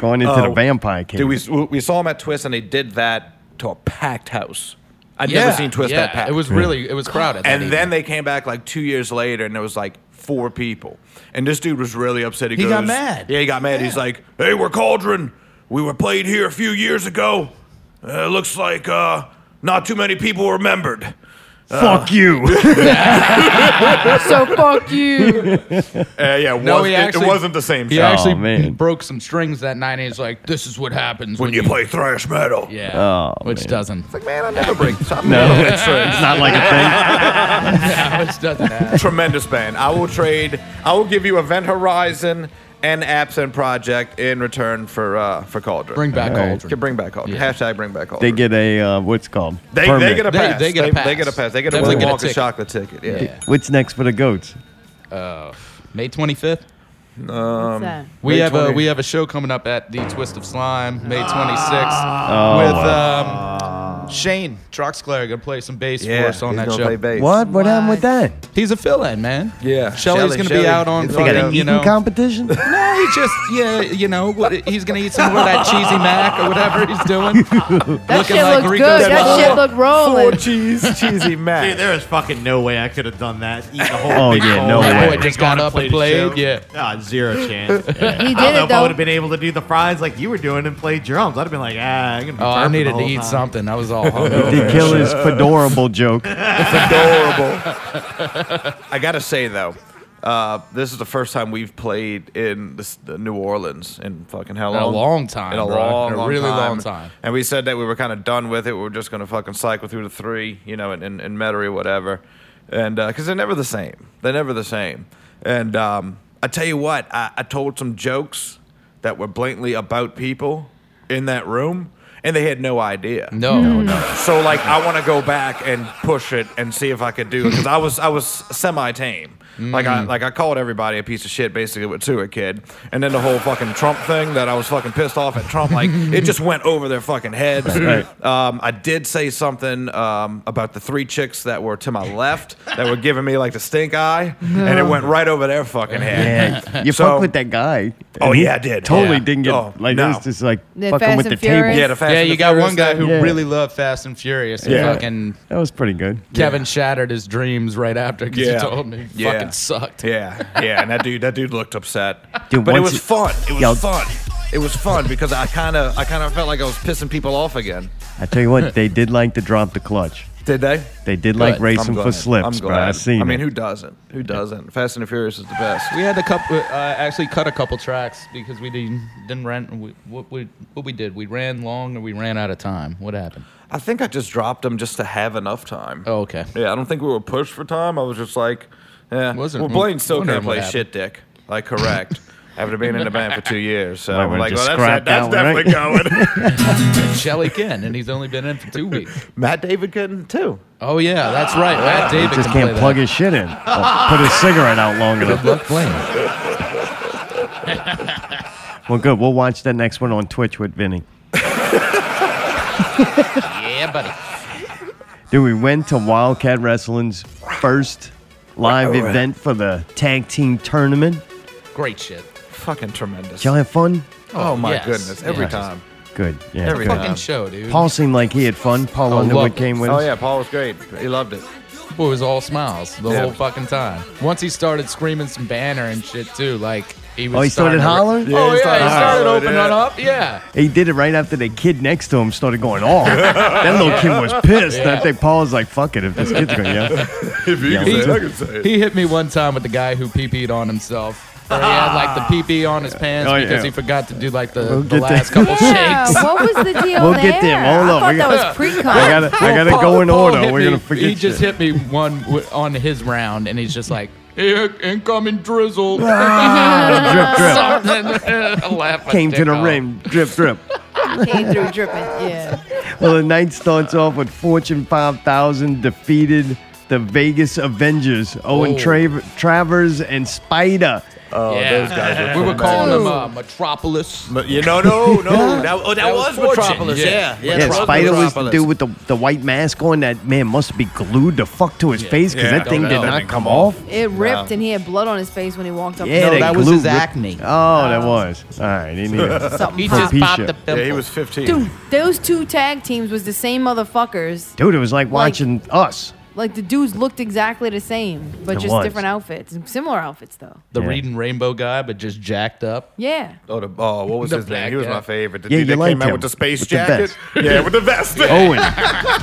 S1: Going into the vampire king.
S8: Dude, Oh. we, we saw him at Twist, and they did that to a packed house. I've
S9: yeah,
S8: never seen Twist
S9: yeah,
S8: that packed.
S9: It was really, it was crowded. that
S8: and then
S9: evening.
S8: they came back like two years later, and there was like four people. And this dude was really upset. He,
S9: He
S8: goes,
S9: got mad.
S8: Yeah, he got mad. He's like, "Hey, we're Cauldron. We were played here a few years ago. Uh, looks like uh, not too many people remembered."
S1: Fuck you.
S2: so fuck you.
S8: Uh, yeah, it
S9: No,
S8: was-
S9: he
S8: it, it
S9: actually-
S8: wasn't the same.
S9: He
S8: sound.
S9: actually
S12: Oh,
S1: Oh, man.
S9: broke some strings that night, and he's like, "This is what happens when,
S8: when you play thrash metal.
S9: Yeah,
S1: Oh,
S9: which
S1: man.
S9: doesn't.
S8: Like, man, I never break. something.
S1: No, it's not like a thing.
S9: which doesn't.
S8: Tremendous band. I will trade. I will give you Event Horizon and Absent Project in return for uh, for Cauldron.
S9: Bring back
S1: All right.
S9: Aldrin.
S8: Can bring back Cauldron.
S9: Yeah.
S8: Hashtag bring back
S1: They
S8: Cauldron.
S1: get a uh, what's it called
S8: They, they
S1: Permit.
S8: get a
S9: They-
S8: pass.
S9: they get a
S8: They
S9: pass.
S8: get a pass. They get a
S9: Definitely
S8: one
S9: get a
S8: walk of
S9: ticket.
S8: chocolate ticket. Yeah.
S1: What's next for the goats?
S9: uh, May 25th.
S2: What's that?
S9: We
S8: May
S9: have
S8: 20.
S9: a we have a show coming up at the Twist of Slime May 26th
S1: Oh,
S9: with
S1: wow.
S9: um, Shane Troxclair gonna play some bass
S8: Yeah,
S9: for us on
S8: he's
S9: that
S8: gonna
S9: show.
S8: play bass.
S1: What? What happened with that?
S9: He's a fill-in man.
S8: Yeah.
S9: Shelly's
S8: Shelley-
S9: gonna
S8: Shelley-
S9: be out on.
S8: They
S1: They got an
S9: fucking, you
S1: eating
S9: know,
S1: competition? All
S9: No, he just yeah, you know, what, he's gonna eat some more of that cheesy mac or whatever he's doing.
S2: That
S9: Looking
S2: shit
S9: like
S2: looked
S9: Rico
S2: good.
S9: Suave.
S2: That shit looked
S8: Four
S2: rolling.
S8: cheese, cheesy
S3: Dude,
S8: mac.
S3: there is fucking no way I could have done that. Eating the whole
S1: Oh,
S3: big
S1: yeah,
S3: bowl.
S1: no
S9: That
S1: way.
S9: boy just got up and
S3: the
S9: played.
S3: show.
S9: Yeah.
S3: Ah, zero chance.
S2: He
S3: I don't
S2: did
S3: know if
S2: it
S3: I would have
S2: though.
S3: been able to do the fries like you were doing and play drums. I'd have been like, ah, I'm gonna be
S9: Oh, I
S3: burping
S9: needed
S3: the
S9: to
S3: whole
S9: eat
S3: time.
S9: something. I was all hungry.
S1: Did kill his fedorable joke.
S8: Adorable. I gotta say though, uh, this is the first time we've played in this, the New Orleans in fucking how
S9: In a
S8: long?
S9: long time,
S8: In a
S9: bro.
S8: long,
S9: In a
S8: long
S9: really
S8: time.
S9: long time.
S8: And we said that we were kind of done with it. We were just gonna fucking cycle through the three, you know, in in, in Metairie, whatever. And because they're never the same, they're never the same. And um, I tell you what, I, I told some jokes that were blatantly about people in that room, and they had no idea.
S9: No, no, no.
S8: So like I want to go back and push it and see if I could do it because I was I was semi tame. Like
S9: Mm.
S8: I like I called everybody a piece of shit basically with to a kid, and then the whole fucking Trump thing that I was fucking pissed off at Trump. Like it just went over their fucking heads. Um, I did say something um, about the three chicks that were to my left that were giving me like the stink eye, and it went right over their fucking head.
S1: Yeah, you
S8: So-
S1: fuck with that guy.
S8: Oh,
S1: And he
S8: yeah, I did.
S1: Totally
S8: Yeah.
S1: didn't get
S8: Oh,
S1: like
S8: no.
S1: it was just like
S2: The
S1: fucking
S2: Fast
S1: with the
S2: and
S1: table.
S2: Furious?
S8: Yeah, the Fast
S9: Yeah,
S8: and
S9: you
S8: the
S9: got
S8: Furious
S9: one guy who
S1: Yeah.
S9: really loved Fast and Furious. And
S1: Yeah.
S9: fucking
S1: That was pretty good.
S9: Kevin shattered his dreams right after because
S8: Yeah.
S9: he told me he
S8: Yeah.
S9: fucking sucked.
S8: Yeah, yeah, and that dude, that dude looked upset.
S1: Dude,
S8: but it was
S1: once you-
S8: fun. It was
S1: Yo.
S8: fun. It was fun because I kind of, I kind of felt like I was pissing people off again.
S1: I tell you what, they did like to drop the clutch.
S8: Did they?
S1: They did like
S9: Good.
S1: racing for slips, bro. I seen
S8: I mean,
S1: it.
S8: who doesn't? Who doesn't? Fast and the Furious is the best.
S9: We had a couple, uh, actually cut a couple tracks because we didn't didn't rent. We, what we what we did? We ran long or we ran out of time. What happened?
S8: I think I just dropped them just to have enough time.
S9: Oh, okay.
S8: Yeah, I don't think we were pushed for time. I was just like, yeah.
S9: Wasn't-
S8: well, Blaine still
S9: wondering
S8: can't play
S9: what happened.
S8: shit, dick. Like, correct. After being in the band for two years, so
S1: Might
S8: we're
S1: wanna
S8: like, well,
S1: just
S8: that's,
S1: scrap
S8: that's
S1: that one,
S8: definitely going.
S9: Shelly Ken, and he's only been in for two weeks.
S8: Matt David couldn't too. Ah.
S9: Oh yeah, that's right. Matt
S1: He
S9: David
S1: just
S9: can
S1: can't
S9: play
S1: plug
S9: that.
S1: his shit in. Or put his cigarette out long enough.
S9: Good luck playing.
S1: Well, good. We'll watch that next one on Twitch with Vinny.
S9: Yeah, buddy.
S1: Dude, we went to Wildcat Wrestling's first live event for the tag team tournament.
S9: Great shit.
S8: Fucking tremendous.
S1: Did y'all have fun?
S8: Oh, my
S9: yes.
S8: goodness! Every
S9: Yes.
S8: time.
S1: Good. Yeah.
S8: Every
S1: good.
S8: time.
S9: Fucking show, dude.
S1: Paul seemed like he had fun. Paul
S9: Oh,
S1: Underwood
S9: lovely.
S1: came with
S8: Oh
S1: us.
S8: yeah, Paul was great. He loved it.
S9: Boy was all smiles the
S8: Yeah.
S9: whole fucking time. Once he started screaming some banner and shit too, like he was.
S1: Oh, he
S9: starting
S1: started hollering?
S9: to- oh yeah, he started,
S8: hollering,
S9: opening
S8: yeah.
S9: it up. Yeah.
S1: He did it right after the kid next to him started going off. that little kid was pissed. And I think Paul was like, fuck it, if this kid's going to yell.
S8: If you
S1: Yeah, can say it, I
S8: can say
S9: He hit me one time with the guy who pee-peed on himself. Or he had like the pee-pee on his pants
S1: Oh, yeah.
S9: because he forgot to do like the, the
S1: get there.
S9: last couple
S2: Yeah,
S9: shakes.
S2: what was the deal
S1: We'll
S2: there?
S1: get them.
S2: I
S1: Hold on,
S2: thought
S1: we
S2: that
S1: got-
S2: was pre-con.
S1: I gotta, I gotta
S9: Paul-
S1: go in
S9: Paul
S1: order.
S9: hit
S1: We're
S9: me-
S1: gonna forget.
S9: He just
S1: shit.
S9: hit me one w- on his round, and he's just like, "Eh, "Incoming drizzle."
S1: drip, drip.
S12: Ah.
S9: Laughing
S1: Came to
S9: dick
S1: the
S9: off.
S1: ring. Drip, drip.
S2: Came through dripping. Yeah.
S1: Well, the night starts off with Fortune 5000 defeated the Vegas Avengers, Owen
S9: Oh.
S1: Tra- Travers and Spider.
S9: yeah.
S8: Oh, Those guys were
S9: We were
S8: tremendous.
S9: calling him uh, Metropolis.
S8: But you know, no, no, that, oh, that, was,
S9: Fortune,
S8: Metropolis.
S9: yeah.
S8: Yeah, yeah,
S1: Yeah,
S8: that
S1: Spider was the
S8: Metropolis.
S1: dude with the, the white mask on. That man must be glued the fuck to his face because
S8: Yeah,
S1: that thing
S9: no,
S1: did
S9: that
S1: not
S8: didn't
S1: come
S8: come
S1: off.
S2: It ripped and he had blood on his face when he walked up.
S1: Yeah,
S9: No,
S1: they
S9: that was
S1: glued
S9: his
S1: it.
S9: acne.
S1: Oh, that was. All right, he needed
S2: something.
S9: He
S2: popped.
S9: just popped
S1: Propecia.
S9: the
S8: Yeah,
S9: pimple.
S8: he was 15.
S2: Dude, those two tag teams was the same motherfuckers.
S1: Dude, it was like watching us.
S2: Like the dudes looked exactly the same, but
S1: It
S2: just
S1: was.
S2: different outfits, similar outfits though.
S9: The
S1: Yeah.
S9: reading rainbow guy, but just jacked up.
S2: Yeah.
S8: Oh, the, oh what was
S9: The
S8: his
S9: black
S8: name? He was
S9: guy.
S8: my favorite. The
S1: Yeah,
S8: dude
S1: you
S8: that
S1: liked
S8: came out
S1: him.
S8: with the space
S1: With the
S8: jacket. yeah, with the vest.
S1: Owen,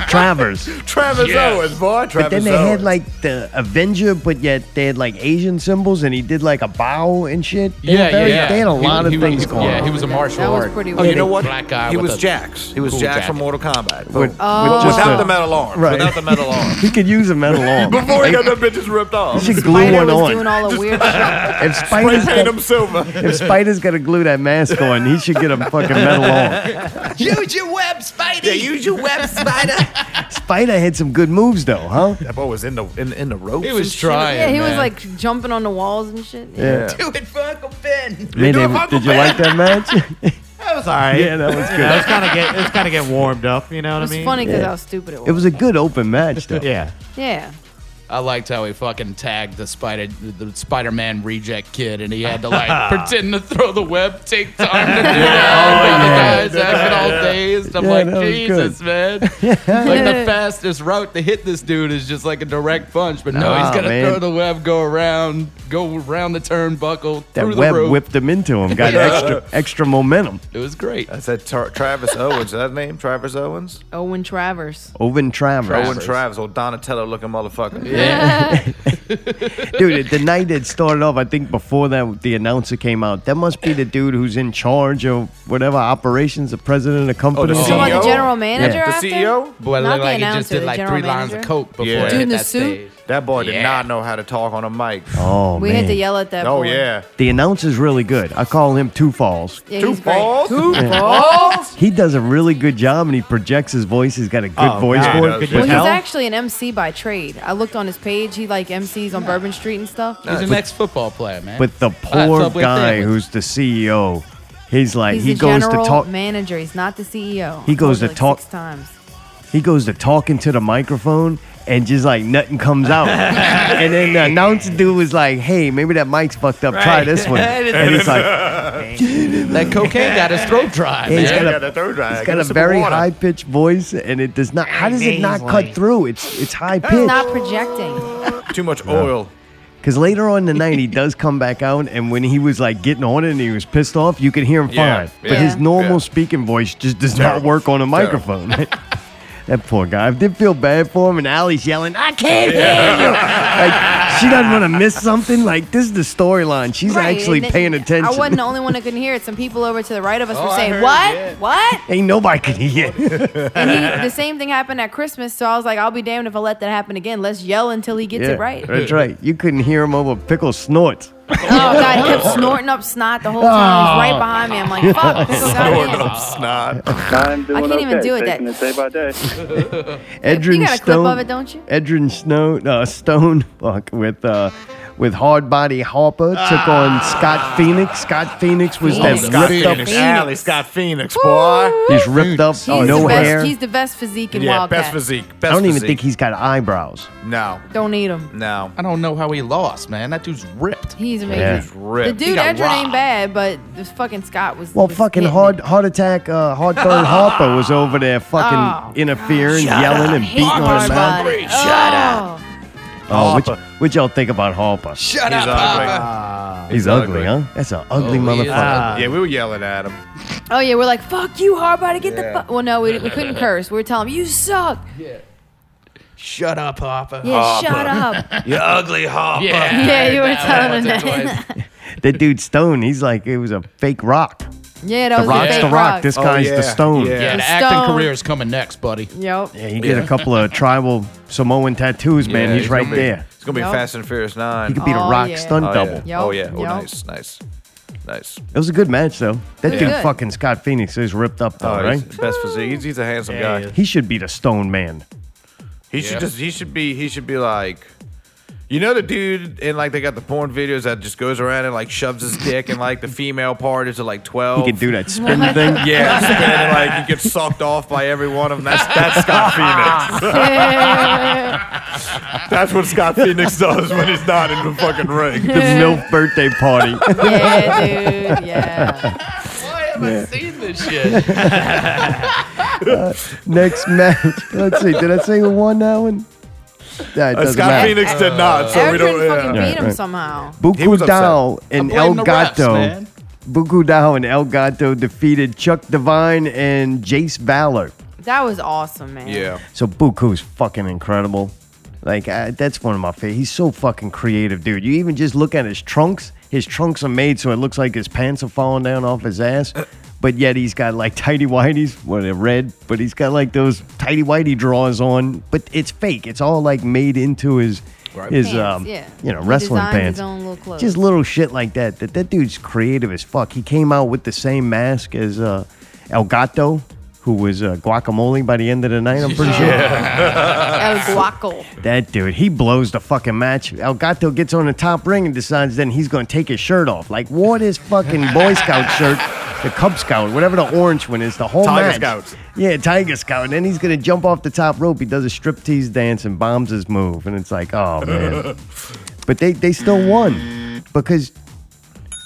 S1: Travers.
S8: Travis
S9: Yes.
S8: Owens, boy. Travis
S1: But then they
S8: Owens.
S1: had like the Avenger, but yet they had like Asian symbols, and he did like a bow and shit. They
S9: Yeah,
S1: had very-
S9: yeah, yeah.
S1: They had a
S9: He-
S1: lot
S9: he
S1: of
S9: was-
S1: things going
S9: yeah,
S1: on.
S9: he was a martial
S2: That was
S9: art.
S2: pretty
S8: Oh, you
S2: weird.
S8: know what?
S9: Black guy
S8: he
S9: with
S8: was
S9: a
S8: Jax. He was
S9: cool
S8: Jax from
S9: jacket.
S8: Mortal Kombat.
S1: With-
S8: Boom.
S1: with just
S8: without
S1: a-
S8: the metal arm.
S1: Right.
S8: Without the metal arm.
S1: He could use a metal arm.
S8: Before he
S1: They-
S8: got them bitches ripped off.
S1: She glue
S2: Spider
S1: one
S2: was doing
S1: on.
S2: all the weird shit.
S1: If
S8: Spray
S1: Spider's,
S8: paint
S1: got,
S8: him silver.
S1: if Spider's got to glue that mask on, he should get a fucking metal arm.
S9: Use your web, Spidey.
S8: Yeah, use your web, Spider.
S1: Spider had some good moves though, huh?
S8: That boy was in the in, in the ropes.
S9: He was
S8: and shit.
S9: trying.
S2: Yeah, he was
S9: man.
S2: like jumping on the walls and shit.
S1: Yeah.
S9: do it for Uncle Ben.
S1: Man, they- did you like that match?
S3: That was all right.
S1: yeah, that was
S3: I
S1: good.
S3: was kind of get, it's kind of get warmed up. You know
S2: It
S3: what I
S2: was
S3: mean?
S2: funny because
S1: Yeah.
S2: how stupid it was.
S1: It was a good open match though.
S3: Yeah.
S2: yeah.
S9: I liked how he fucking tagged the spider, the Spider-Man reject kid, and he had to like pretend to throw the web, take time to do it.
S1: Oh, yeah.
S9: all the guys having all dazed. I'm
S1: Yeah,
S9: like,
S1: that was
S9: Jesus, man. like the fastest route to hit this dude is just like a direct punch, but no,
S1: Nah,
S9: he's gonna
S1: man.
S9: throw the web, go around, go around the turnbuckle,
S1: That
S9: through
S1: web
S9: the rope.
S1: whipped him into him, got extra extra momentum.
S9: It was great.
S8: I said Tra- Travis Owens. Is that his name? Travis Owens?
S2: Owen Travers.
S1: Owen Travers.
S8: Owen Travis, old Donatello looking motherfucker.
S1: Dude, the night it started off, I think before that the announcer came out. That must be the dude who's in charge of whatever operations, the president of the company.
S8: Oh, the E
S1: or
S8: CEO?
S2: Talking
S1: something.
S2: about the general
S8: The
S2: manager
S8: The
S2: after?
S8: CEO?
S9: Boy, it
S2: Not
S9: looked
S2: the
S9: like he just
S2: announcer,
S9: did
S2: the
S9: like three
S2: general
S9: lines of
S2: manager.
S9: coke before
S8: Yeah.
S9: he
S8: Dude
S2: in
S9: hit
S2: the
S9: that
S2: suit?
S9: stage.
S8: That boy did
S9: Yeah.
S8: not know how to talk on a mic.
S1: Oh
S2: We
S1: man.
S2: had to yell at that.
S8: Oh
S2: boy.
S8: yeah.
S1: The announcer's really good. I call him Two Falls.
S2: yeah
S8: Two
S2: he's great.
S8: balls?
S2: Two
S1: Yeah.
S2: balls.
S1: He does a really good job and he projects his voice. He's got a good voice
S8: God.
S1: for
S8: Oh, Yeah,
S1: it.
S8: he does.
S3: Could you
S2: Well, he's
S3: tell?
S2: actually an MC by trade. I looked on his page. He like MCs on Bourbon Street and stuff.
S9: He's an ex-football player, man.
S1: But the
S9: I
S1: poor
S9: thought we
S1: guy
S9: did.
S1: who's the CEO, he's like
S2: He's
S1: he
S2: the
S1: goes to
S2: general
S1: talk
S2: manager. He's not the E CEO.
S1: He
S2: I
S1: goes
S2: told you,
S1: to
S2: like
S1: talk-
S2: six times.
S1: he goes to talking to the microphone and just like nothing comes out. and then the announcer dude was like, "Hey, maybe that mic's fucked up. Try this one." and it's like
S9: that cocaine got his throat dry,
S1: Yeah, he's
S9: man.
S1: got a-
S8: got that third guy.
S1: It's got a very high pitched voice, and it does not. How does it not cut through? It's it's high
S2: He's
S1: pitched.
S2: not projecting.
S8: Too much oil.
S1: Because later on in the night, he does come back out, and when he was like getting on it and he was pissed off, you could hear him
S8: Yeah,
S1: fine. But
S8: yeah,
S1: his normal
S8: yeah.
S1: speaking voice just does not
S8: Terrible,
S1: work on a
S8: terrible.
S1: microphone. that poor guy. I did feel bad for him, and Allie's yelling, "I can't hear you!" Like she doesn't want to miss something. Like this is the storyline. She's
S2: Right,
S1: actually
S2: and then-
S1: paying attention.
S2: I wasn't the only one that couldn't hear it. Some people over to the right of us
S9: Oh,
S2: were
S9: I
S2: saying,
S9: heard,
S2: "What?
S9: yeah.
S2: What?"
S1: Ain't nobody could hear.
S2: And he, the same thing happened at Christmas, so I was like, I'll be damned if I let that happen again. Let's yell until he gets
S1: Yeah,
S2: it right.
S1: That's right. You couldn't hear him over pickle snorts.
S2: Oh God, he kept snorting up snot the whole
S1: Ah.
S2: time. He was right behind me. I'm
S1: Oh.
S2: like, fuck, this is goddamn.
S8: Snot.
S7: I'm doing
S2: I can't even
S7: okay,
S2: do it
S7: Taking
S2: that-
S7: it day by day.
S1: Edrin
S2: You got a clip
S1: Stone,
S2: of it, don't you?
S1: Edrin Snow, uh, Stone, fuck, with uh, with Hardbody Harper took on Scott Phoenix. Scott Phoenix was that
S2: Phoenix.
S8: Scott
S1: ripped
S8: Ah. Phoenix.
S1: up.
S8: Alley Scott Phoenix, boy.
S1: He's ripped up, uh,
S2: He's
S1: no
S2: the best.
S1: hair.
S2: He's the best physique in
S8: Yeah,
S2: Wildcat.
S8: best physique. Best
S1: I don't even
S8: physique.
S1: think he's got eyebrows.
S8: No,
S2: Don't need him.
S8: no.
S9: I don't know how he lost, man. That dude's ripped.
S2: He's amazing.
S1: Yeah.
S8: He's
S2: The
S8: ripped.
S2: dude
S9: got
S2: Edrin ain't
S9: robbed.
S2: bad, but this fucking Scott was.
S1: Well,
S2: was
S1: fucking
S2: hitting
S1: hard
S2: it.
S1: heart attack. Uh, hard throat Harper was over there, fucking
S2: Oh,
S1: interfering, yelling, and beating on his mouth.
S2: Hardbody. Oh.
S1: Oh, which what y'all think about Harper?
S9: Shut
S8: He's
S9: up,
S8: ugly.
S9: Papa.
S1: He's ugly, huh? That's an ugly
S9: he is.
S1: motherfucker.
S8: Oh, Yeah, we were yelling at him.
S2: Oh yeah, we're like, fuck you, Harbody, get
S8: Yeah.
S2: the fuck. Well, no, we, we couldn't curse. We were telling him, you suck.
S9: Shut up, Papa.
S2: Yeah, shut up.
S8: You ugly hop.
S9: Yeah,
S2: Yeah, you were telling him
S9: once or
S2: that.
S9: twice.
S1: That dude Stone, he's like it was a fake rock.
S2: Yeah, that
S1: The
S2: was a
S1: rock's
S2: fake
S1: the rock. This
S8: Oh,
S1: guy's
S8: yeah,
S1: the Stone.
S8: yeah.
S9: Yeah, the
S2: Stone.
S9: acting career is coming next, buddy.
S2: Yep.
S1: Yeah, he did a couple of tribal Samoan tattoos, man.
S9: Yeah,
S1: he's,
S9: he's
S1: right
S8: It's gonna be-
S1: there.
S8: It's gonna be
S2: Yup.
S8: Fast and Furious
S1: He
S8: Nine.
S1: could beat
S2: Oh,
S1: a rock
S2: yeah.
S1: stunt
S8: oh,
S1: double.
S8: Yeah. Oh yeah.
S2: Yup,
S8: Oh,
S2: yup.
S8: nice, nice, nice.
S1: It was a good match, though. That
S2: Yeah.
S1: dude,
S2: Good.
S1: fucking Scott Phoenix, is ripped up, though,
S8: Oh,
S1: right?
S8: he's the best physique. He's, he's a handsome
S3: Yeah, he
S8: guy.
S3: is.
S1: He should be the Stone Man.
S8: He
S9: Yeah.
S8: should just. He should be. He should be like. You know the dude in like they got the porn videos that just goes around and like shoves his dick and like the female part is at like
S1: He
S8: twelve.
S1: could do that spin thing.
S8: Yeah, spinning like he gets sucked off by every one of them. That's that's Scott Phoenix. That's what Scott Phoenix does when he's not in the fucking ring.
S1: The MILF birthday party.
S2: yeah, dude. Yeah.
S9: Why have I seen this shit?
S1: Uh, Next match. Let's see. Did I say who won that one? Yeah, it doesn't
S8: Uh, Scott
S1: matter.
S8: Phoenix did not, so we
S2: Eric
S8: don't.
S2: couldn't
S8: yeah.
S2: fucking
S1: yeah.
S2: beat him
S1: Right.
S2: somehow.
S8: He was
S1: Buku
S8: upset.
S1: Dao and
S9: I
S1: El
S9: blame the refs,
S1: Gato.
S9: man.
S1: Buku Dao and El Gato defeated Chuck Devine and Jace Valor.
S2: That was awesome, man.
S8: Yeah.
S1: So Buku's fucking incredible. Like I, that's one of my favorite. He's so fucking creative, dude. You even just look at his trunks. His trunks are made so it looks like his pants are falling down off his ass, but yet he's got like tighty whities. Well, they're red, but he's got like those tighty whitey drawers on. But it's fake. It's all like made into his
S8: Right.
S1: his
S2: Pants,
S1: um
S2: yeah.
S1: you know
S2: He
S1: wrestling
S2: designed his
S1: pants.
S2: own little clothes.
S1: Just little shit like that. That that dude's creative as fuck. He came out with the same mask as uh, El Gato, who was uh, Guacamole by the end of the night. I'm pretty sure.
S2: El Guaco.
S1: That dude, he blows the fucking match. El Gato gets on the top ring and decides then he's going to take his shirt off. Like, what is fucking Boy Scout shirt? The Cub Scout, whatever the orange one is, the whole
S8: Tiger
S1: match.
S8: Scouts.
S1: Yeah, Tiger Scout. And then he's going to jump off the top rope. He does a striptease dance and bombs his move. And it's like, oh, man. but they, they still won because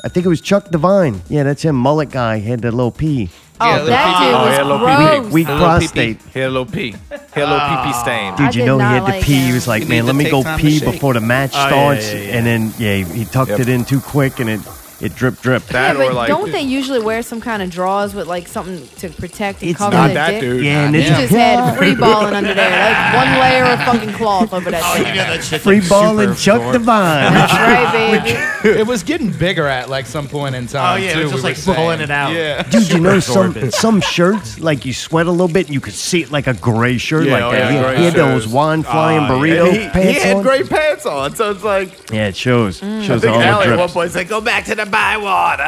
S1: I think it was Chuck Devine. Yeah, that's him, mullet guy, had the little P.
S2: Oh,
S9: Yeah, the
S2: that
S9: pee-pee.
S2: dude
S9: Oh,
S2: was
S8: yeah, little
S2: gross.
S8: pee-pee.
S1: Weak
S9: The little pee-pee.
S1: prostate.
S8: Hello P. Hello pee
S9: Ah.
S8: pee stain.
S1: Dude,
S2: I
S1: you
S2: did
S1: know he
S2: not
S1: had to
S2: like
S1: pee. He
S2: him.
S1: was like,
S9: You
S1: man,
S9: need
S1: let
S9: to
S1: me
S9: take
S1: go
S9: time to
S1: pee
S9: shake.
S1: before the match
S3: Oh, yeah,
S1: starts.
S3: yeah, yeah.
S1: And then, yeah, he tucked
S8: Yep.
S1: it in too quick and it, it drip drip.
S8: That
S2: yeah,
S8: or
S2: but
S8: like
S2: don't they usually wear some kind of drawers with like something to protect and
S1: It's
S2: cover
S1: not
S2: their
S8: that
S2: dick?
S8: dude.
S1: yeah, and
S2: He
S1: it's
S2: just had free balling under there. That's one layer of fucking cloth over that
S1: Oh,
S9: Oh,
S2: thing.
S1: free ball and Chuck Devine.
S2: That's right, baby.
S9: it was getting bigger at like some point in time.
S3: Oh, yeah, it
S9: too,
S3: was just,
S9: we
S3: like,
S9: were
S3: pulling
S9: saying.
S3: it out.
S9: Yeah.
S1: Dude, you know some
S3: absorbent.
S1: some shirts like you sweat a little bit and you could see it like a gray shirt
S8: Yeah,
S1: like
S8: oh, yeah,
S1: that. he,
S8: gray
S1: he had those
S8: shirts.
S1: wine flying
S3: Oh, yeah.
S1: burrito
S8: And he,
S1: pants
S8: he had
S1: on.
S8: great pants on, so it's like
S1: yeah, it shows.
S8: I
S1: Shows
S8: think
S1: all the
S8: Allie at one
S1: drips.
S8: point said, "Go back to the bywater."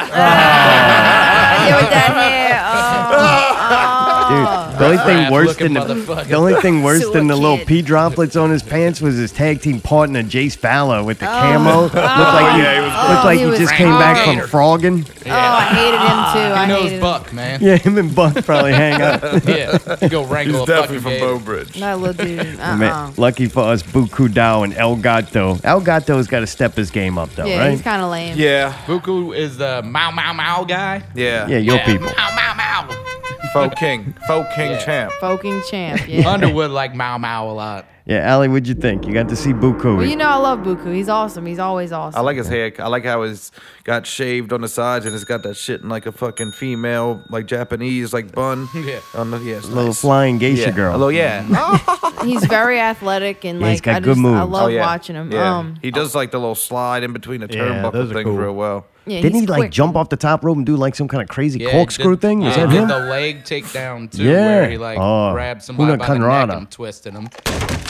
S2: Yeah, with that hair. Oh,
S1: Dude, the only thing
S9: Crap
S1: worse
S9: looking
S1: than the,
S9: motherfucker.
S1: the only thing worse
S2: Sewer
S1: than the little
S2: kid.
S1: pee droplets on his pants was his tag team partner Jace Fallow with the
S2: Oh.
S1: camo. Looked like he,
S8: yeah, he was
S1: looked like
S2: he
S1: he,
S2: was
S1: just came back from
S9: great.
S1: frogging.
S2: oh. oh, I hated him too. I
S9: He
S2: hated
S9: knows
S2: him.
S9: Buck, man.
S1: Yeah, him and Buck probably hang out.
S9: Yeah. You go wrangle
S8: He's
S9: a fucking
S8: definitely from
S9: gate.
S8: Bow Bridge.
S2: That little dude. Uh-uh.
S1: Man, lucky for us, Buku Dao and El Gato. El Gato's got to step his game up though,
S2: yeah,
S1: right?
S2: he's kind of lame.
S8: Yeah,
S9: Buku is the Mao Mao Mao guy.
S8: yeah,
S1: yeah, your people.
S9: Mao Mao Mao.
S8: Faux King, Faux King
S9: Yeah.
S8: champ.
S2: Fucking champ. Yeah.
S9: Underwood like Mao Mao a lot.
S1: Yeah, Ali, what'd you think? You got to see Buku.
S2: well, you know I love Buku. He's awesome. He's always
S8: I
S2: awesome.
S8: like his hair. I like how it's got shaved on the sides and it's got that shit in like a fucking female, like Japanese, like bun.
S9: Yeah.
S8: On the, yeah it's
S1: little
S8: nice.
S1: flying geisha
S8: yeah.
S1: girl.
S8: Hello, yeah. Oh,
S2: He's very athletic and
S1: Yeah,
S2: like
S1: he's got
S2: I
S1: good
S2: just I
S1: moves.
S2: love
S8: yeah.
S2: watching him.
S8: Yeah.
S2: Um,
S8: he does like the little slide in between the
S3: Yeah,
S8: turnbuckle
S3: those are
S8: things
S3: cool.
S8: real well.
S2: yeah,
S1: Didn't
S2: he's
S1: he like
S2: quick.
S1: jump off the top rope and do like some kind of crazy
S9: Yeah, he
S1: corkscrew
S9: did-
S1: thing? Was
S9: yeah,
S1: that
S9: he
S1: him?
S9: did the leg takedown too,
S1: Yeah.
S9: where he like
S1: Oh,
S9: grabbed somebody
S1: Huna
S9: by the neck
S1: Conrada.
S9: and twisted him.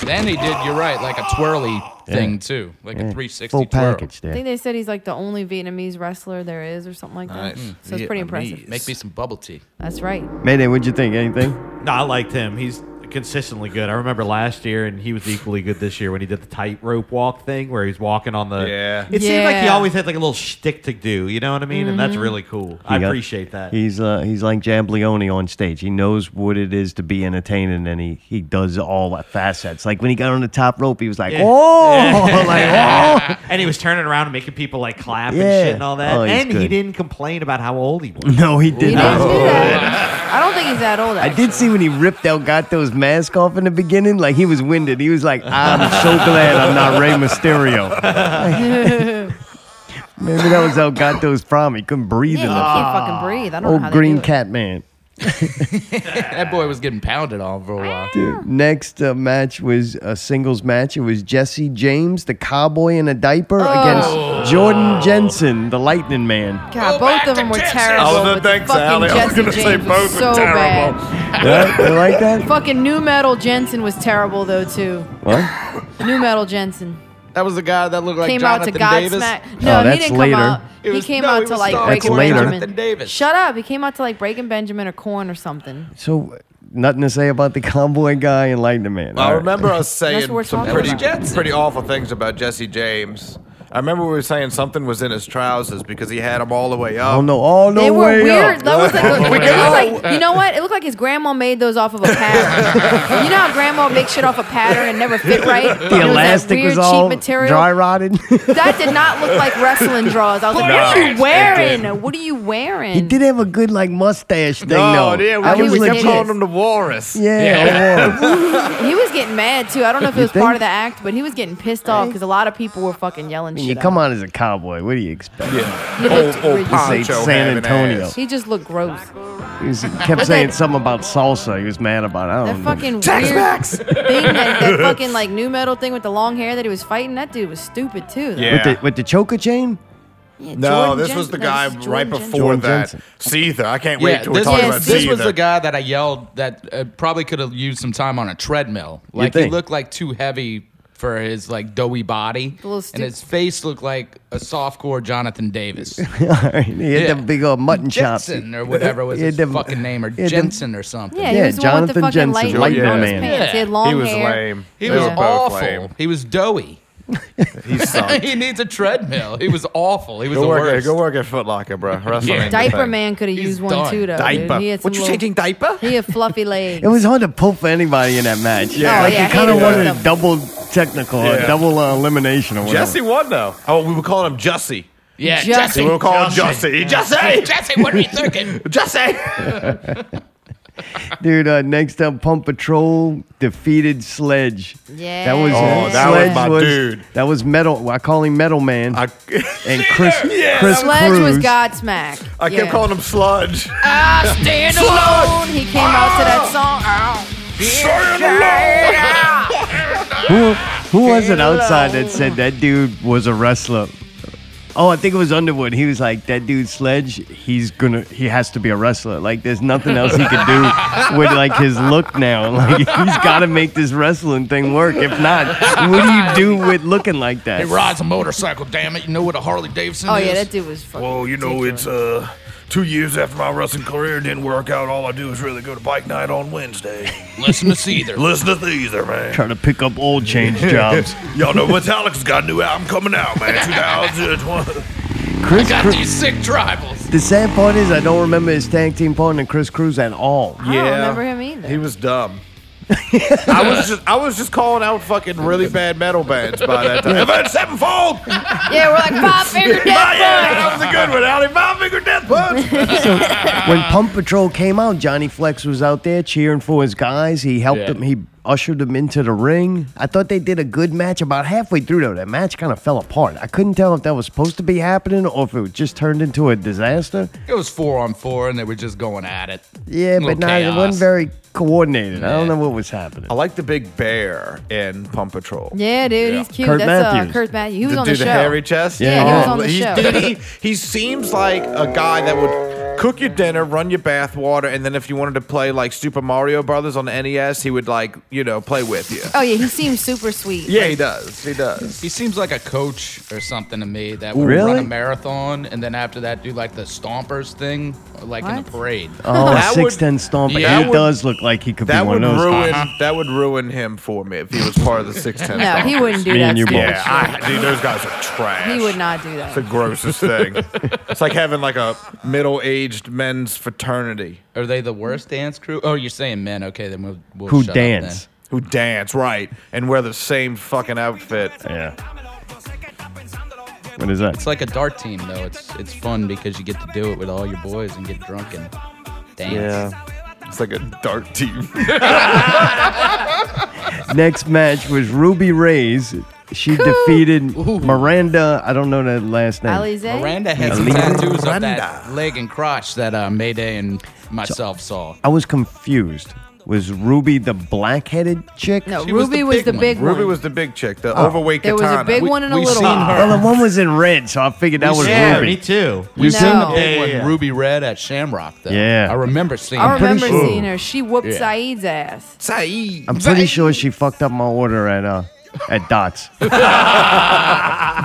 S9: Then he did, you're right, like a twirly
S1: Yeah.
S9: thing too, like a
S1: Yeah,
S9: 360
S1: Full
S9: twirl.
S1: package
S2: I
S1: there.
S2: think they said he's like the only Vietnamese wrestler there is, or something like that.
S8: Nice.
S2: So it's pretty impressive.
S8: Vietnamese.
S9: Make me some bubble tea.
S2: That's right.
S1: Mayday, what'd you think? Anything?
S3: No, I liked him. He's consistently good. I remember last year, and he was equally good this year when he did the tightrope walk thing, where he's walking on the.
S8: Yeah.
S3: It seemed like he
S2: Yeah.
S3: always had like a little shtick to do. You know what I mean?
S9: Mm-hmm.
S3: And that's really cool. I
S1: He got-
S3: appreciate that.
S1: He's uh, he's like Jam Leone on stage. He knows what it is to be entertaining, and he, he does all the facets. Like when he got on the top rope, he was like,
S3: Yeah.
S1: "Oh, like oh."
S3: and he was turning around and making people like clap and
S1: Yeah.
S3: shit and all that.
S1: Oh, he's
S3: and he
S1: good.
S3: didn't complain about how old he was.
S1: "Oh!" No, he
S2: He
S1: did
S2: didn't
S1: not.
S2: do that. I don't think he's that old.
S1: I
S2: Actually.
S1: did see when he ripped El Gato's mask off in the beginning. Like he was winded. He was like, "I'm so glad I'm not Rey Mysterio." Maybe that was El Gato's problem. He couldn't breathe
S2: Yeah, he
S1: enough.
S2: can't fucking breathe. I don't know how
S1: Old
S2: they
S1: green
S2: do it.
S1: cat man.
S9: That boy was getting pounded on for a while.
S1: Dude, next uh, match was a singles match. It was Jesse James, the cowboy in a diaper,
S2: Oh.
S1: against Jordan Jensen, the lightning man.
S2: God, both of them were terrible.
S8: Oh, no,
S2: but
S8: thanks,
S2: fucking
S8: Allie. I was
S2: Jesse
S8: gonna say
S2: James was
S8: both were
S2: so
S8: terrible.
S2: Bad.
S1: Yeah, you like that?
S2: Fucking new metal Jensen was terrible though too.
S1: What?
S2: New metal Jensen
S9: That was the guy that looked like
S2: came
S9: Jonathan
S2: out to
S9: Davis.
S2: Godsmack. No, he
S1: Oh, that's
S2: didn't
S1: later.
S2: come out.
S9: It was-
S2: he came
S9: no,
S2: out
S9: it
S2: to
S9: was
S2: like
S9: Stone
S1: That's
S2: breaking
S1: later.
S9: Jonathan
S2: Benjamin.
S9: Davis.
S2: Shut up! He came out to like breaking Benjamin a corn or something.
S1: So, nothing to say about the cowboy guy and lightning man.
S8: I
S1: All right.
S8: remember us
S2: That's what we're
S8: saying some
S2: talking
S8: pretty,
S2: about.
S8: pretty awful things about Jesse James. I remember we were saying something was in his trousers because he had them all the way up.
S1: Oh no! Oh no!
S2: they were
S1: way
S2: weird.
S1: Up.
S2: That was like,
S3: Oh,
S2: it
S3: yeah.
S2: looked like- you know what? It looked like his grandma made those off of a pattern. you know how grandma makes shit off a pattern and never fit right? It
S1: The
S2: that
S1: elastic
S2: weird,
S1: was all
S2: cheap material.
S1: dry rotted.
S2: That did not look like wrestling draws. I was like, what
S8: No,
S2: are
S8: it
S2: you wearing? What are you wearing?
S1: he did have a good like mustache thing
S8: No, Oh,
S1: though.
S8: yeah, we
S1: That
S8: kept-
S2: he
S1: was
S8: we
S2: was
S8: kept
S1: legit.
S2: an
S8: calling
S2: idiot.
S8: him the walrus.
S1: Yeah, it was.
S2: He was getting mad too. I don't know if it was
S1: think?
S2: part of the act, but he was getting pissed off because a lot of people were fucking yelling
S1: you
S2: shit. at
S1: come
S2: him.
S1: on as a cowboy. What do you expect?
S2: He
S8: Old,
S2: looked
S8: old
S2: ridiculous.
S8: poncho
S1: San
S8: having
S1: Antonio.
S8: ass.
S2: He just looked gross.
S1: He was, he kept saying something about salsa. He was mad about. I
S2: That
S1: don't know.
S2: fucking weird thing, that, that fucking like new metal thing with the long hair that he was fighting. That dude was stupid too. though.
S8: Yeah.
S1: With the with the choker chain.
S2: Yeah,
S8: No,
S2: Jordan
S8: this
S2: Jen-
S8: was the
S2: no,
S8: guy
S2: it's Jordan
S8: right
S2: Jensen.
S8: before
S1: Jordan
S8: that.
S1: Jensen.
S8: Seether. I can't wait
S9: Yeah,
S8: till we're
S9: this,
S8: talking
S2: yes,
S8: about
S2: this
S8: Seether.
S9: was the guy that I yelled that uh, probably could have used some time on a treadmill. Like he
S1: think?
S9: looked like too heavy for his like doughy body,
S2: little
S9: and
S2: stoop-
S9: his face looked like a softcore Jonathan Davis,
S1: he had
S9: Yeah.
S1: them big old mutton chops.
S9: Jensen or whatever was
S1: Yeah,
S9: his
S1: them-
S9: fucking name, or
S1: yeah, them-
S9: Jensen or something.
S2: Yeah, he
S1: Yeah,
S2: was the one with the
S1: Jonathan
S2: fucking
S1: Jensen,
S2: lightning,
S8: Lightning
S2: on his
S1: Man.
S2: pants. He had
S9: Yeah.
S2: long
S8: he was
S2: hair.
S8: lame.
S9: He
S8: They
S9: was
S8: were both
S9: awful.
S8: lame.
S9: He was doughy.
S8: He sucked.
S9: he needs a treadmill. He was awful. He was
S8: go,
S9: the
S8: work at,
S9: worst.
S8: go work at Foot Locker, bro. Wrestling ain't your
S2: Diaper
S8: thing.
S2: man could have
S9: He's
S2: used one
S9: done.
S2: too though. Dude. He
S8: Diaper.
S2: had some
S8: What you
S2: little-
S8: changing diaper?
S2: He had fluffy legs.
S1: It was hard to pull for anybody in that match.
S8: Yeah.
S1: like
S2: Oh, yeah,
S1: you kind of
S2: hated
S1: wanted
S2: them.
S1: a double technical, or
S8: Yeah.
S1: a double uh, elimination, or whatever.
S8: Jesse won though. Oh, we were calling him Jussie.
S9: Yeah,
S2: Justin.
S9: Jesse.
S8: We were calling him Jussie. Jussie.
S9: Jesse, what are you thinking?
S8: Jussie.
S1: Dude, uh, next up, Pump Patrol defeated Sledge.
S2: Yeah.
S1: That was
S8: Oh,
S1: uh,
S8: that was
S1: Sledge
S8: my dude.
S1: That was Metal. I call him Metal Man.
S8: I,
S1: and Chris, Chris
S2: Sledge
S1: Cruz.
S2: was Godsmack.
S8: I kept
S2: Yeah.
S8: calling him Sludge.
S2: I Ah, stand alone. He came out to that song. Oh,
S1: who, who was it outside that said that dude was a wrestler? Oh, I think it was Underwood. He was like, "That dude Sledge, he's gonna, he has to be a wrestler. Like, there's nothing else he could do with like his look now. Like, he's got to make this wrestling thing work. If not, what do you do with looking like
S9: He
S1: that?
S9: rides a motorcycle. Damn it! You know what a Harley Davidson
S2: Oh
S9: is?
S2: yeah, that dude was fucking.
S10: Well, you know, it's uh, two years after my wrestling career didn't work out. All I do is really go to bike night on Wednesday.
S9: Listen to Seether.
S10: Listen to these, there, man.
S1: Trying to pick up old change jobs.
S10: Y'all know Metallica's got a new album coming out, man. 2020.
S1: Chris,
S9: Got
S1: Cru-
S9: these sick tribals.
S1: the sad part is I don't remember his tag team partner Chris Cruz at all.
S2: I don't remember him either.
S8: He was dumb. I was just I was just calling out fucking really bad metal bands by that time.
S10: Event Sevenfold.
S2: Yeah, we're like five finger
S10: Ah,
S2: death
S10: yeah, that was a good one. Alley Five Finger Death Punch.
S1: When Pump Patrol came out, Johnny Flex was out there cheering for his guys. He helped
S9: Yeah.
S1: them. He ushered them into the ring. I thought they did a good match. About halfway through though, that match kind of fell apart. I couldn't tell if that was supposed to be happening or if it just turned into a disaster.
S9: It was four on four, and they were just going at it.
S1: Yeah, but
S9: Little
S1: not, it
S9: chaos.
S1: wasn't very coordinated. I don't know what was happening.
S8: I like the big bear in Pump Patrol.
S2: Yeah, dude, he's cute.
S1: Kurt
S2: That's
S1: Matthews.
S2: uh, Kurt Matthews. He was
S8: the
S2: on the
S8: dude,
S2: show.
S8: the hairy chest.
S1: Yeah, he was
S2: on the
S8: he's-
S2: show.
S8: Dude, he, he seems like a guy that would cook your dinner, run your bath water, and then if you wanted to play like Super Mario Brothers on the NES, he would like you know play with you.
S2: Oh yeah, he seems super sweet.
S8: Yeah, he does. He does.
S9: He seems like a coach or something to me that would
S1: Really?
S9: run a marathon and then after that do like the stompers thing, like in the
S2: What?
S9: parade.
S1: Oh,
S8: That would-
S1: six ten stomp.
S9: Yeah.
S1: he
S8: That would-
S1: does look like he could be
S8: That would
S1: one of those.
S8: ruin.
S9: Uh-huh.
S8: That would ruin him for me if he was part of the six ten.
S2: No, he wouldn't do
S1: Me
S2: that.
S1: and you
S2: stupid
S1: both.
S8: Yeah, I, dude, those guys are trash.
S2: shit. He would not do
S8: It's the
S2: that.
S8: grossest thing. it's like having like a middle-aged men's fraternity
S9: Are they the worst dance crew? Oh, you're saying men. Okay, then we'll, we'll
S1: Who
S9: shut up then.
S1: dance?
S8: who dance right and wear the same fucking outfit.
S1: Yeah. What is that?
S9: It's like a dart team though. It's it's fun because you get to do it with all your boys and get drunk and dance.
S8: It's like a dark team.
S1: Next match was Ruby Ray's. She defeated Miranda. I don't know that last name.
S2: Alize.
S9: Miranda has some
S1: Miranda.
S9: tattoos of that leg and crotch that uh, Mayday and myself saw.
S1: I was confused. Was Ruby the black-headed chick? Oh.
S2: No,
S9: She was
S2: Ruby
S9: the
S2: was
S9: big
S2: the
S9: one.
S2: big, one.
S8: Ruby was the big chick, the overweight
S2: There was
S8: katana.
S2: a big one and a
S9: we've
S2: little
S9: seen
S2: one.
S9: her.
S1: Well, the one was in red, so I figured that was
S3: yeah, me
S1: Ruby.
S3: too.
S9: We've
S2: No.
S9: seen the big
S3: Yeah,
S9: one,
S3: yeah, yeah.
S9: Ruby Red at Shamrock. Though.
S1: Yeah.
S9: I remember seeing.
S2: I
S9: her.
S2: remember
S1: pretty sure-
S2: seeing her. She whooped
S9: Yeah.
S2: Saeed's ass.
S8: Saeed.
S1: I'm pretty sure she fucked up my order at uh at Dots.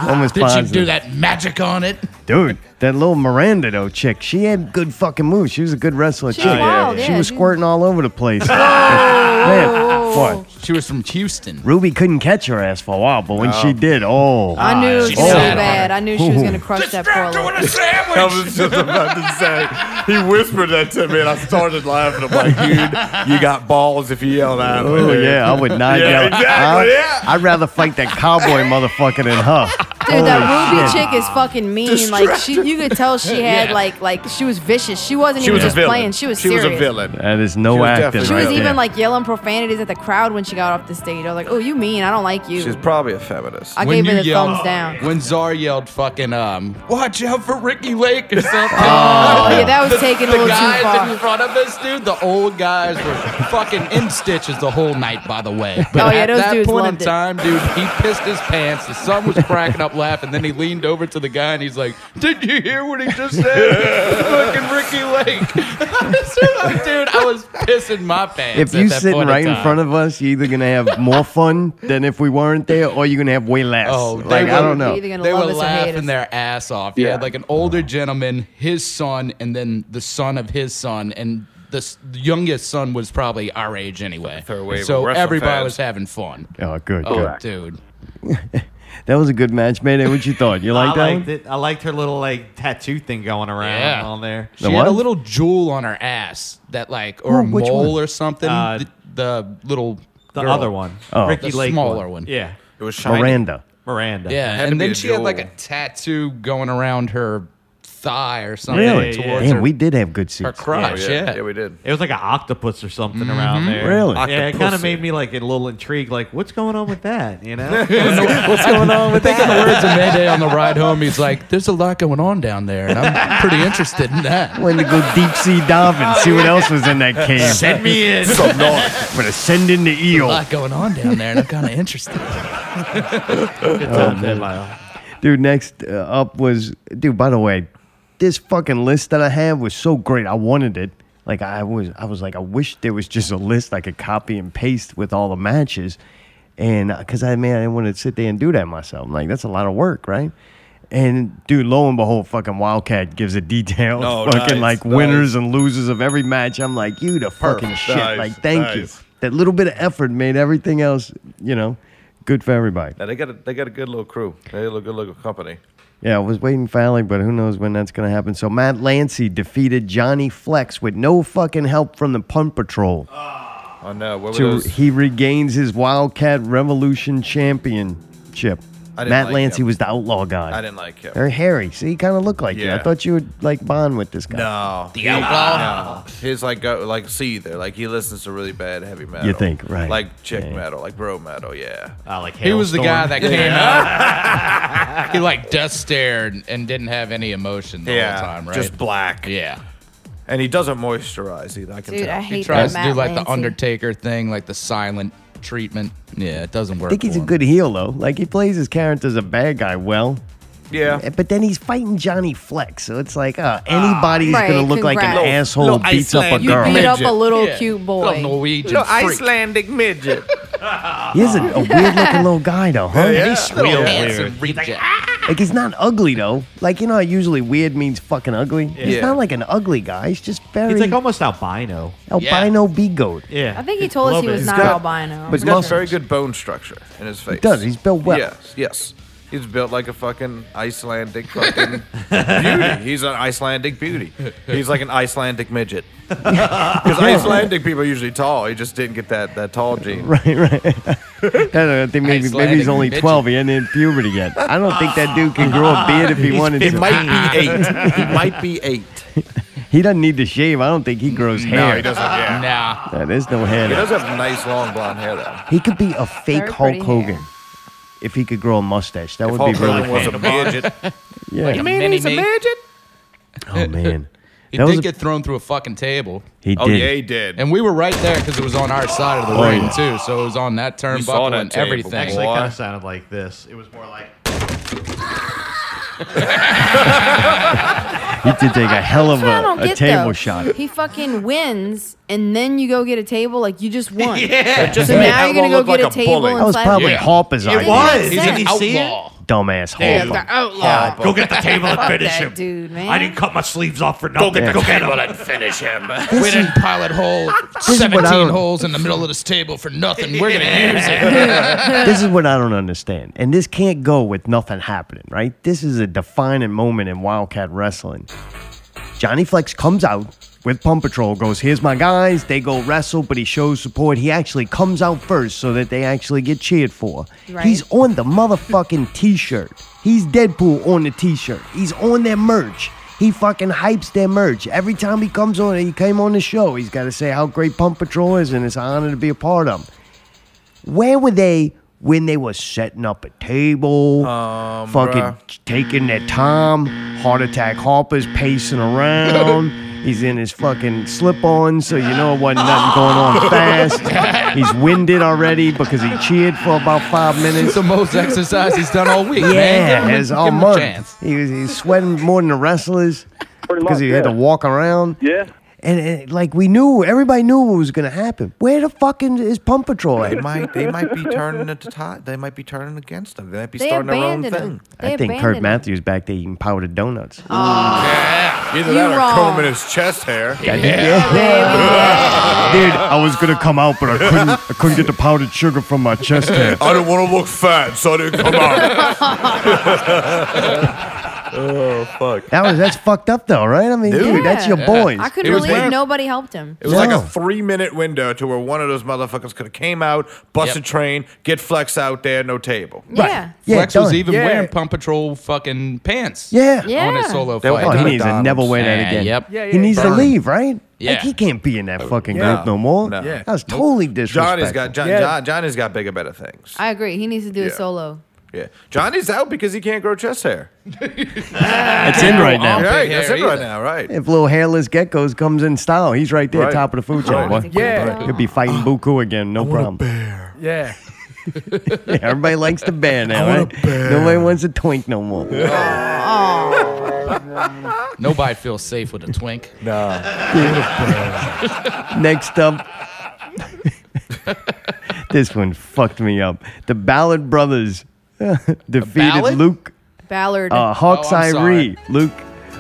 S1: Almost
S9: Did you
S1: positive.
S9: do that magic on it?
S1: Dude, that little Miranda though chick, she had good fucking moves. She was a good wrestler.
S2: She's
S1: chick.
S2: wild,
S1: she
S2: yeah,
S1: was
S2: she's-
S1: squirting all over the place. Man, what?
S9: She was from Houston.
S1: Ruby couldn't catch her ass for a while, but when
S9: No.
S1: she did, oh,
S2: I knew it was
S1: She
S2: so
S1: sat on
S2: bad.
S1: her.
S2: I knew she was
S1: Ooh.
S2: gonna crush that poor little.
S12: I was just about to say. He whispered that to me, and I started laughing. I'm like, dude, you got balls if you yell that.
S1: Oh yeah, I would not
S12: yeah,
S1: yell. Uh-huh. I,
S12: Exactly. yeah.
S1: I'd rather fight that cowboy motherfucker than her.
S2: Dude, that
S1: Holy
S2: Ruby
S1: shit.
S2: chick is fucking mean. Like she, you could tell she had
S12: Yeah.
S2: like like she was vicious. She wasn't
S1: She
S2: even
S1: was a
S2: just
S1: villain.
S2: playing. She was
S12: She was a
S2: serious.
S12: villain.
S1: That is no
S12: She was
S1: acting.
S12: definitely
S2: She was
S1: right
S2: even
S1: there.
S2: like yelling profanities at the crowd when she got off the stage. I was like, "Oh, you mean? I don't like you."
S8: She's probably a feminist.
S2: I gave her the thumbs down.
S9: When Czar yelled fucking um, watch out for Ricky Lake or something.
S2: Oh, yeah, that was
S9: the,
S2: taken
S9: the
S2: a little too
S9: guys
S2: far.
S9: in front of us, dude, the old guys were fucking in stitches the whole night, by the way.
S2: Oh, yeah,
S9: at
S2: those
S9: that
S2: dudes
S9: point
S2: loved
S9: in
S2: it.
S9: time, dude, he pissed his pants. The son was cracking up laughing. Then he leaned over to the guy and he's like, Did you hear what he just said? fucking Ricky Lake. dude, I was pissing my pants.
S1: if
S9: at
S1: you
S9: that
S1: sitting
S9: point
S1: right in
S9: time.
S1: front of us, you're either gonna have more fun than if we weren't there, or you're gonna have way less.
S9: Oh, they
S1: like I
S9: were-
S1: don't know.
S2: either gonna
S9: they
S2: love
S9: were
S2: us or hate
S9: laughing
S2: us.
S9: their ass off. Yeah,
S2: Yeah.
S9: like an older gentleman, his son, and then the son of his son, and the, s- the youngest son was probably our age anyway.
S8: wave of
S9: So
S8: wrestling
S9: everybody
S8: fans.
S9: was having fun.
S1: Oh, good,
S9: Oh,
S1: good.
S9: dude.
S1: That was a good match, Mayday. What you thought? You like
S3: I
S1: that?
S3: liked it. I liked her little like tattoo thing going around
S9: Yeah.
S3: on there.
S9: She had a little jewel on her ass that like, or
S3: Oh,
S9: a
S3: which
S9: mole
S3: one?
S9: or something.
S3: Uh,
S9: Th- the, little,
S3: The
S9: girl.
S3: other one.
S1: Oh.
S3: Ricky
S9: the
S3: Lake
S9: smaller
S3: one.
S9: one.
S3: Yeah. It was
S1: shiny. Miranda.
S3: Miranda.
S9: Yeah, and then she had like a tattoo going around her thigh or something.
S1: Really?
S9: Towards
S1: Damn,
S9: her
S1: we did have good seats.
S9: Her crotch, Oh, yeah.
S8: we did.
S3: It was like an octopus or something around there.
S1: Mm-hmm. Really?
S3: Yeah, it kind of
S1: Octopussy.
S3: made me like a little intrigued. Like, what's going on with that? You know?
S9: What's going on with that? the words of Mayday on the ride home, he's like, "There's a lot going on down there, and I'm pretty interested in that." Oh,
S1: Went to go deep sea dive and see what else was in that cave.
S9: Send me in.
S1: Some knowledge. I'm gonna send in the
S9: There's a
S1: eel.
S9: lot going on down there, and I'm kind of interested.
S1: Oh,
S3: Good times, eh, Lyle?
S1: Dude, next uh, up was dude. By the way, this fucking list that I had was so great. I wanted it. Like I was, I was like, I wish there was just a list I could copy and paste with all the matches, and because I man, I didn't want to sit there and do that myself. I'm like that's a lot of work, right? And dude, lo and behold, fucking Wildcat gives a detail,
S12: Oh,
S1: fucking
S12: nice,
S1: like
S12: nice.
S1: winners and losers of every match. I'm like, you the fucking
S12: Perfect.
S1: shit.
S12: Nice,
S1: like, thank
S12: nice.
S1: you. That little bit of effort made everything else, you know, good for everybody.
S8: Now they got a, they got a good little crew. They got a good little company.
S1: Yeah, I was waiting for Alec, but who knows when that's going to happen. So Matt Lancy defeated Johnny Flex with no fucking help from the Punt Patrol.
S8: Oh no, what were
S1: To,
S8: those?
S1: he regains his Wildcat Revolution championship.
S8: I didn't
S1: Matt
S8: like
S1: Lancy
S8: him.
S1: was the outlaw guy.
S8: I didn't like him.
S1: Very hairy. See, he kind of looked like you. I
S8: Yeah.
S1: thought you would like bond with this guy.
S8: No,
S9: The
S8: He-
S9: outlaw?
S8: No. He's like uh, like seether. Like he listens to really bad heavy metal.
S1: You think, right.
S8: Like chick metal, like bro metal. Yeah.
S3: I like.
S9: He was the guy that came out. He like death stared and didn't have any emotion the
S8: Yeah,
S9: whole time, right?
S8: just black.
S9: Yeah.
S8: And he doesn't moisturize either. I can
S2: Dude,
S8: tell.
S2: I hate
S9: He tries
S2: that
S9: to do
S2: Matt
S9: like the
S2: Lancy.
S9: Undertaker thing, like the silent treatment. Yeah, it doesn't
S1: I
S9: work.
S1: think he's
S9: for
S1: a
S9: him.
S1: good heel though. Like he plays his character as a bad guy well.
S8: Yeah.
S1: But then he's fighting Johnny Flex, so it's like uh, anybody's
S2: Right,
S1: gonna look like an
S2: congrats.
S1: asshole
S8: Little
S1: who beats up a
S8: Icelandic
S1: girl.
S2: You beat up a
S8: midget.
S2: little
S9: Yeah.
S2: cute
S9: Little
S2: boy.
S9: Norwegian
S8: Little
S9: freak.
S8: Icelandic midget.
S1: He's a, a weird looking little guy though, huh?
S9: Little handsome reject.
S2: "Ah!"
S1: Like he's not ugly though. Like you know, how usually weird means fucking ugly. He's
S8: Yeah.
S1: not like an ugly guy. He's just very
S3: He's like almost albino.
S1: albino bee goat.
S3: Yeah.
S2: I think he told us
S3: Love
S2: he
S3: it.
S2: was
S3: He's
S2: not
S8: got-
S2: albino.
S1: but
S8: He's got
S1: muscles.
S8: very good bone structure in his face.
S1: does. He's built well.
S8: Yes. Yes. He's built like a fucking Icelandic fucking beauty. He's an Icelandic beauty. He's like an Icelandic midget. Because Icelandic people are usually tall. He just didn't get that, that tall gene.
S1: Right, right. I don't know. I think maybe maybe
S9: Icelandic
S1: he's only
S9: midget.
S1: twelve. He ain't in puberty yet. I don't think that dude can grow a beard if he wanted
S8: It
S1: to.
S8: might be eight. He might be eight.
S1: He doesn't need to shave. I don't think he grows hair.
S8: No, he doesn't. Yeah.
S9: Nah.
S1: That is no hair.
S8: He
S1: there.
S8: does have nice long blonde hair though.
S1: He could be a fake
S2: Very
S1: Hulk
S2: pretty
S1: Hogan
S2: hair.
S1: if he could grow a mustache. That
S8: If
S1: would
S8: Hulk
S1: be really
S8: Hogan was
S1: fun.
S8: a midget.
S1: Yeah.
S9: Like a mini me.
S1: oh man,
S9: He
S1: That was
S9: did
S1: a-
S9: get thrown through a fucking table.
S1: he
S8: Oh
S1: did.
S8: yeah, he did.
S9: And we were right there because it was on our side of the
S1: Oh,
S9: ring
S1: yeah.
S9: too, so it was on that
S8: saw
S9: turnbuckle
S8: that
S9: and
S8: table.
S9: everything.
S3: Actually,
S8: Boy.
S3: kind of sounded like this. It was more like.
S1: He did take a hell of
S2: That's what I don't
S1: a, a
S2: get,
S1: table
S2: though.
S1: shot.
S2: He fucking wins, and then you go get a table like you just won.
S3: Yeah.
S2: So
S8: made
S2: now you're gonna
S8: everyone
S2: go
S8: look
S2: get
S8: like
S2: a
S8: a
S2: table
S8: bully.
S2: and
S1: That was
S2: slap
S1: probably
S9: Yeah.
S1: Harper's
S3: It
S1: idea.
S3: was.
S9: He's
S2: Did
S9: an
S2: you
S3: see it?
S9: outlaw.
S1: dumbass
S2: Damn,
S1: Harper.
S2: the outlaw.
S1: Harper.
S3: Go get the table and
S2: Fuck
S3: finish
S2: that
S3: him.
S2: dude, man.
S3: I didn't cut my sleeves off for
S1: Go
S3: nothing.
S1: get the
S3: him.
S1: table
S9: and finish him. We didn't pilot hole
S1: is what I
S9: 17
S1: don't-
S9: holes in the middle of this table for nothing. We're going to use it.
S1: this is what I don't understand. And this can't go with nothing happening, right? This is a defining moment in Wildcat wrestling. Johnny Flex comes out with Pump Patrol, goes, Here's my guys. They go wrestle, but he shows support. He actually comes out first so that they actually get cheered for.
S2: Right.
S1: He's on the motherfucking t shirt. He's Deadpool on the t shirt. He's on their merch. He fucking hypes their merch. Every time he comes on, he came on the show, he's got to say how great Pump Patrol is and it's an honor to be a part of. 'em. Where were they when they were setting up a table,
S9: Um,
S1: fucking
S12: bruh.
S1: taking their time? Heart attack Harper's pacing around. He's in his fucking slip-ons, so you know it wasn't nothing going on fast. He's winded already because he cheered for about five minutes.
S9: It's the most exercise he's done all week,
S1: Yeah,
S9: man. Give him a-
S1: it's
S9: give
S1: all
S9: him a
S1: month.
S9: chance.
S1: He was he's sweating more than the wrestlers because he had to
S9: yeah.
S1: walk around.
S7: Yeah.
S1: And, and, like we knew, everybody knew what was gonna happen. Where the fucking is Pump Patrol?
S8: They
S1: at?
S8: might they might be turning it to Todd. They might be turning against them. They might be
S1: They
S8: starting their own
S1: abandoned
S8: thing.
S1: him. I think Kurt Matthews back there eating powdered donuts.
S9: Oh.
S12: Yeah. Either
S1: You
S12: that or
S1: wrong.
S12: combing his chest hair.
S1: Yeah, dude, yeah. Dude, I was gonna come out, but I couldn't. I couldn't get the powdered sugar from my chest hair.
S12: I didn't want to look fat, so I didn't come out.
S8: oh fuck!
S1: That was that's fucked up though, right? I mean, dude, that's your boys.
S2: I couldn't
S12: It was
S2: believe
S12: weird.
S2: nobody helped him.
S12: It was like a three minute window to where one of those motherfuckers could have came out, bust a train, get Flex out there, no table.
S2: Right. Yeah.
S1: Yeah,
S9: Flex was
S1: done.
S9: even
S1: Yeah.
S9: wearing Pump Patrol fucking pants.
S1: Yeah.
S9: On his solo fight.
S1: Oh, he needs to never wear that
S9: Yeah,
S1: again.
S9: Yep.
S1: he needs to
S9: Burn.
S1: leave, right?
S9: Yeah.
S1: Like he can't be in that fucking
S8: Yeah.
S1: group no more.
S8: No. Yeah.
S1: That was totally disrespectful.
S8: Johnny's got John, John Johnny's got bigger better things.
S2: I agree. He needs to do a
S8: Yeah.
S2: solo.
S8: Yeah, Johnny's out because he can't grow chest hair.
S1: It's in right now.
S8: Right, that's in right now. Right.
S1: If little hairless geckos comes in style, he's right there,
S8: Right.
S1: top of the food chain.
S8: Right.
S1: boy.
S8: Yeah. Oh.
S1: he'll be fighting Buku again, no problem.
S11: Yeah.
S1: Yeah, everybody likes the bear now,
S9: I
S1: right?
S9: want a bear.
S1: Nobody wants a twink no more.
S8: Oh,
S9: Nobody feels safe with a twink.
S8: No.
S1: Next up, this one fucked me up. The Ballard brothers defeated
S2: Ballard?
S1: Luke
S2: Ballard.
S1: uh, Hawks
S8: Oh, I'm
S1: Irie, Luke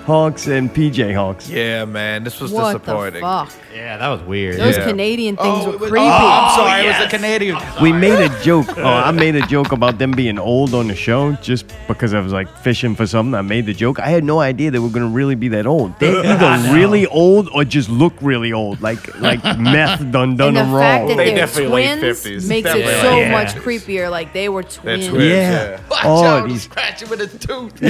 S1: Hawks, and PJ Hawks.
S8: Yeah, man, this was
S2: What the
S8: disappointing.
S2: fuck?
S8: Yeah, that was weird.
S2: Those Canadian
S12: Oh,
S2: things were
S8: Oh,
S2: creepy.
S9: I'm sorry, it was a Canadian.
S1: We made a joke. Oh, I made a joke about them being old on the show just because I was like fishing for something. I made the joke. I had no idea they were going to really be that old. They're
S12: I
S1: either
S12: know.
S1: really old or just look really old, like like meth done done
S2: and the
S1: them
S2: fact
S1: wrong.
S2: that they're twins makes it so
S1: Yeah.
S2: much creepier. Like they were twins.
S1: Yeah.
S9: Watch
S1: Oh,
S9: out,
S1: these-
S9: scratch it with a tooth.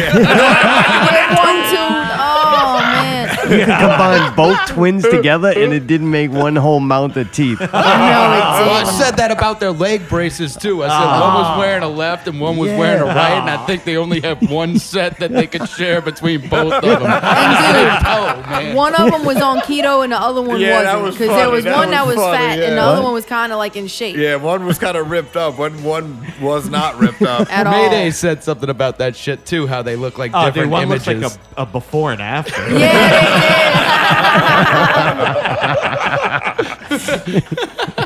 S2: One tooth. Oh man.
S1: You could combine both twins together and it didn't make one whole mount of teeth.
S9: Well, I said that about their leg braces too. I said one
S1: Ah.
S9: was wearing a left and one was wearing a
S1: Yeah.
S9: right, and I think they only have one set that they could share between both of them. oh man,
S2: One of them was on keto and the other one
S12: Yeah, that
S2: wasn't.
S12: was
S2: Because there
S12: funny.
S2: was
S12: That
S2: one
S12: was
S2: that was
S12: funny,
S2: fat
S12: yeah.
S2: and the other
S12: What?
S2: one was kind of like in shape.
S12: Yeah, one was kind of ripped up, one one was not ripped up.
S2: At all.
S9: Mayday said something about that shit too. How they look like
S3: Oh, dude,
S9: different
S3: one looks
S9: images.
S3: like a, a before and after.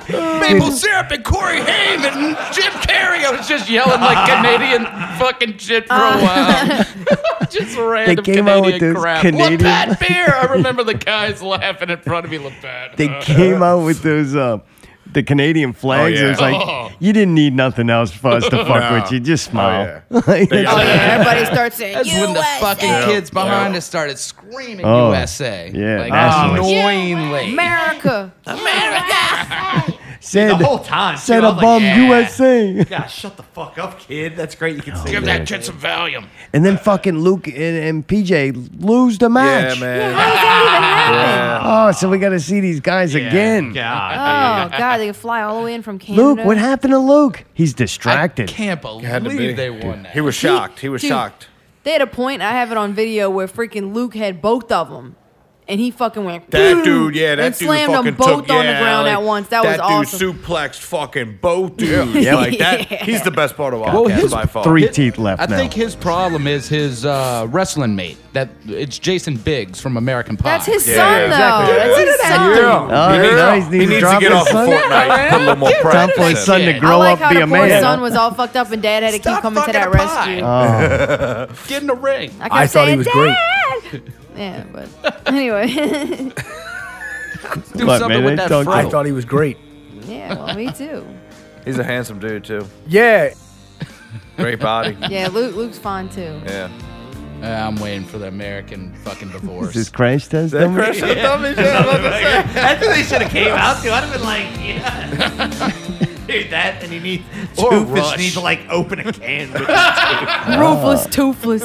S9: Maple syrup and Corey Haim and Jim Carrey. I was just yelling like Canadian fucking shit for
S2: Uh.
S9: a while. just
S1: They
S9: random
S1: came
S9: Canadian
S1: out with this
S9: crap.
S1: Canadian-
S9: Labatt beer. I remember the guys laughing in front of me. Uh, Labatt.
S1: They came out with those uh the Canadian flags. It was
S9: yeah.
S1: like
S9: Oh.
S1: you didn't need nothing else for us to fuck
S9: No.
S1: with you.
S3: Oh,
S1: Just smile.
S2: Everybody starts saying
S9: That's when the
S2: USA.
S9: fucking
S1: Yeah.
S9: kids behind us started screaming
S1: Oh.
S9: USA.
S1: Yeah, Ah.
S9: like,
S1: nationalist.
S9: annoyingly.
S2: America.
S1: Said
S3: the whole time. too,
S1: Said
S3: I
S1: a
S3: was like,
S1: bum
S3: yeah.
S1: USA.
S3: Yeah, shut the fuck up, kid. That's great. You can sing
S9: Give
S3: that.
S9: that kid some Valium.
S1: And then fucking Luke and, and PJ lose the match.
S8: man.
S1: Oh, so we got to see these guys again.
S2: Oh god, they could fly all the way in from Canada.
S1: Luke, what happened to Luke? He's distracted.
S9: can't
S8: believe
S9: they won that.
S8: He was shocked. He was
S2: Dude,
S8: shocked.
S2: They had a point. I have it on video where freaking Luke had both of them, and he fucking went.
S8: That
S2: "Boom,"
S8: dude, yeah, that
S2: and
S8: dude
S2: slammed
S8: fucking
S2: them both
S8: took,
S2: on
S8: yeah,
S2: the ground
S8: like,
S2: at once. That, was awesome.
S8: dude suplexed fucking both dudes. yeah, like that.
S2: Yeah.
S8: He's the best part of all.
S9: Well,
S8: podcast
S9: his-
S8: by far.
S1: Three teeth left
S9: I
S1: now.
S9: think his problem is his uh, wrestling mate. That it's Jason Biggs from American Pie.
S2: That's his Yeah, son, yeah, exactly. though. That's his son.
S1: Oh,
S9: He
S1: he,
S9: needs-
S1: nice.
S9: he
S1: needs,
S9: needs to
S1: drop
S9: get
S1: his
S9: off of
S1: son.
S9: Fortnite, put a little more
S1: Time for his
S9: practice
S1: son
S9: in.
S1: to
S9: I
S1: grow
S2: I like
S1: up,
S2: how
S1: be
S2: the
S1: a
S2: poor
S1: man.
S2: son was all fucked up, and dad had to keep coming to that rescue.
S1: Oh.
S9: Get in the ring.
S2: I, kept saying, "Dad!" yeah, but anyway.
S9: Do
S8: Look,
S9: something
S8: man,
S9: with
S8: they
S9: that
S8: don't
S9: fro.
S8: get
S11: I thought he was great.
S2: yeah, well, me too.
S8: He's a handsome dude too.
S11: Yeah.
S8: Great body.
S2: Yeah, Luke, Luke's fine too.
S8: Yeah.
S9: I'm waiting for the American fucking divorce.
S1: Is this crash test?
S9: That
S1: dummy?
S9: crash test dummy?
S3: That's what they should have came out to. I'd have been like, yeah. Dude, that and he needs
S9: Or
S3: Toofus
S9: Rush.
S3: needs to like open a can with
S2: Ruthless,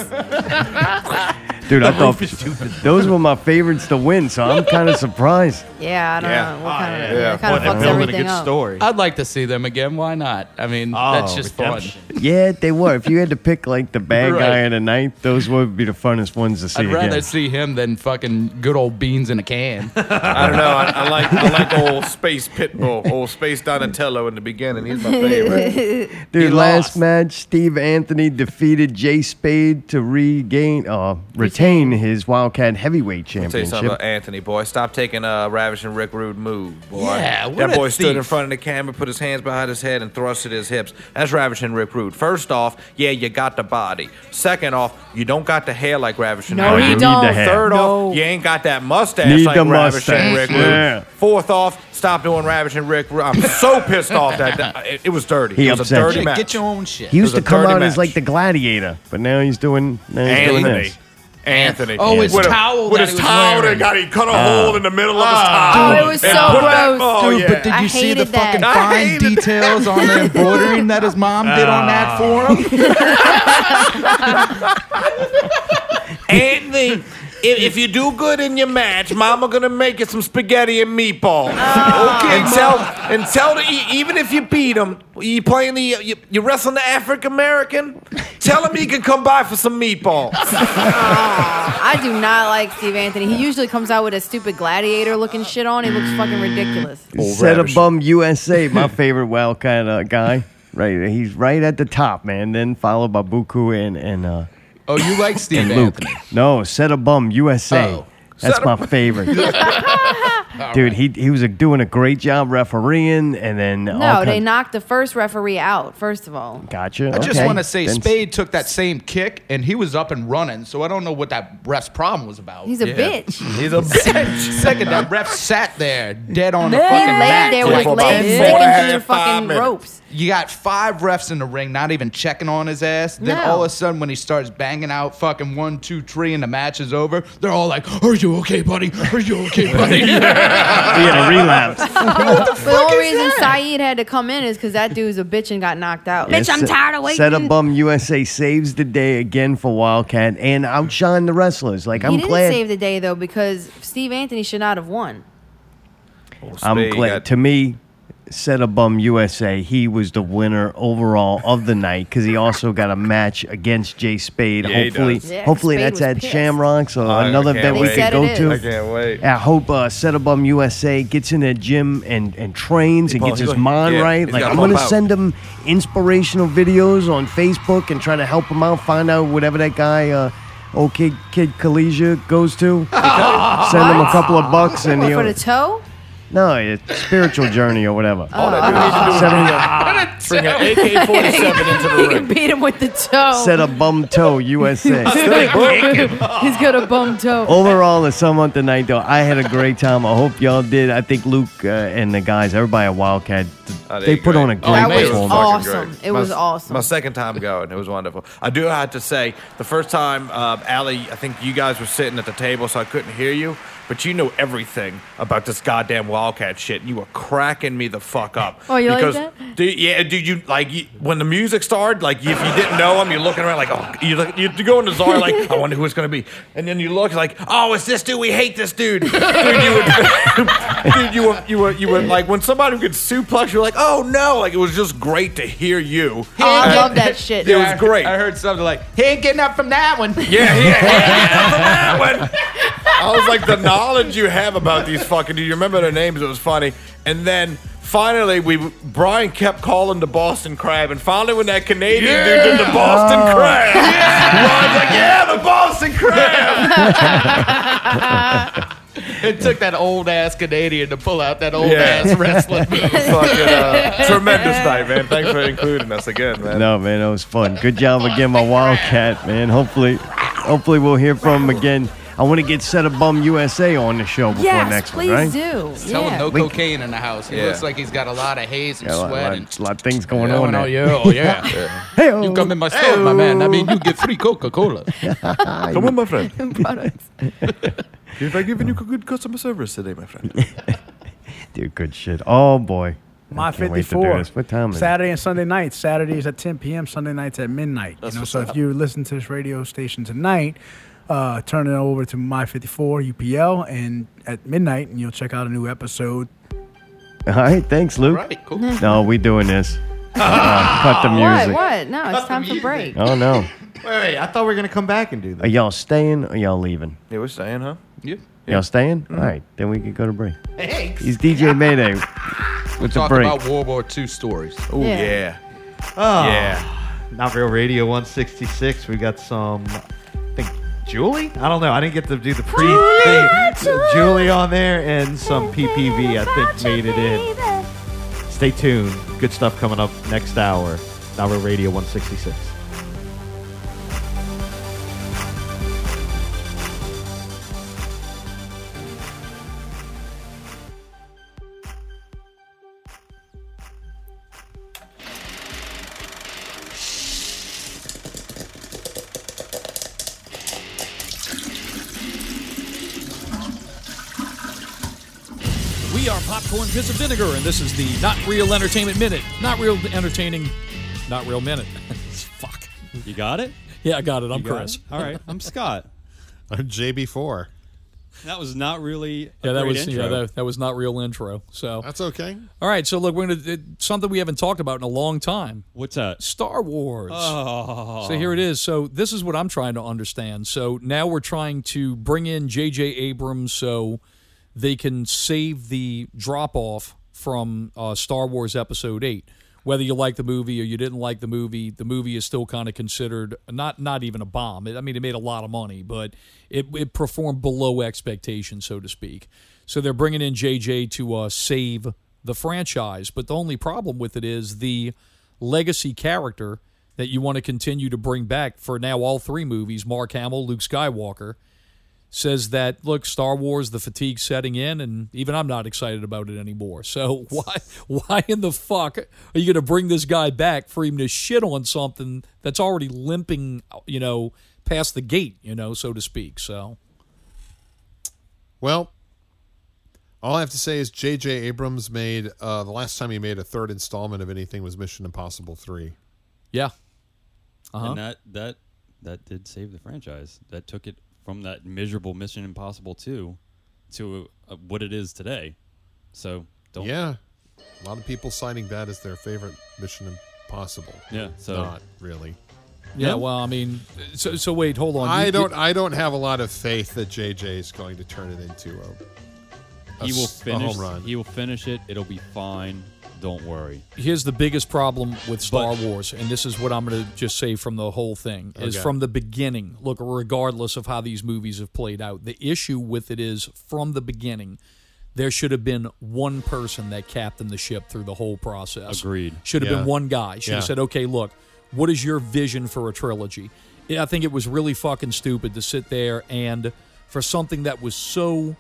S12: Uh.
S2: toothless.
S1: Dude, I
S3: The
S1: thought
S3: roof is stupid.
S1: those were my favorites to win, so I'm kind of surprised.
S2: yeah, I don't
S9: Yeah.
S2: know. What kind
S9: yeah.
S2: of, yeah. kind
S9: Boy, they're
S2: of fucks
S9: building a
S2: everything
S9: good
S2: up.
S9: I'd like to see them again. Why not? I mean, that's just fun.
S1: Yeah, they were. If you had to pick like the bad
S9: Right.
S1: guy and the ninth, those would be the funnest ones to see
S9: I'd rather
S1: again.
S9: see him than fucking good old beans in a can.
S8: I don't know. I, I like I like old space pitbull, old space Donatello in the beginning. He's my favorite.
S1: Dude, last match, Steve Anthony defeated Jay Spade to regain, uh, retain his Wildcat Heavyweight
S8: I'll tell you something about
S1: Championship.
S8: Anthony, boy. Stop taking a ravishing Rick Rude move, boy.
S1: Yeah, what
S8: that
S1: a
S8: boy stood in
S1: thief.
S8: front of the camera, put his hands behind his head, and thrusted his hips. That's ravishing Rick Rude. First off, yeah, you got the body. Second off, you don't got the hair like ravishing.
S1: No,
S8: Rick
S1: you
S8: Rude.
S1: don't. Need the hair.
S8: Third off, you ain't got that mustache
S1: Need
S8: like
S1: the
S8: ravishing
S1: mustache,
S8: Rick Rude.
S1: yeah.
S8: Fourth off, stop doing ravishing Rick Rude. I'm so pissed off that, that- it, it was dirty.
S1: He
S8: it was
S1: upset
S8: a dirty
S1: you.
S8: match.
S1: Get
S9: your own shit.
S1: He used to come out
S8: match.
S1: as like the gladiator, but now he's doing, now he's doing
S8: Anthony.
S1: this.
S8: Anthony.
S1: Oh, his
S8: with
S1: towel
S8: A, with
S1: that
S8: his
S1: he was
S8: towel that
S1: wearing.
S8: got he
S12: Uh,
S8: cut a
S1: Oh.
S8: hole in the middle of his towel.
S2: Oh, it was
S8: and
S2: so
S8: put that-
S2: gross.
S8: oh,
S9: Dude,
S8: yeah.
S9: but did you see the
S2: hated that.
S9: fucking
S2: I
S9: fine details on the embroidering that his mom did on that for him?
S8: Anthony, if, if you do good in your match, Mama gonna make you some spaghetti and meatballs. okay, Oh. and tell and tell the e- even if you beat him, you playing the you, you wrestling the African American. Tell him he can come by for some meatballs.
S2: I do not like Steve Anthony. He usually comes out with a stupid gladiator looking shit on. He looks fucking
S1: Mm.
S2: ridiculous.
S1: Set a bum USA, my favorite Wildcat uh, guy. Right, he's right at the top, man. Then followed by Buku and and uh,
S9: oh, you like Steve
S1: and
S9: Anthony?
S1: Luke. No, set a bum USA.
S9: Oh.
S1: That's
S9: Set a
S1: my
S9: bum-
S1: favorite.
S9: All
S1: Dude, he he was like, doing a great job refereeing, and then
S2: No, they knocked the first referee out, first of all.
S1: Gotcha.
S9: I just
S1: okay.
S9: want to say
S1: Then-
S9: Spade took that same kick and he was up and running, so I don't know what that ref's problem was about.
S2: He's a bitch.
S9: He's a bitch. Second, that ref sat there dead on the
S2: Man,
S9: fucking
S2: he laid
S9: mat.
S2: there with
S9: for
S2: legs
S9: about
S2: sticking
S9: four and a
S2: through the
S9: half, five
S2: fucking
S9: minutes.
S2: ropes.
S9: You got five refs in the ring, not even checking on his ass. Then
S2: No.
S9: all of a sudden, when he starts banging out fucking one, two, three, and the match is over, they're all like, "Are you okay, buddy? Are you okay, buddy?"
S1: he had a relapse.
S2: But the only reason Saeed had to come in is because that dude's a bitch and got knocked out.
S1: Yeah, set- Set a bum USA saves the day again for Wildcat and outshine the wrestlers. Like
S2: he
S1: I'm
S2: didn't
S1: glad.
S2: save the day though because Steve Anthony should not have won.
S1: I'm glad. to me, set a bum USA. He was the winner overall of the night because he also got a match against Jay Spade.
S8: Yeah, he
S1: hopefully,
S8: does. Yeah,
S1: hopefully
S8: Spade
S1: that's
S8: was
S1: at
S8: pissed.
S1: Shamrocks or
S8: I
S1: another
S8: can't
S1: event we
S8: wait. He
S1: could
S8: said
S1: go
S8: it
S1: to.
S8: is. I can't wait.
S1: I hope uh, set a bum USA gets in a gym and and trains and
S8: Paul,
S1: gets
S8: he's
S1: his
S8: gonna-
S1: mind
S8: yeah,
S1: right.
S8: he's
S1: Like
S8: gotta
S1: I'm gonna
S8: pump out.
S1: send him inspirational videos on Facebook and try to help him out. Find out whatever that guy. Uh, Old kid, kid Kalesia goes to send him a couple of bucks and
S2: What,
S1: he'll
S2: for the toe?
S1: no, it's spiritual journey or whatever.
S2: Oh, that
S8: Bring an
S2: AK-47 into the ring. Beat him with the toe.
S1: Set a bum toe USA.
S2: He's got a bum toe.
S1: Oh, Overall, the sum up tonight, though, I had a great time. I hope y'all did. I think Luke uh, and the guys, everybody at Wildcat,
S9: Oh,
S1: they put on a great performance.
S2: It was
S8: my,
S2: awesome.
S8: My second time going, it was wonderful. I do have to say, the first time, uh, Allie, I think you guys were sitting at the table, so I couldn't hear you. But you know everything about this goddamn Wildcat shit, and you were cracking me the fuck up.
S2: Oh, you like
S8: because,
S2: that?
S8: Dude, yeah, dude, you like you, when the music started, like if you didn't know him, you're looking around like, oh, you look, you go into Zara like, I wonder who it's gonna be, and then you look like, oh, it's this dude. We hate this dude. dude, you would, dude, you were, you were, you were like when somebody would suplex, you're like, oh no, like it was just great to hear you.
S2: Oh,
S12: Uh,
S2: I love that shit.
S8: It was great.
S9: I heard something like, "He ain't getting up from that one."
S8: Yeah, yeah, yeah.
S12: I was like, the knowledge you have about these fucking dudes. You remember their names? It was funny. And then finally, we Brian kept calling the Boston Crab, and finally, when that Canadian dude did the Boston
S5: Oh.
S12: Crab, Brian's like, yeah, the Boston
S9: Crab. it took that old ass Canadian to pull out that old
S12: Yeah.
S9: ass wrestling move.
S12: Fucking, uh, tremendous night, man. Thanks for including us again, man.
S1: No, man, that was fun. Good job again, my Wildcat, man. Hopefully, hopefully we'll hear from him again. I want to get set a bum USA on the show before
S9: Yes,
S1: next
S9: please
S1: one, right?
S2: do.
S9: Tell him no
S1: We-
S9: cocaine in the house. He
S1: Yeah.
S9: looks like he's got a lot of haze and
S1: Got a lot,
S9: sweat.
S1: lot-
S9: and
S1: lot of things going
S9: Yeah,
S1: on.
S9: well,
S1: there.
S9: yeah, oh, yeah.
S1: Hey-oh.
S9: you come in my store, my man. I mean, you get free Coca Cola.
S12: Come on, my friend.
S2: Products.
S12: If I given you good customer service today, my friend.
S1: Dude, good shit. Oh boy. I
S11: My
S1: can't wait to do
S11: 54.
S1: this. What time is it?
S11: Saturday and Sunday nights. Saturdays at 10 p.m. Sunday nights at midnight. you know, so if you listen to this radio station tonight, uh, turn it over to My 54 UPL and at midnight, and you'll check out a new episode.
S1: All right, thanks, Luke.
S11: Right, cool.
S1: No, we doing this. Uh, cut the music.
S2: What? What? No, it's time for break.
S1: Oh no.
S3: Wait, wait. I thought we were gonna come back and do
S1: Are
S3: this.
S1: y'all staying or y'all leaving?
S12: Yeah, we're staying, huh?
S9: Yeah.
S1: Y'all staying? All right, then we can go to break. He's DJ Mayday with the
S9: Talk
S1: break.
S9: about World War II stories.
S3: Oh, Yeah. yeah. Oh, Not Real Radio 166. We got some, I think, Julie? I don't know. I didn't get to do the pre thing. Julie on there and some PPV, I think, made it in. Stay tuned. Good stuff coming up next hour. Not Real Radio 166.
S13: We are Popcorn Piss and Vinegar, and this is the Not Real Entertainment Minute. Not real entertaining, not real minute. Fuck.
S14: You got it?
S13: Yeah, I got it. I'm
S14: You got
S13: Chris.
S14: it? All right. I'm Scott.
S15: I'm JB4.
S14: That was not really. A
S13: Yeah, that
S14: great
S13: was
S14: intro.
S13: yeah that, that was not real intro. So
S15: that's okay.
S13: All right, so look, we're gonna do something we haven't talked about in a long time.
S14: What's that?
S13: Star Wars.
S14: Oh.
S13: So here it is. So this is what I'm trying to understand. So now we're trying to bring in J.J. Abrams so they can save the drop off from uh, Star Wars Episode Eight. Whether you like the movie or you didn't like the movie, the movie is still kind of considered not not even a bomb. It, I mean, it made a lot of money, but it, it performed below expectation, so to speak. So they're bringing in J.J. to uh, save the franchise. But the only problem with it is the legacy character that you want to continue to bring back for now all three movies Mark Hamill, Luke Skywalker says that look Star Wars the fatigue setting in and even I'm not excited about it anymore. So why why in the fuck are you going to bring this guy back for him to shit on something that's already limping, you know, past the gate, you know, so to speak. So
S15: Well, all I have to say is J.J. Abrams made uh, the last time he made a third installment of anything was Mission Impossible Three.
S13: yeah. uh-huh.
S9: Uh-huh.
S14: And that that that did save the franchise. That took it from that miserable Mission Impossible two to uh, what it is today. So don't.
S15: Yeah, a lot of people citing that as their favorite Mission Impossible.
S14: Yeah, so-
S15: not really.
S13: Yeah, well, I mean, so so wait, hold on.
S15: I
S13: You-
S15: don't. I don't have a lot of faith that JJ is going to turn it into a. a
S14: He will
S15: s- a
S14: finish.
S15: home run.
S14: He will finish it. It'll be fine. Don't worry.
S13: here's the biggest problem with Star Wars, and this is what I'm going to just say from the whole thing is
S14: Okay.
S13: from the beginning. Look, regardless of how these movies have played out, the issue with it is from the beginning. There should have been one person that captained the ship through the whole process.
S14: Agreed.
S13: Should have
S14: Yeah.
S13: been one guy. Should have
S14: Yeah.
S13: said, "Okay, look, what is your vision for a trilogy?" Yeah, I think it was really fucking stupid to sit there and for something that was so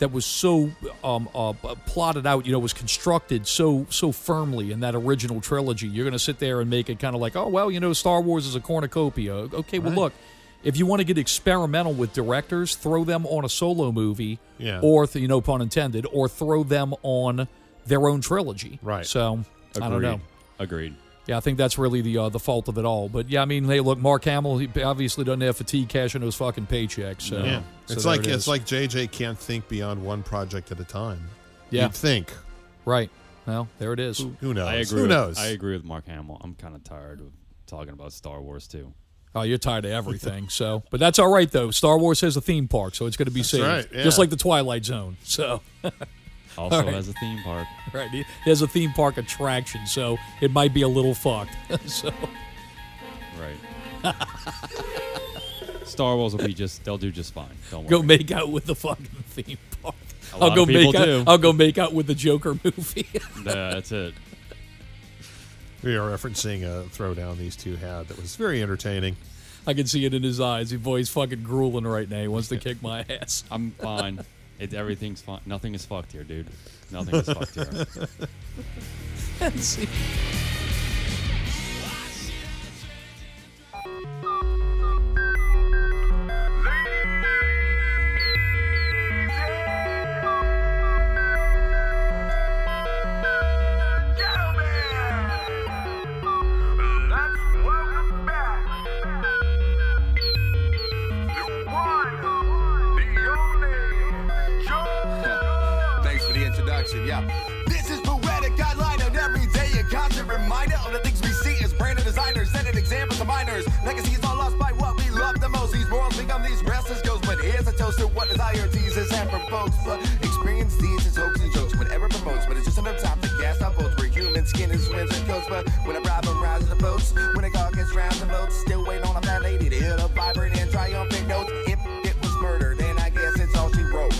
S13: that was so um, uh, plotted out, you know, was constructed so so firmly in that original trilogy. You're going to sit there and make it kind of like, oh well, you know, Star Wars is a cornucopia. Okay, well,
S15: Right.
S13: look, if you want to get experimental with directors, throw them on a solo movie,
S15: Yeah.
S13: or th- you know, pun intended, or throw them on their own trilogy. Right. So I don't
S14: Agreed.
S13: know.
S14: Agreed.
S13: Yeah, I think that's really the uh, the fault of it all. But yeah, I mean, hey, look, Mark Hamill, he obviously doesn't have fatigue cashing those fucking paychecks. So,
S15: yeah,
S13: so
S15: it's
S13: there
S15: like
S13: it
S15: it's
S13: is.
S15: like JJ can't think beyond one project at a time.
S13: Yeah.
S15: You'd think.
S13: Right. Well, there it is.
S15: Who knows?
S14: I agree
S15: Who
S14: with,
S15: knows?
S14: I agree with Mark Hamill. I'm kind of tired of talking about Star Wars too.
S13: Oh, you're tired of everything. So, but that's all right though. Star Wars has a theme park, so it's going to be saved,
S14: right, yeah.
S13: just like the Twilight Zone. So,
S14: Also
S13: All right.
S14: has a theme park.
S13: right, it has a theme park attraction, so it might be a little fucked. so,
S14: Right. Star Wars will be just. They'll do just fine. Don't worry.
S13: go make out with the fucking theme park.
S14: A
S13: I'll
S14: lot
S13: go
S14: of people
S13: make out.
S14: do.
S13: I'll go make out with the Joker movie.
S14: Nah, that's it.
S15: We are referencing a throwdown these two had that was very entertaining.
S13: I can see it in his eyes. His boy's fucking grueling right now. He wants to kick my ass.
S14: I'm fine. It, everything's fine. Nothing is fucked here, dude. Nothing is fucked here.
S16: Thanks for the introduction, yeah. This is poetic guideline and every day a constant reminder of the things we see as branded designers, setting examples to minors. Legacies all lost by what we love the most. These morals become these restless ghosts, but here's a toast to what desire teases and provokes. But experience these as hopes and jokes, whatever promotes. But it's just enough time to cast our votes. We're human skin and swims and coats, but when a problem rises the boats, when a god gets round the boats, still waiting on a fat lady to hit a vibrant and triumphant note. If it was murder, then I guess it's all she wrote.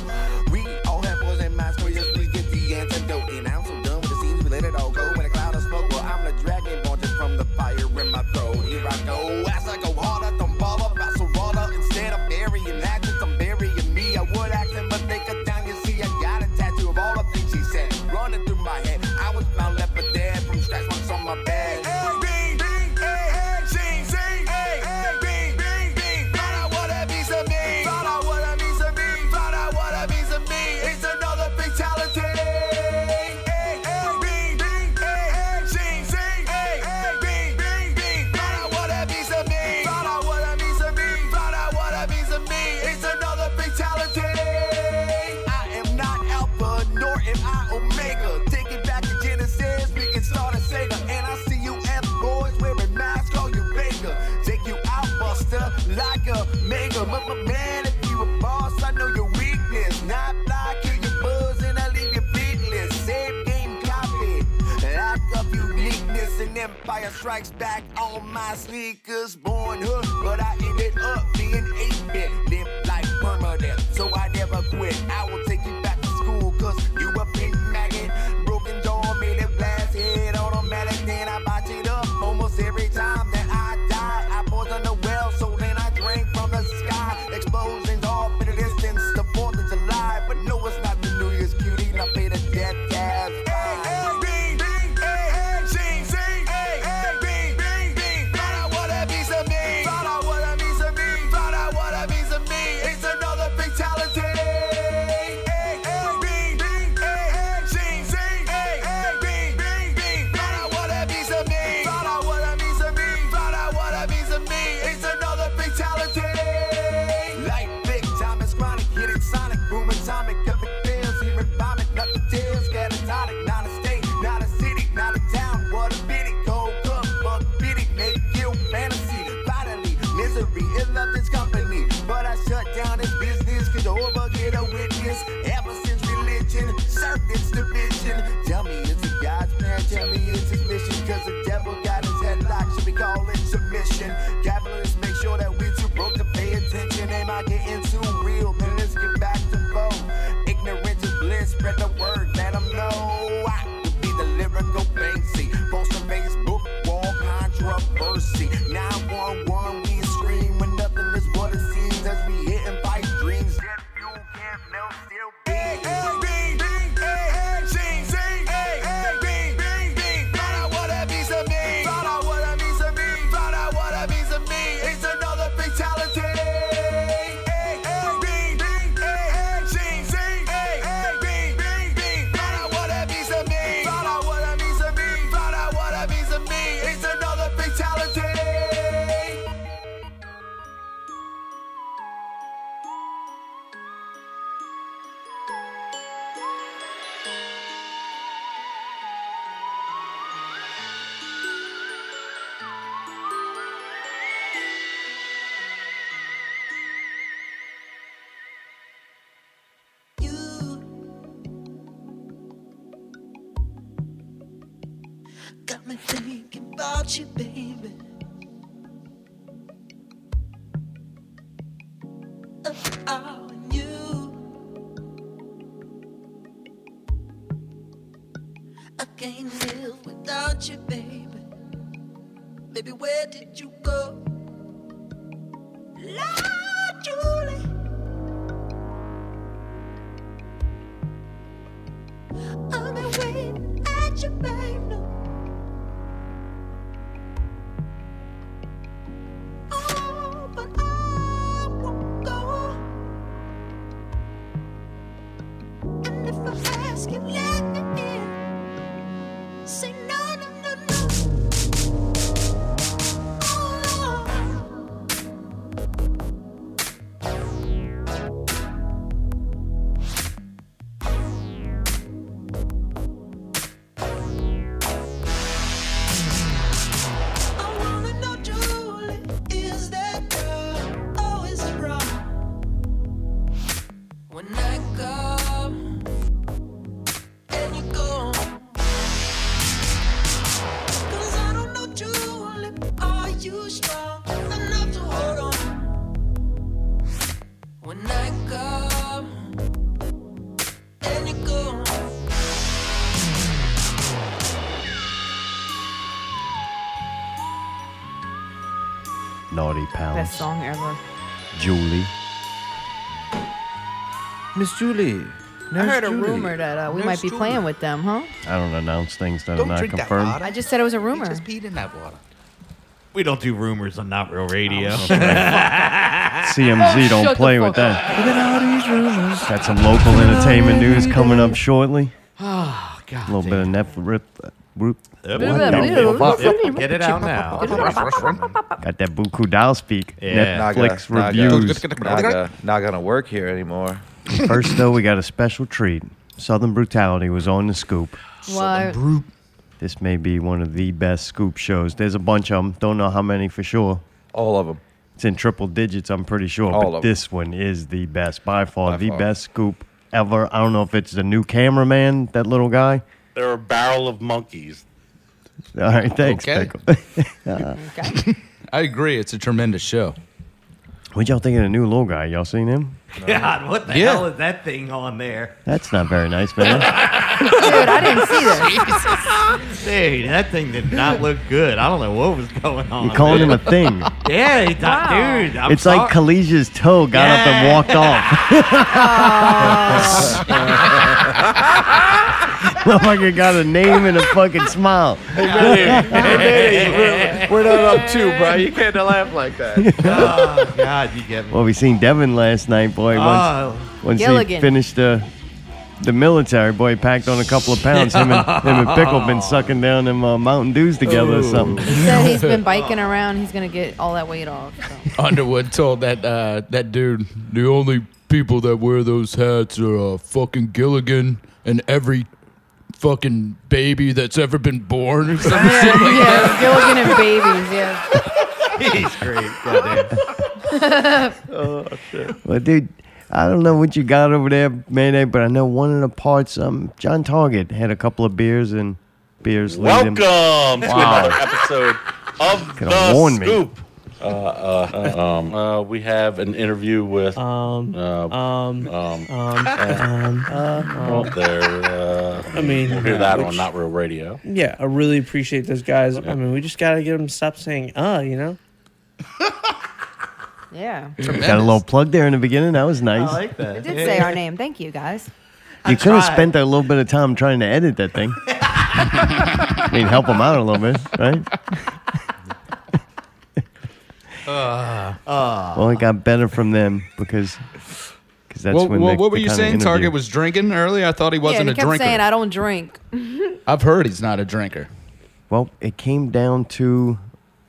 S16: We all have boys and minds for yes, please get the antidote. And I'm so done with the scenes, we let it all go in a cloud of smoke. Well, I'm the dragon launching from the fire in my throat. Here I go, as I go harder, don't fall up, I surrender. Instead of burying actions, I'm burying me. I would act them, but they cut down, you see, I got a tattoo of all the things she said. Running through my head, I was found left for dead from scratch marks on my back. Hey, bing, bing, hey, hey, zing, zing, hey, hey, bing, bing, bing. Found out what it means to me. Found out what it means to me. Found out what it means to me. It's another fatality. Hey, hey, bing, bing, hey, hey, zing, zing, hey, hey, bing, bing, bing. Found out what it means to me. Found out what it means to me. Found out what it means to me. It's another fatality. I am not Alpha, nor am I Omega. Take it back to Genesis, we can start a Sega. And I see you F boys wearing masks, call you Vega. Take you out, Buster, like a mega. But my man, if you a boss, I know your weakness. Not fly, kill your buzz, and I leave you beatless. Same game copy. Lack of uniqueness and Empire Strikes Back on my sneakers. Born hood, but I ended up being 8-bit. Live like permanent, so I never quit. I will take you back to school, cause you a pink maggot. Broken jaw, made it blast, head automatic. Then I botch it up almost every time that I die. I poison the well, so then I drink from the sky. Explosions off in the distance, the 4th of July. But no, it's not the New Year's cutie, and I pay the death tab. Hey, hey, bing, bing, hey, hey, zing, zing, hey, hey, bing, bing, bing. Find out what it means to me. Find out what it means to me. Find out what it means to me. It's another fatality. Hey, hey, bing, bing, hey, hey, zing, zing, hey, hey, bing, bing, bing. Find out what it means to me. Find out what it means to me. Find out what it means to me. It's another fatality. Like big time, it's chronic, hit it sonic, boom atomic, up it feels, hearing vomit, nothing tears, catatonic, not a state, not a city, not a town, what a pity, cold cup, fuck pity, make you fantasy, bodily, misery, in love this company, but I shut down this business, cause over get a witness, ever since religion, served its division, tell me it's a God's plan, tell me it's his mission, cause the devil got his head locked, should we call it submission, capitalists make sure that we too broke to pay attention, am I getting too real, man, let's get back to flow, ignorance is bliss, spread the word, let them know, I could be the lyrical Banksy, post on Facebook, wall controversy, 911, we scream when nothing is what it seems, as we hit and fight dreams, Yet you can't melt still Hey, hey, bing, bing, hey, hey, zing, zing, hey, hey, bing, bing, bing. Find out what it means to me. Find out what it means to me. Find out what it means to me. It's another fatality. Hey, hey, bing, bing, hey, hey, zing, zing, hey, hey, bing, bing, bing. Find out what it means to me.
S17: without you, baby. If I knew, I can't live without you, baby. Baby, where did you go? La Julie. I've been waiting at you, baby. When I come and you go, 'Cause I don't know, Julie, are you strong enough to hold on? When I come and you go.
S1: Naughty
S2: Best
S1: pals.
S2: song ever.
S1: Julie.
S12: Miss Julie.
S2: I heard a rumor that uh, we might be playing with them, huh?
S1: I don't announce things that
S2: Don't
S1: are not
S2: drink that
S1: confirmed.
S2: I just said it was a rumor. just
S17: peed in that water.
S3: We don't do rumors on Not Real Radio.
S1: CMZ
S3: Oh, shut
S1: don't
S3: the
S1: play
S3: fuck
S1: with that.
S3: Look at all these rumors.
S1: Got some local entertainment news coming up shortly.
S3: Oh, God.
S1: A little bit of Netflix.
S3: Yep.
S1: Get
S3: Get it out now.
S1: Got that Buku Dow speak. Netflix reviews.
S8: Not, gonna- not gonna work here anymore.
S1: First, though, we got a special treat. Southern Brutality was on the scoop.
S2: What?
S1: This may be one of the best scoop shows. There's a bunch of them. Don't know how many for sure.
S8: All of them.
S1: It's in triple digits, I'm pretty sure.
S8: All
S1: but
S8: of 'em.
S1: this one is the best by far,
S8: By
S1: the
S8: far.
S1: best scoop ever. I don't know if it's the new cameraman, that little guy.
S6: They're a barrel of monkeys.
S1: All right, thanks.
S9: Okay.
S1: Pickle.
S9: I agree. It's a tremendous show.
S1: what y'all think of the new little guy? Y'all seen him?
S3: God, what the
S9: Yeah.
S3: hell is that thing on there?
S1: That's not very nice, man.
S3: Dude, I
S2: didn't see
S3: that. Dude, that thing did not look good. I don't know what was going on.
S1: You're calling him a
S3: there.
S1: thing.
S3: Yeah, he thought, dude. I'm
S1: it's like
S3: sorry.
S1: Collegia's toe got up and walked off. Motherfucker got a name and a fucking smile.
S8: We're not up two, bro. You can't laugh like that.
S2: Ah.
S3: oh, God, you get me.
S1: Well, we seen Devin last night, boy. Once,
S2: Ah.
S3: Oh.
S1: once he
S3: Gilligan.
S1: finished the the military, boy, he packed on a couple of pounds. Him and, him and Pickle been sucking down them uh, Mountain Dews together or something.
S2: He said he's been biking around. He's gonna get all that weight off.
S9: Underwood told that uh, that dude the only people that wear those hats are uh, fucking Gilligan and every fucking baby that's ever been born or something.
S2: yeah, Gilligan and babies. Yeah.
S3: He's great. Goddamn. oh, shit.
S1: Well, dude, I don't know what you got over there, Mayday, but I know one of the parts. Um, John Target had a couple of beers and beers. lead him-
S6: Welcome to another episode of
S1: Could've
S6: the
S1: warned me.
S6: Scoop. Uh, uh, uh, um, uh, we have an interview with um uh, um um um well, there. Uh,
S18: I mean,
S6: we'll hear that on
S18: which-
S6: Not Real Radio.
S18: Yeah, I really appreciate those guys. I mean, we just gotta get them to stop saying "uh," you know.
S2: yeah.
S1: Got a little plug there in the beginning. That was nice.
S2: It did say our name. Thank you, guys.
S1: You could have
S2: tried.
S1: spent a little bit of time trying to edit that thing. I mean, help him out a little bit, right?
S9: Uh,
S1: Well, it got better from them because because that's
S9: Well,
S1: when.
S9: well,
S1: they,
S9: what were
S1: they
S9: you
S1: kinda
S9: saying?
S1: interview.
S9: Target was drinking earlier. I thought he
S2: yeah,
S9: wasn't
S2: and he
S9: a
S2: kept
S9: drinker.
S2: saying I don't drink.
S9: I've heard he's not a drinker.
S1: Well, it came down to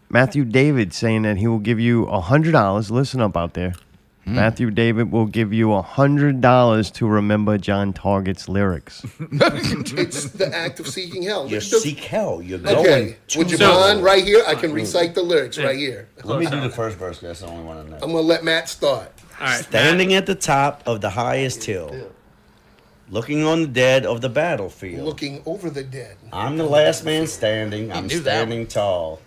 S1: Matthew David saying that he will give you a hundred dollars. Listen up out there.
S9: Hmm.
S1: Matthew David will give you a hundred dollars to remember John Target's lyrics.
S19: it's the act of seeking hell.
S20: You
S19: Which does-
S20: seek hell. You're going
S19: Okay, would you
S20: to- Mm.
S19: mind right here? I can recite the lyrics right here.
S20: Let me do the first verse. 'cause That's the only one I know.
S19: I'm gonna let Matt start.
S20: Standing at the top of the highest hill, Looking on the dead of the battlefield.
S19: Looking over the dead.
S20: I'm the last man standing. I'm
S19: knew that
S20: standing tall.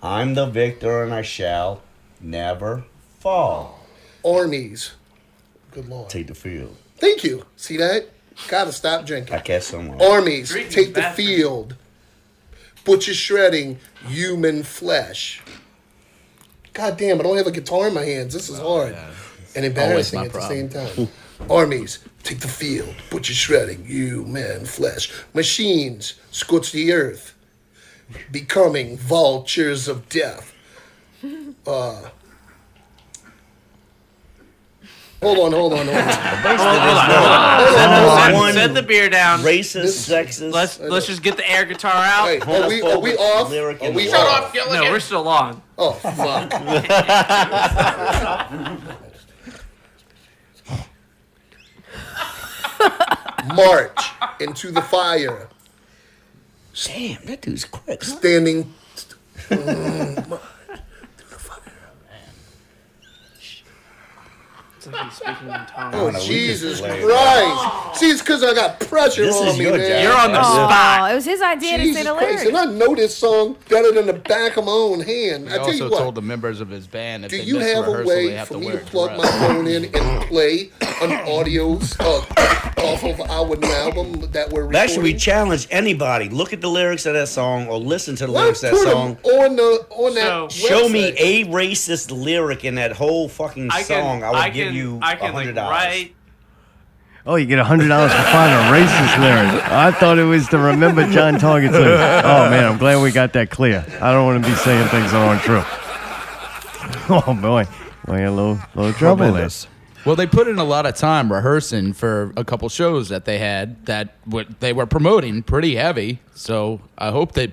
S20: I'm the victor and I shall never fall.
S19: Armies. Good lord.
S20: Take the field.
S19: Thank you. See that? Gotta stop drinking.
S20: I catch someone.
S19: Armies take the field. Butcher shredding human flesh. God damn, I don't have a guitar in my hands. This is hard and embarrassing
S16: Oh, my
S19: at
S16: problem.
S19: the same time. Armies take the field. Butcher shredding human flesh. Machines scorch the earth, becoming vultures of death. Uh, hold on, hold on, hold on.
S13: Set, set- set the beer down.
S20: Racist, sexist.
S13: Let's let's just get the air guitar out.
S19: Are we, are we off? Are we
S13: Shut
S19: off?
S13: up, Gilligan. No, we're still on.
S19: Oh fuck. March into the fire.
S20: Damn, that dude's quick.
S19: Standing. Mm, mar-
S18: It's like he's speaking in tongues.
S19: Oh, Jesus Christ! See, it's because I got pressure
S18: This
S19: on
S18: is
S19: me,
S18: your
S19: man. Oh,
S18: job. You're on the Yeah. spot.
S2: Oh, It was his idea to
S19: Jesus
S2: say the
S19: Christ,
S2: lyrics.
S19: and I know this song better than the back of my own
S9: He
S19: hand. I tell
S9: also
S19: you what.
S9: told the members of his band that
S19: Do
S9: they
S19: you
S9: missed
S19: have a
S9: rehearsal, they
S19: way
S9: have
S19: for
S9: to
S19: me
S9: wear
S19: to
S9: a
S19: plug
S9: dress.
S19: my phone in and play an audio uh, off of our new album that we're recording?
S20: Actually, we challenge anybody. Look at the lyrics of that song or listen to the lyrics of that
S19: Put 'em
S20: song.
S19: on the on that.
S20: Show me
S19: website.
S20: a racist lyric in that whole fucking
S13: I can-
S20: song. I will
S13: I
S20: give
S13: can-
S20: you
S13: I can, like,
S20: $100.
S13: write-
S1: Oh, you get hundred dollars for finding a racist lyric. I thought it was to remember John Target lyrics. Oh man, I'm glad we got that clear. I don't want to be saying things that aren't true. Oh boy, we're in a little, little trouble there.
S9: Horrendous. Well, they put in a lot of time rehearsing for a couple shows that they had that what they were promoting pretty heavy. So I hope they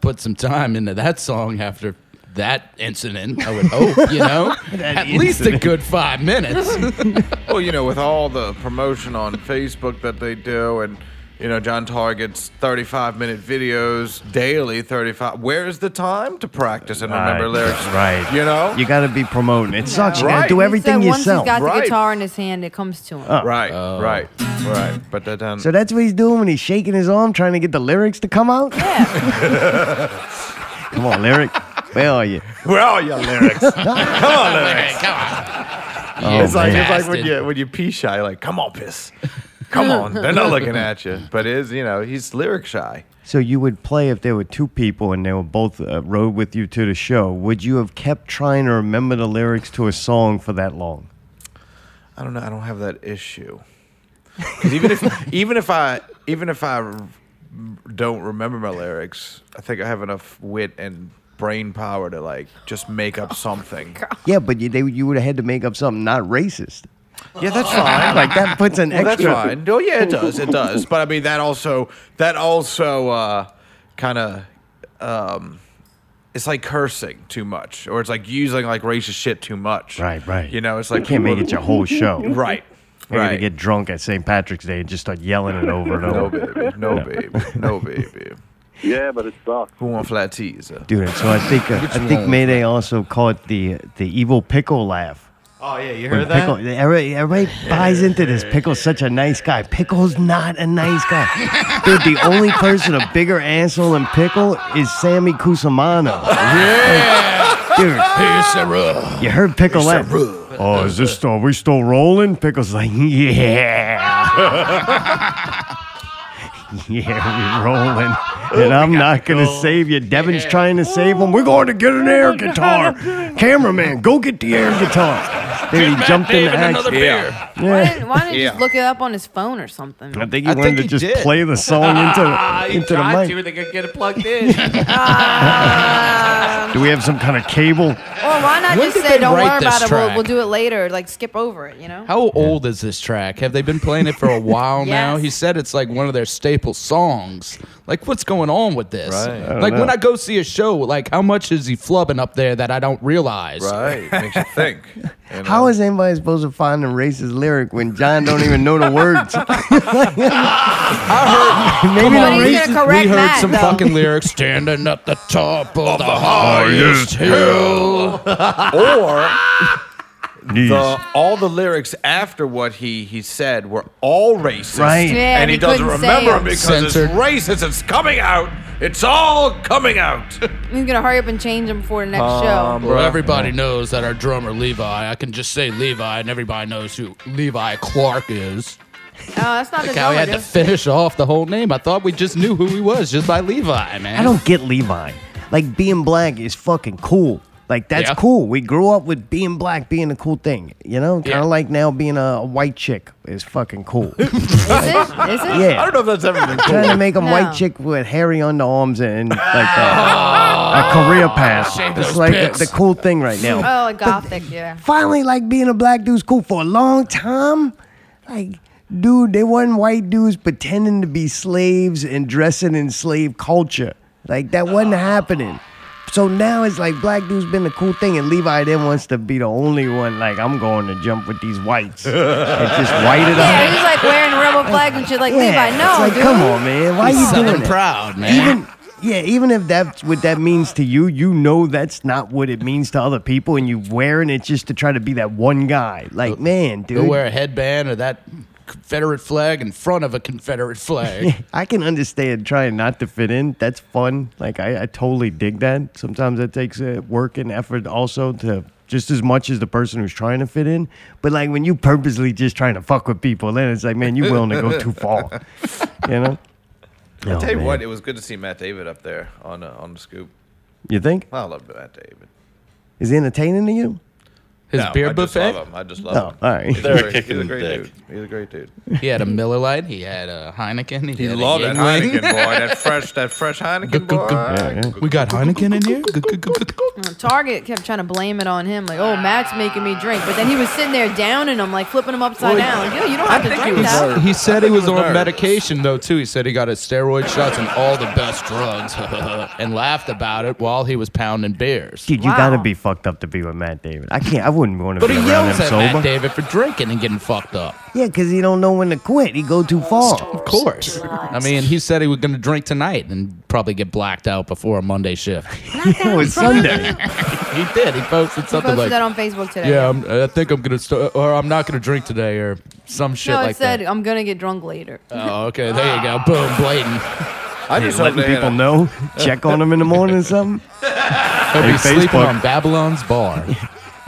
S9: put some time into that song after that incident. I would hope, you know,
S8: That
S9: at least a
S8: incident.
S9: good five minutes.
S8: well, you know, with all the promotion on Facebook that they do, and you know, John Target's 35-minute videos daily, 35. Where is the time to practice and remember
S1: Right,
S8: lyrics?
S1: Right.
S8: You know,
S1: you got to be promoting. It sucks. You got to
S8: Right.
S1: do
S8: He
S1: everything
S2: Said once he's
S1: yourself.
S2: got the guitar in his hand, it comes to
S1: Oh.
S2: him.
S8: Right, right, right. But that doesn't.
S1: So that's what he's doing when he's shaking his arm, trying to get the lyrics to come out. Come on, lyric. Where are you?
S8: Where are your lyrics? come on, lyrics.
S9: Come
S1: Oh,
S8: it's like it's like
S1: man.
S8: when you when you pee shy, like come on, piss, come on. They're not looking at you, but is you know he's lyric shy.
S1: So you would play if there were two people and they were both uh, rode with you to the show. Would you have kept trying to remember the lyrics to a song for that long?
S8: I don't know. I don't have that issue. 'Cause even if even if I even if I r- don't remember my lyrics, I think I have enough wit and brain power to like just make
S1: Oh
S8: up something.
S1: Yeah, but you, they, you would have had to make up something not racist.
S8: Yeah, that's fine.
S1: Like, that puts an
S8: Well,
S1: extra-
S8: That's fine. Oh yeah, it does. It does. But I mean that also that also uh, kind of um, it's like cursing too much, or it's like using like racist shit too much. Right.
S1: Right.
S8: You know, it's
S1: You
S8: like
S1: can't make it your whole show.
S8: Right.
S1: You're gonna
S8: Right.
S1: get drunk at St. Patrick's Day and just start yelling it over and
S8: No
S1: over.
S8: baby. No baby. No baby.
S7: Yeah, but it sucks.
S8: Who want flat teas? uh?
S1: Dude, so I think uh,
S8: Which
S1: I think
S8: one?
S1: Mayday also caught the the evil pickle laugh.
S3: Oh yeah, you
S1: When
S3: heard that?
S1: Pickle, everybody, everybody buys into this. Pickle's such a nice guy. Pickle's not a nice guy. Dude, the only person a bigger asshole than Pickle is Sammy Cusimano. Yeah. Dude. You heard Pickle
S16: Here's
S1: laugh. Oh, is this still, are we still rolling? Pickle's like, yeah. yeah, we're rolling.
S3: Oh
S1: And I'm not going to save you. Devin's trying to save him. We're going to get an
S3: Oh
S1: air guitar. Cameraman, go get the air guitar. Dude, he jumped in the action.
S2: Why didn't, why didn't you
S1: Yeah.
S2: just look it up on his phone or something?
S1: I think he Ah, wanted to just play the song into
S13: Ah,
S1: the, into the mic.
S13: they could get it plugged in.
S1: Do we have some kind of cable?
S2: Or Ah. why not
S9: When
S2: just
S9: did
S2: say,
S9: they
S2: don't
S9: write
S2: worry about
S9: this
S2: it, we'll,
S9: track?
S2: we'll do it later. Like, skip over it, you know?
S9: How old is this track? Have they been playing it for a while now? He said it's like one of their staple songs. Like, what's going on with this?
S8: Right. I don't
S9: Like, when
S8: know.
S9: I go see a show, like, how much is he flubbing up there that I don't realize?
S8: Right. Makes you think.
S1: How is anybody supposed to find a racist lyric when John don't even know the words? Maybe
S9: Come
S1: the
S9: on,
S1: racist-
S9: we heard some fucking lyrics standing at the top of, the, highest hill.
S8: or
S1: Knees.
S12: the, all the lyrics after what he, he said were all racist.
S1: Right. Yeah,
S12: and
S1: and
S12: he,
S1: he
S12: doesn't
S1: couldn't
S12: remember
S1: say
S12: 'em
S1: it.
S12: because
S1: Censored.
S12: it's racist. It's coming out. It's all coming out.
S2: He's gonna hurry up and change them for the next
S9: Um,
S2: show.
S9: Well, everybody knows that our drummer Levi. I can just say Levi, and everybody knows who Levi Clark is.
S2: Oh, that's not the
S9: Like how we had to
S2: dumbest.
S9: finish off the whole name. I thought we just knew who he was just by Levi, man.
S1: I don't get Levi. Like being black is fucking cool. Like that's
S9: Yeah.
S1: cool. We grew up with being black being a cool thing. You know, kind of like now being a, a white chick is fucking cool.
S2: Is it?
S1: Yeah.
S12: I don't know if that's everything. cool.
S1: Trying to make a
S2: No.
S1: white chick with hairy on the arms and like a, a career path.
S2: Shave
S1: It's
S2: those
S1: like the,
S2: pits.
S1: the cool thing right now.
S2: Oh, like gothic, yeah.
S1: finally like being a black dude's cool for a long time. Like, dude, they wasn't white dudes pretending to be slaves and dressing in slave culture. Like that wasn't
S2: Oh.
S1: happening. So now it's like black dude's been the cool thing, and Levi then wants to be the only one. Like I'm going to jump with these whites and just white it
S2: Yeah, he's
S1: up.
S2: like wearing a rebel flag and shit. Like
S1: Yeah,
S2: Levi, no,
S1: it's like,
S2: dude.
S1: come on, man, why you doing it? Even yeah, even if that's what that means to you, you know that's not what it means to other people, and you wearing it just to try to be that one guy. Like, man,
S9: He'll
S1: dude,
S9: wear a headband or that Confederate flag in front of a Confederate flag.
S1: I can understand trying not to fit in. That's fun. Like, I, I totally dig that. Sometimes that takes uh, work and effort also to just as much as the person who's trying to fit in. But like when you purposely just trying to fuck with people, then it's like, man, you willing to go too far, you know?
S12: I
S1: Oh,
S12: tell you
S1: man.
S12: what, it was good to see Matt David up there on uh, on the scoop.
S1: You think?
S12: I love Matt David.
S1: Is he entertaining to you?
S9: His
S12: No,
S9: beer
S12: I just
S9: buffet?
S12: love him. I just love
S1: Oh,
S12: him.
S1: all right.
S12: He's a
S1: They're
S12: great, he's
S1: kicking
S12: a
S1: the
S12: great
S1: dick.
S12: dude. He's a great dude.
S9: He had a Miller Lite. He had a Heineken. He,
S12: He
S9: had
S12: loved
S9: a
S12: that
S9: Yingling.
S12: Heineken boy. That fresh, that fresh Heineken boy.
S9: We got Heineken in here.
S2: Target kept trying to blame it on him, like, "Oh, Matt's making me drink," but then he was sitting there downing them, like flipping them upside
S9: Well,
S2: down. Yo, you don't
S9: I
S2: have to
S9: think
S2: drink
S9: he
S2: that.
S9: was- He said he was on
S12: nervous.
S9: medication though too. He said he got his steroid shots and all the best drugs, and laughed about it while he was pounding beers.
S1: Dude, you gotta be fucked up to be with Matt David. I can't. I wouldn't want to
S9: But
S1: be
S9: he
S1: around him
S9: yells at
S1: sober.
S9: Matt David for drinking and getting fucked up.
S1: Yeah, because he don't know when to quit. He go too far. Of
S9: course. I mean, he said he was going to drink tonight and probably get blacked out before a Monday shift.
S1: it was Sunday.
S9: he did. He posted
S2: Oh,
S9: something
S2: He posted
S9: like,
S2: that on Facebook today.
S9: "Yeah, I'm, I think I'm going to start, or I'm not going to drink today, or some shit
S2: no, it
S9: like
S2: said,
S9: that."
S2: "I'm gonna get drunk later."
S9: Oh, okay. There you go. Boom, blatant.
S1: I just letting people know. Check on them in the morning or something.
S9: He'll
S1: Hey,
S9: be sleeping
S1: Facebook.
S9: on Babylon's bar.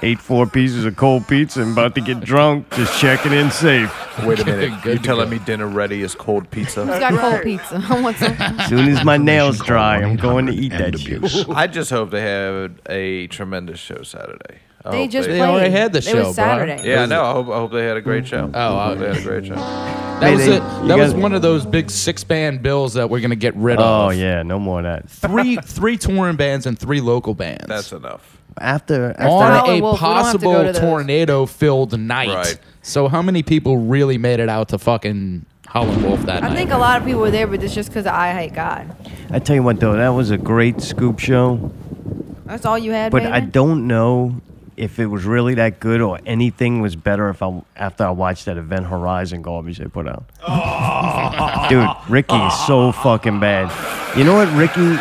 S1: Ate four pieces of cold pizza and about to get drunk. Just checking in safe.
S12: Wait a minute. you telling me dinner ready is cold pizza?
S2: Who's got cold pizza? I want some.
S1: As soon as my nails dry, I'm going to eat that shit.
S12: I just hope they have a tremendous show Saturday. I
S2: They
S12: hope
S2: just They already played. had the It was show, bro. Saturday.
S12: Yeah,
S9: Was
S12: no,
S9: it-
S12: I hope, I hope they had a great show.
S9: Oh,
S12: I hope
S9: okay.
S12: they had a great show.
S9: That was
S12: Mayday.
S9: it.
S12: You
S9: That was
S12: guys-
S9: one of those big six-band bills that we're going to get rid
S1: Oh
S9: of.
S1: yeah, no more of that.
S9: three three touring bands and three local bands. That's
S12: enough.
S1: After, after that-
S9: On a
S2: Wolf, Oh, we don't have to
S9: possible
S2: go to those.
S9: tornado-filled night.
S1: Right.
S9: So how many people really made it out to fucking Howlin' Wolf that
S2: I
S9: night?
S2: think a lot of people were there, but it's just because I hate God.
S1: I tell you what though, that was a great scoop show.
S2: That's all you had.
S1: But
S2: baby?
S1: I don't know if it was really that good or anything was better if I after I watched that Event Horizon garbage they put out. Dude, Ricky is so fucking bad. You know what Ricky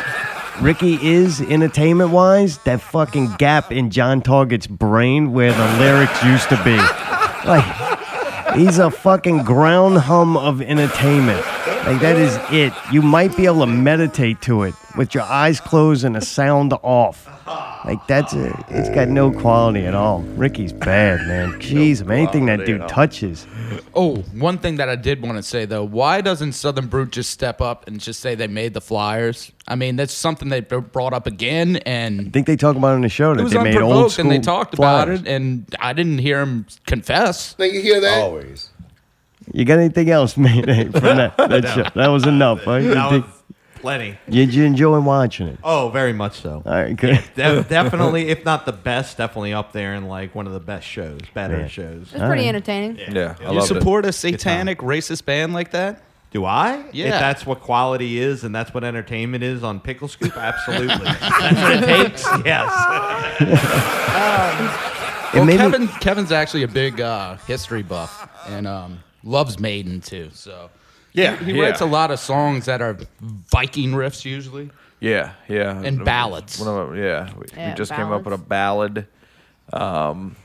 S1: Ricky is entertainment wise? That fucking gap in John Target's brain where the lyrics used to be. Like he's a fucking ground hum of entertainment. Like that is it. You might be able to meditate to it with your eyes closed and the sound off. Like that's it. It's got no quality at all. Ricky's bad, man. Jeez, man, anything that
S9: quality at
S1: dude
S9: all.
S1: touches.
S9: Oh, one thing that I did want to say though, why doesn't Southern Brute just step up and just say they made the flyers? I mean, that's something they brought up again, and
S1: I think they talk about it in the show
S9: it
S1: that
S9: was
S1: they made old
S9: unprovoked,
S1: school
S9: and they talked
S1: flyers.
S9: about it, and I didn't hear him confess.
S19: Now you hear that?
S20: Always.
S1: You got anything else, man? From that, that
S3: No.
S1: show, that was enough. Right?
S3: That
S1: You
S3: was plenty.
S1: Did you enjoy watching it?
S3: Oh, very much so.
S1: All right, good.
S3: De- definitely, if not the best, definitely up there in like one of the best shows, better
S1: Yeah.
S3: shows.
S2: It's pretty entertaining.
S12: Yeah, I
S9: you
S12: loved it.
S9: support a satanic racist band like that?
S3: Do I? If
S9: Yeah.
S3: that's what quality is and that's what entertainment is on Pickle Scoop, absolutely. that's what it takes. Yes.
S9: well,
S3: made me-
S9: Kevin, Kevin's actually a big uh, history buff and um, loves Maiden too. So
S12: Yeah,
S9: he, he
S12: yeah.
S9: writes a lot of songs that are Viking riffs usually.
S12: Yeah, yeah.
S9: And ballads.
S12: One of them- yeah. We, we
S9: Yeah,
S12: just came up with a ballad. Um,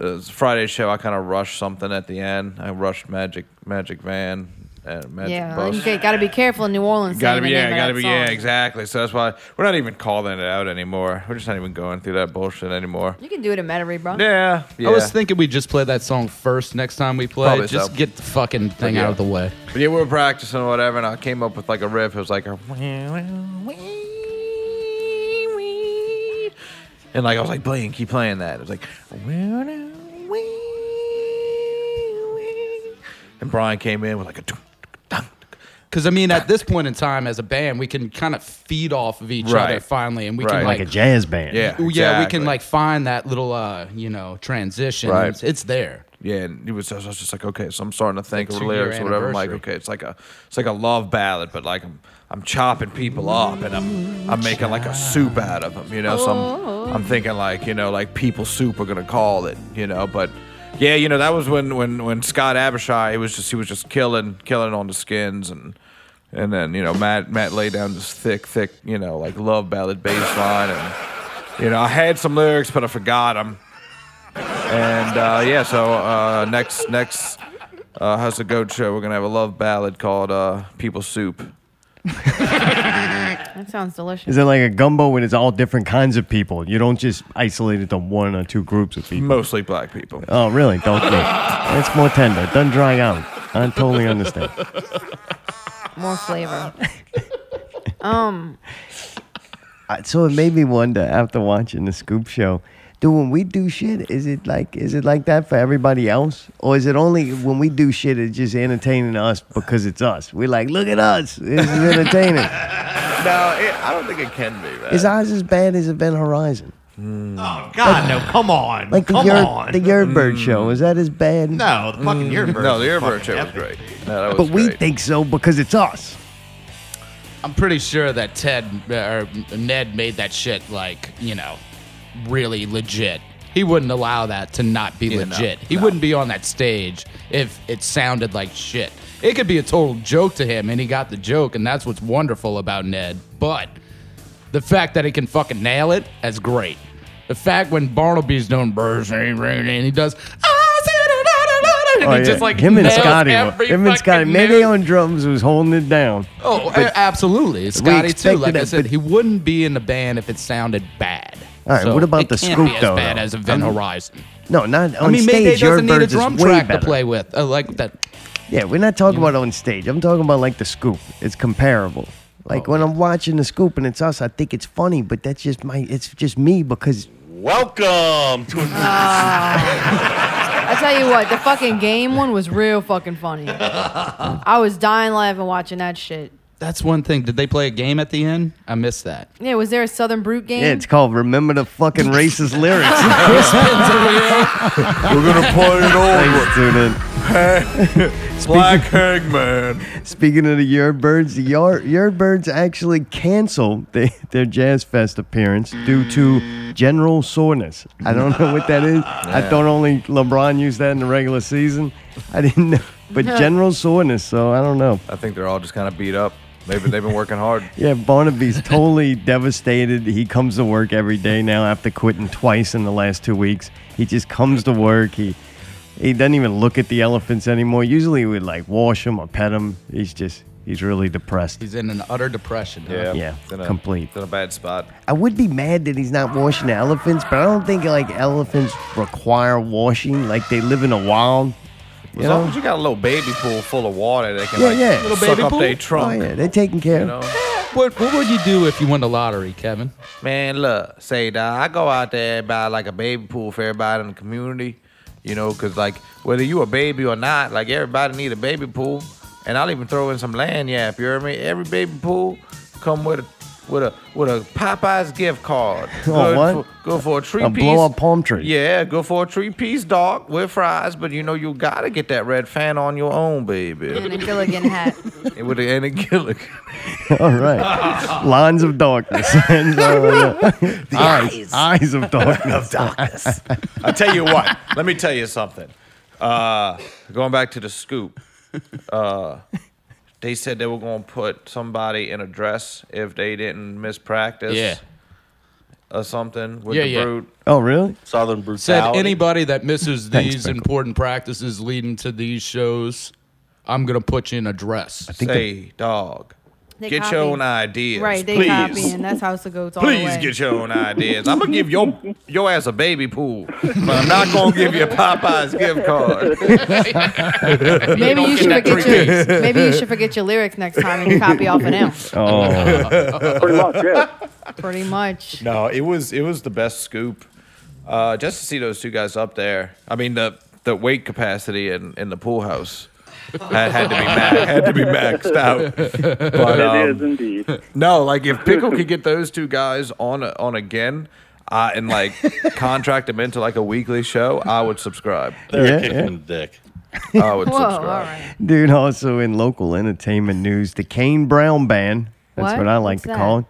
S8: uh, Friday's show, I kind of rushed something at the end. I rushed Magic Magic Van and Magic
S2: yeah,
S8: Bus.
S2: you got to be careful in New Orleans.
S8: Gotta
S2: saying
S8: be,
S2: the
S8: yeah,
S2: name of
S8: gotta
S2: that
S8: be,
S2: song.
S8: yeah, exactly. So that's why we're not even calling it out anymore. We're just not even going through that bullshit anymore.
S2: You can do it in Metairie, bro.
S8: Yeah.
S9: I was thinking we just play that song first next time we play.
S8: Probably
S9: just
S8: so.
S9: get the fucking thing
S8: Yeah.
S9: out of the way.
S8: But yeah, we were practicing or whatever, and I came up with like a riff. It was like, a, and like I was like, Blaine, keep playing that. It was like, and Brian came in with like a.
S9: Because I mean, at this point in time, as a band, we can kind of feed off of each other
S8: Right.
S9: finally, and we
S8: Right.
S9: can like,
S8: Like a jazz band. Yeah,
S9: yeah, we
S8: exactly.
S9: can like find that little uh, you know transition.
S8: Right.
S9: It's, it's there.
S8: Yeah, and it was, I was just like, okay, so I'm starting to think
S9: Like
S8: of
S9: two-year
S8: lyrics or whatever. I'm like, okay,
S9: anniversary.
S8: it's like a, it's like a love ballad, but like I'm, I'm chopping people up and I'm, I'm making like a soup out of them, you know. So
S9: Oh.
S8: I'm, I'm thinking like, you know, like people soup are gonna call it, you know. But yeah, you know, that was when, when, when Scott Abishai, it was just, he was just killing, killing on the skins and. And then you know Matt Matt laid down this thick thick you know like love ballad bass line and you know I had some lyrics but I forgot them and uh, yeah, so uh, next next uh, House of Goat show, we're gonna have a love ballad called uh, "People Soup."
S2: That sounds delicious.
S1: Is it like a gumbo when it's all different kinds of people? You don't just isolate it to one or two groups of people.
S8: Mostly black people.
S1: Oh, really? Don't you? It's more tender. It doesn't dry out. I totally understand.
S2: More flavor. um,
S1: I- So it made me wonder after watching the Scoop Show. Do when we do shit, is it like is it like that for everybody else, or is it only when we do shit it's just entertaining to us because it's us? We're like, look at us, this is entertaining.
S8: No, it, I don't think it can be. Man.
S1: Is ours as bad as Event Horizon?
S3: Oh God, no! Come on,
S1: Like the
S3: come
S1: Yard,
S3: on. Mm.
S1: the Yardbird show, is that as bad? Mm.
S3: No, the fucking Yardbird.
S8: No, the
S3: was
S8: Yardbird
S3: fucking
S8: show was
S3: epic.
S8: great. No, that was
S1: But we think so because it's us.
S9: I'm pretty sure that Ted uh, or Ned made that shit like you know really legit. He wouldn't allow that to not be
S8: Yeah, no,
S9: legit. he
S8: no.
S9: wouldn't be on that stage if it sounded like shit. It could be a total joke to him, and he got the joke, and that's what's wonderful about Ned. But the fact that he can fucking nail it, that's great. The fact when Barnaby's doing birds and he does, "Ah, and he just like
S1: Oh, him and
S9: nails
S1: Scotty, were-
S9: every
S1: him and
S9: fucking
S1: Scotty, maybe on drums was holding it down.
S9: Oh,
S1: But-
S9: a- absolutely. Scotty too.
S1: expected
S9: Like I
S1: it,
S9: said, he wouldn't be in the band if it sounded bad.
S1: All right,
S9: So
S1: what about
S9: it
S1: the
S9: can't
S1: scoop
S9: be as
S1: though?
S9: bad
S1: though?
S9: as Event
S1: I'm-
S9: Horizon.
S1: No, not on
S9: I mean,
S1: stage.
S9: maybe it doesn't need a
S1: Yardbirds is
S9: drum
S1: way
S9: track to
S1: better.
S9: play with. Uh, like that.
S1: Yeah, we're not talking about on stage. I'm talking about like the scoop. It's comparable.
S9: Oh.
S1: Like when I'm watching the scoop and it's us, I think it's funny, but that's just my. It's just me because
S6: Welcome to
S2: I tell you what, the fucking game one was real fucking funny. I was dying laughing watching that shit.
S9: That's one thing. Did they play a game at the end? I missed that.
S2: Yeah, was there a Southern Brute game?
S1: yeah, it's called "Remember the Fucking Racist Lyrics."
S2: We're gonna
S1: put
S2: put it
S1: Thanks, dude.
S12: Black Hangman.
S1: Speaking of the Yardbirds, the Yard, Yardbirds actually canceled the, their Jazz Fest appearance due to general soreness. I don't know what that is. I
S12: Yeah.
S1: thought only LeBron used that in the regular season. I didn't know. But general soreness, so I don't know.
S8: I think they're all just kind of beat up. Maybe they've been working hard.
S1: Yeah, Barnaby's totally devastated. He comes to work every day now after quitting twice in the last two weeks. He just comes to work. He he doesn't even look at the elephants anymore. Usually we like wash him or pet him. He's just he's really depressed.
S9: He's in an utter depression. huh?
S1: Yeah,
S8: It's in a-
S1: complete.
S8: it's in a bad spot.
S1: I would be mad that he's not washing the elephants, but I don't think like elephants require washing. Like they live in the wild. You
S8: As
S1: know?
S8: long as you got a little baby pool full of water, they can
S1: yeah,
S8: like
S1: yeah.
S8: suck up their trunk.
S1: Oh, yeah, they're taken care
S8: You
S1: of.
S8: know?
S9: What What would you do if you won the lottery, Kevin?
S8: Man, look, say that I go out there and buy like a baby pool for everybody in the community, you know, because like whether you a baby or not, like everybody need a baby pool, and I'll even throw in some land yap. You hear me? Every baby pool come with a with a with a Popeyes gift card.
S1: Oh,
S8: Good
S1: what?
S8: For, good for a tree
S1: A
S8: piece.
S1: blow-up palm tree.
S8: Yeah, good for a tree piece, dog, with fries. But you know you gotta get that red fan on your own, baby.
S2: And a Gilligan hat.
S8: And with the and a Gilligan.
S1: All right. Lines of darkness. uh, the eyes. Eyes of darkness.
S8: Of darkness. I tell you what, let me tell you something. Uh, going back to the scoop, uh, they said they were going to put somebody in a dress if they didn't miss practice.
S9: Yeah.
S8: or something with
S9: Yeah,
S8: the
S9: yeah.
S8: brute.
S1: Oh, really?
S20: Southern
S9: Said
S8: brutality.
S9: anybody that misses
S1: Thanks,
S9: these important practices leading to these shows, I'm gonna put you in a dress. I
S8: think Say, dog,
S2: They
S8: get
S2: copy.
S8: your own ideas,
S2: Right, they
S8: please.
S2: copy, and that's how it goes all the
S8: Please
S2: way.
S8: get your own ideas. I'm gonna give your your ass a baby pool, but I'm not gonna give you a Popeyes gift card.
S2: Maybe you should
S8: Don't get
S2: forget
S8: that
S2: your maybe you should forget your lyrics next time and copy off of them.
S8: Oh.
S7: Pretty much, yeah.
S2: Pretty much.
S8: No, it was it was the best scoop. Uh, just to see those two guys up there. I mean the the weight capacity in, in the pool house had, had to be max, had to be maxed out. But,
S7: it is
S8: um,
S7: indeed.
S8: No, like if Pickle could get those two guys on on again. Uh, and like contract them into like a weekly show, I would subscribe.
S1: They're Yeah, kicking yeah.
S6: dick.
S8: I would
S2: Whoa, all
S8: subscribe.
S2: right.
S1: Dude, also in local entertainment news, the Kane Brown Band. That's what,
S2: What?
S1: I like
S2: What's
S1: to
S2: that?
S1: call it.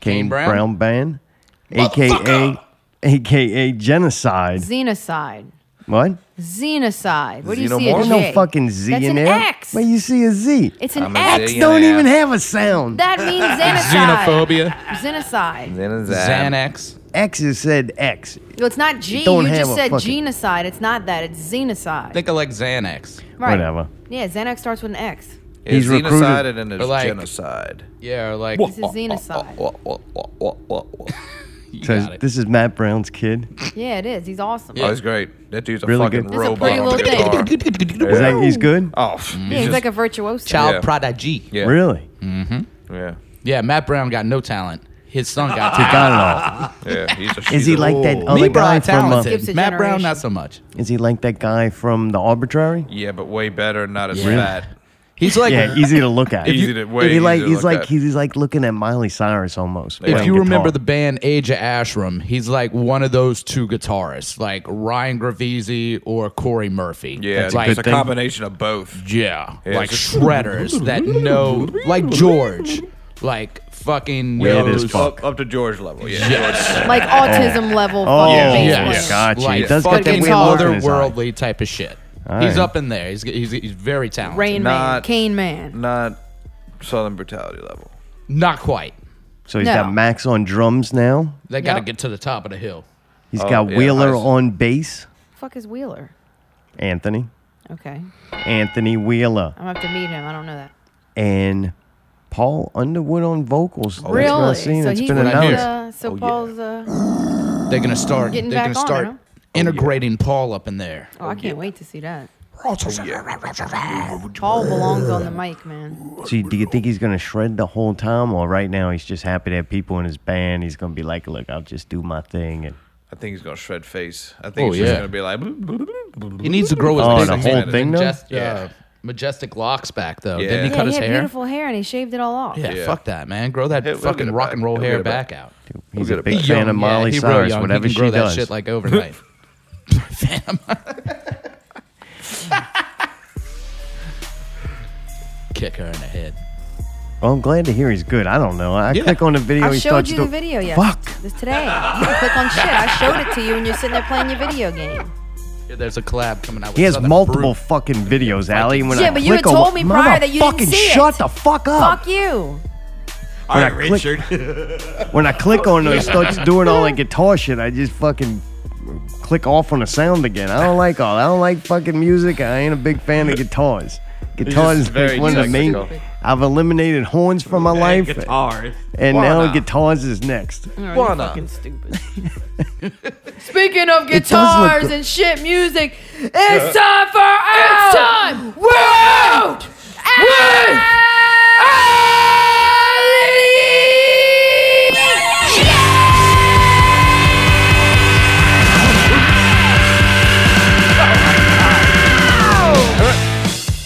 S1: Kane,
S2: Kane
S1: Brown?
S2: Brown?
S1: Band, aka aka genocide.
S2: Xenocide.
S1: what?
S2: Xenocide. What do you see? A
S1: There's
S2: J?
S1: no fucking Z
S2: That's
S1: in
S2: an
S1: there.
S2: X.
S1: But you see a Z.
S2: It's an
S1: X.
S2: I'm a X.
S1: don't
S2: zillionaire.
S1: even have a sound.
S2: That means xenocide. Xenocide.
S1: Xanax. X is said X.
S2: Well, it's not G.
S1: You don't
S2: You
S1: have a
S2: just said
S1: fucking-
S2: genocide. It's not that. It's xenocide.
S9: think I like Xanax.
S2: Right.
S1: Whatever.
S2: Yeah, Xanax starts with an X.
S8: It's
S1: He's recruited-
S8: xenocide and
S9: Or
S8: it's
S9: like-
S8: genocide.
S9: Yeah, or like
S2: This is xenocide.
S1: Says, this is Matt Brown's kid.
S2: Yeah, it is. He's awesome.
S8: Oh, he's great. That dude's a
S1: Really
S8: fucking
S1: good.
S2: He's a
S8: robot.
S2: pretty
S8: on
S2: little
S8: the guitar.
S1: Is that, he's good?
S8: Oh,
S2: Yeah, he's like a virtuoso.
S9: prodigy.
S8: Yeah.
S1: Really?
S9: Mm-hmm.
S8: Yeah.
S9: Yeah, Matt Brown got no talent. His son got
S1: He
S9: talent.
S1: got
S8: Yeah, he's a
S1: Is he like that other
S9: Me,
S1: guy
S9: Brian,
S1: from uh,
S9: talented. Matt Brown, not so much.
S1: Is he like that guy from The Arbitrary?
S8: Yeah, but way better, not as
S1: Really?
S8: fat.
S9: He's
S1: yeah, easy to look at.
S8: Easy to- way
S1: He like
S8: easy to
S1: he's
S8: look
S1: like
S8: at.
S1: he's, he's like looking at Miley Cyrus almost.
S9: If
S1: playing
S9: you
S1: guitar.
S9: remember the band Age of Ashram, he's like one of those two guitarists, like Ryan Gravisi or Corey Murphy.
S8: Yeah,
S9: like
S8: it's a combination of both.
S9: Yeah,
S8: Yeah,
S9: like
S8: it's-
S9: shredders that know, like George, like fucking
S8: Weird
S9: knows.
S8: as fuck. Up, up to George level, yeah.
S9: Yes.
S1: Oh.
S2: Like autism level. fucking bass player.
S9: Like
S1: He does get that
S9: fucking
S1: weird look in his eye.
S9: otherworldly type of shit.
S1: All
S9: he's
S1: right.
S9: up in there. He's he's, he's very talented.
S2: Rain Man,
S8: Not-
S2: Cane Man.
S8: Not Southern brutality level.
S9: Not quite.
S1: So he's
S9: No.
S1: got Max on drums now.
S9: They got to get to the top of the hill.
S1: He's
S9: Oh,
S1: got
S9: yeah,
S1: Wheeler
S9: I s-
S1: on bass.
S2: Fuck is Wheeler?
S1: Anthony.
S2: Okay,
S1: Anthony Wheeler.
S2: I'm gonna have to meet him. I don't know that.
S1: And Paul Underwood on vocals. Oh, That's what I've
S2: really?
S1: seen.
S2: so
S1: It's
S2: he's
S1: been
S2: gonna,
S1: announced.
S2: uh, so Paul's. Uh,
S9: They're gonna start.
S2: Getting
S9: they're
S2: back
S9: gonna
S2: on it,
S9: start
S2: huh?
S9: integrating Paul up in there.
S2: oh, I can't wait to see that. Paul belongs on the mic, man.
S1: So you- do you think he's gonna shred the whole time, or right now he's just happy to have people in his band? He's gonna be like, "Look, I'll just do my thing." And
S8: I think he's gonna shred face. I think
S1: Oh,
S8: he's just
S1: yeah.
S8: gonna be like.
S9: He needs to grow his
S1: Oh,
S9: big
S1: the
S9: man-
S1: whole thing, though?
S9: majestic, uh, majestic locks back though.
S8: Yeah.
S9: Didn't he
S2: yeah,
S9: cut
S2: he
S9: his
S2: had
S9: hair?
S2: beautiful hair and he shaved it all off.
S9: Yeah, fuck that, man. Grow that
S8: He'll- he'll
S9: fucking
S8: get it
S9: rock
S8: back.
S9: and roll
S8: He'll
S9: hair
S8: get it
S9: back,
S8: back.
S9: out.
S1: he's
S8: get
S1: a
S8: it
S1: big
S8: back.
S1: fan
S8: Young, yeah,
S1: of Molly
S9: he real
S1: Cyrus,
S9: young. He
S1: whatever
S9: can
S1: she
S9: grow that
S1: does.
S9: shit like overnight. fan of Kick her in the head.
S1: Well, I'm glad to hear he's good. I don't know. I click on the video.
S2: I
S1: he
S2: showed
S1: starts
S2: you the
S1: to-
S2: video yes.
S1: Fuck.
S2: This today. You can click on shit. I showed it to you and you're sitting there playing your video game.
S9: Yeah, there's a collab coming out. With
S1: He has
S9: Southern
S1: multiple fucking videos, Allie. and When
S2: yeah,
S1: I
S2: but you had
S1: click on
S2: told
S1: one-
S2: me prior that you didn't
S1: Motherfucking
S2: see
S1: shut
S2: it.
S1: the fuck up.
S2: Fuck you.
S1: When I click- When I click on it, he starts doing all that guitar shit. I just fucking click off on the sound again. I don't like all. I don't like fucking music. I ain't a big fan of guitars. Guitars is
S16: just very
S1: like one of the main.
S16: technical.
S1: I've eliminated horns from my life,
S16: guitars.
S1: and
S16: Why
S1: now
S16: not?
S1: guitars is next.
S2: Alright,
S16: Why
S2: you're
S16: not?
S2: fucking stupid. Speaking of
S1: It does look
S2: guitars
S1: good.
S2: and shit music,
S16: Yeah.
S2: it's time for out.
S16: It's time
S2: We're out.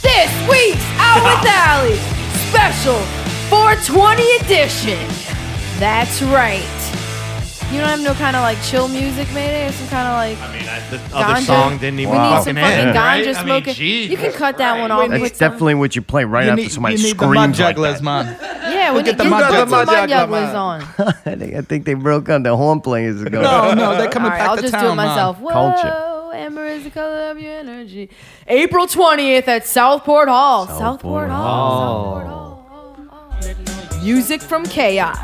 S2: This week's Out with Alley special 420 edition. That's right. You don't have no kind of like chill music, maybe? Some kind of like. I mean,
S3: The other song didn't even
S2: we need
S3: fucking
S2: some fucking
S3: end,
S2: ganja
S3: right? I mean,
S2: smoking.
S3: Jesus
S2: you can cut that one off.
S1: That's
S2: with some-
S1: definitely what you play right
S9: You
S1: after
S9: need-
S1: somebody
S9: you need the
S1: screams
S9: mud
S1: like
S9: jugglers,
S1: that.
S9: man.
S2: Yeah, when
S9: Look
S2: you,
S9: at the
S2: you
S9: mud
S2: got the
S9: jugglers.
S2: mud
S9: Jugglers.
S2: jugglers on.
S1: I think- I think they broke on the horn players ago.
S9: No, no, they're coming
S2: All right,
S9: back
S2: I'll
S9: to
S2: just do it
S9: town, Mom.
S2: myself. Whoa,
S1: Culture.
S2: Oh, amber is the color of your energy. April 20th at Southport Hall. Southport,
S1: Oh.
S2: Hall. Southport Hall. Music from Chaos.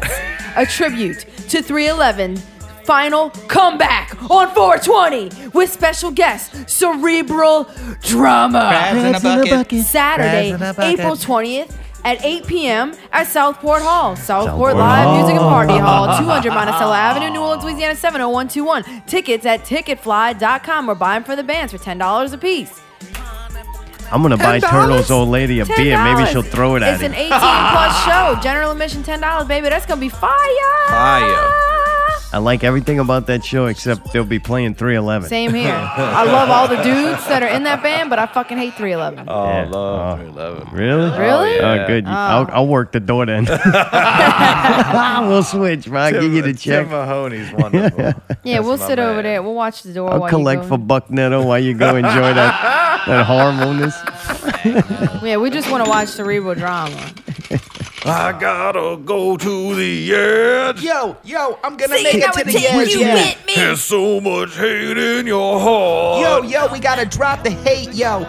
S2: a tribute to 311 final comeback on 420 with special guest Cerebral Drama.
S16: Crabs in a Crabs in a bucket. bucket.
S2: Saturday,
S16: Crabs in a bucket.
S2: April 20th at 8 p.m. at Southport Hall, Southport,
S16: Southport
S2: Live
S16: Hall.
S2: Music and Party Hall, 200 Monticello Avenue, New Orleans, Louisiana 70121. Tickets at ticketfly.com. We're buying for the bands for $10 a piece.
S1: I'm gonna buy
S2: $10?
S1: Turtle's old lady a beer. Maybe
S2: $10.
S1: she'll throw it at
S2: It's
S1: him.
S2: an 18 plus show. General admission $10, baby. That's going to be fire.
S1: I like everything about that show except they'll be playing 311.
S2: Same here. I love all the dudes that are in that band, but I fucking hate 311.
S1: Oh, love, Really?
S2: Really?
S1: Oh,
S2: yeah.
S1: good.
S2: Oh.
S1: I'll, I'll work the door then. we'll switch, man. I'll give you the check.
S3: Tim Mahoney's wonderful.
S2: Yeah, we'll sit over there. We'll watch the door.
S1: I'll
S2: while
S1: collect
S2: you
S1: for Bucknetto while you go enjoy that that hormones.
S2: go. Yeah, we just want to watch cerebral drama.
S10: I gotta go to the edge.
S16: Yo, yo, I'm gonna
S10: See,
S16: make
S10: now
S16: it to
S10: it
S16: the
S10: takes
S16: edge.
S10: you
S16: Yeah.
S10: with me. There's so much hate in your heart.
S16: Yo, yo, we gotta drop the hate, yo.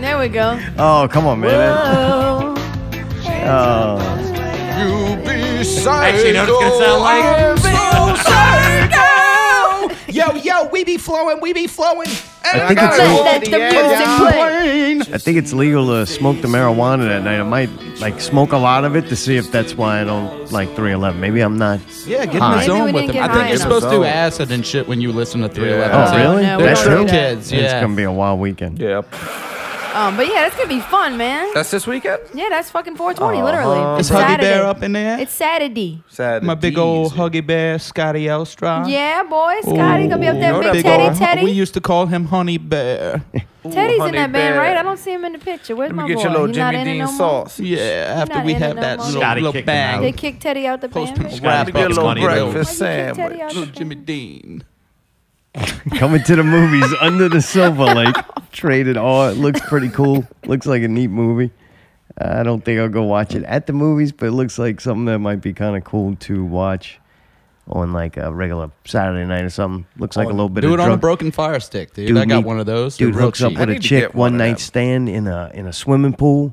S2: there we go.
S1: Oh, come on, man.
S2: Oh.
S1: Oh.
S16: You be sad.
S1: Actually, you know what it's gonna sound like?
S16: like? Yo, yo, we be flowing, we be flowing. And
S1: I think
S16: gotta
S1: it's
S16: go
S1: all-
S16: to
S1: Let
S16: the
S1: the
S16: edge.
S1: music
S16: Yeah.
S1: I think it's legal to smoke the marijuana that night. I might like smoke a lot of it to see if that's why I don't like 311. Maybe I'm not.
S9: Yeah, get in
S1: high.
S9: the zone with them. I think you're supposed to do acid and shit when you listen to 311.
S1: Oh, really?
S9: They're
S1: That's
S9: true
S1: true.
S9: kids.
S1: It's
S9: Yeah.
S1: gonna be a wild weekend.
S8: Yep.
S2: Um, but yeah, that's gonna be fun, man.
S8: That's this weekend?
S2: Yeah, that's fucking 420,
S8: Uh-huh,
S2: literally.
S8: Is Huggy Bear
S2: up in there? It's Saturday.
S8: Sad.
S18: My big old huggy bear, Scotty Elstrop.
S2: Yeah, boy, Scotty gonna be up there, big
S18: Big
S2: Teddy.
S18: old-
S2: Teddy,
S18: We used to call him Honey Bear.
S2: Teddy's in that band, right? I don't see him in the picture. Where's my boy? He's not in it no more.
S18: Yeah, after
S2: not
S18: we
S2: in it
S18: have
S2: no
S18: that
S2: more.
S18: little,
S2: Scotty
S18: little
S2: kicked him
S18: bang.
S2: They kicked Teddy out the band.
S18: Wrap
S8: Get a
S18: up
S8: little
S18: money,
S8: breakfast
S18: though.
S8: sandwich.
S18: Little Jimmy Dean.
S1: Coming to the movies under the silver lake. Traded all. It looks pretty cool. Looks like a neat movie. I don't think I'll go watch it at the movies, but it looks like something that might be kind of cool to watch on like a regular Saturday night or something. Looks like a little bit
S9: Do it
S1: of
S9: Oh, on a
S1: drunk-
S9: broken fire stick, dude. I got
S1: meet-
S9: one of those.
S1: Dude
S9: They're real
S1: hooks up
S9: cheap.
S1: with a chick one night stand in a in a swimming pool.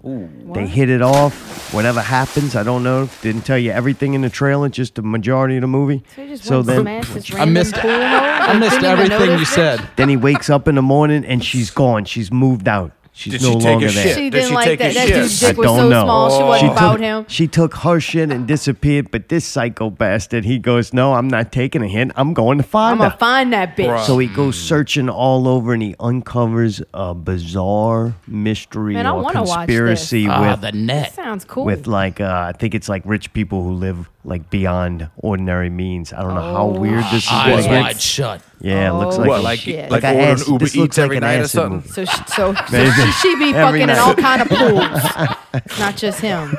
S1: They hit it off. Whatever happens, I don't know. Didn't tell you everything in the trailer, just the majority of the movie.
S2: So you just went smash this random pool hole?
S9: I
S2: Like,
S9: missed
S2: didn't even
S9: everything
S2: notice
S9: you
S2: it?
S9: said.
S1: Then he wakes up in the morning and she's gone. She's moved out. She's
S9: Did
S1: no
S9: she take a
S1: longer there.
S9: shit?
S2: She
S9: Did
S2: didn't
S9: she
S2: like
S9: take
S2: that.
S9: a
S2: That
S9: shit?
S2: dude's
S1: I
S2: dick was
S1: don't
S2: so
S1: know.
S2: small. She
S1: She
S2: wasn't
S1: took-
S2: about him.
S1: She took her shit and disappeared, but this psycho bastard, he goes, No, I'm not taking a hit. I'm going to
S2: I'm
S1: find
S2: gonna
S1: her.
S2: find that bitch.
S1: So he goes
S2: Mm.
S1: searching all over and he uncovers a bizarre mystery
S2: Man, I
S1: or
S2: wanna watch
S1: conspiracy
S2: this.
S1: with
S2: Ah, the net. That sounds cool.
S1: With like, uh, I think it's like rich people who live like beyond ordinary means. I don't know how
S2: Oh,
S1: weird this is.
S9: Eyes
S1: gonna get.
S9: wide shut.
S1: Yeah, it looks like
S9: What,
S1: a-
S9: like-
S1: shit.
S9: like
S1: an
S9: ordering
S1: acid-
S9: Uber
S1: this looks
S9: Eats every
S1: like an
S9: night or
S1: acid
S9: something?
S1: movie.
S2: So she, so, so
S1: Maybe.
S2: she, she be
S1: Every
S2: fucking in
S1: night.
S2: all kind of pools, not just him.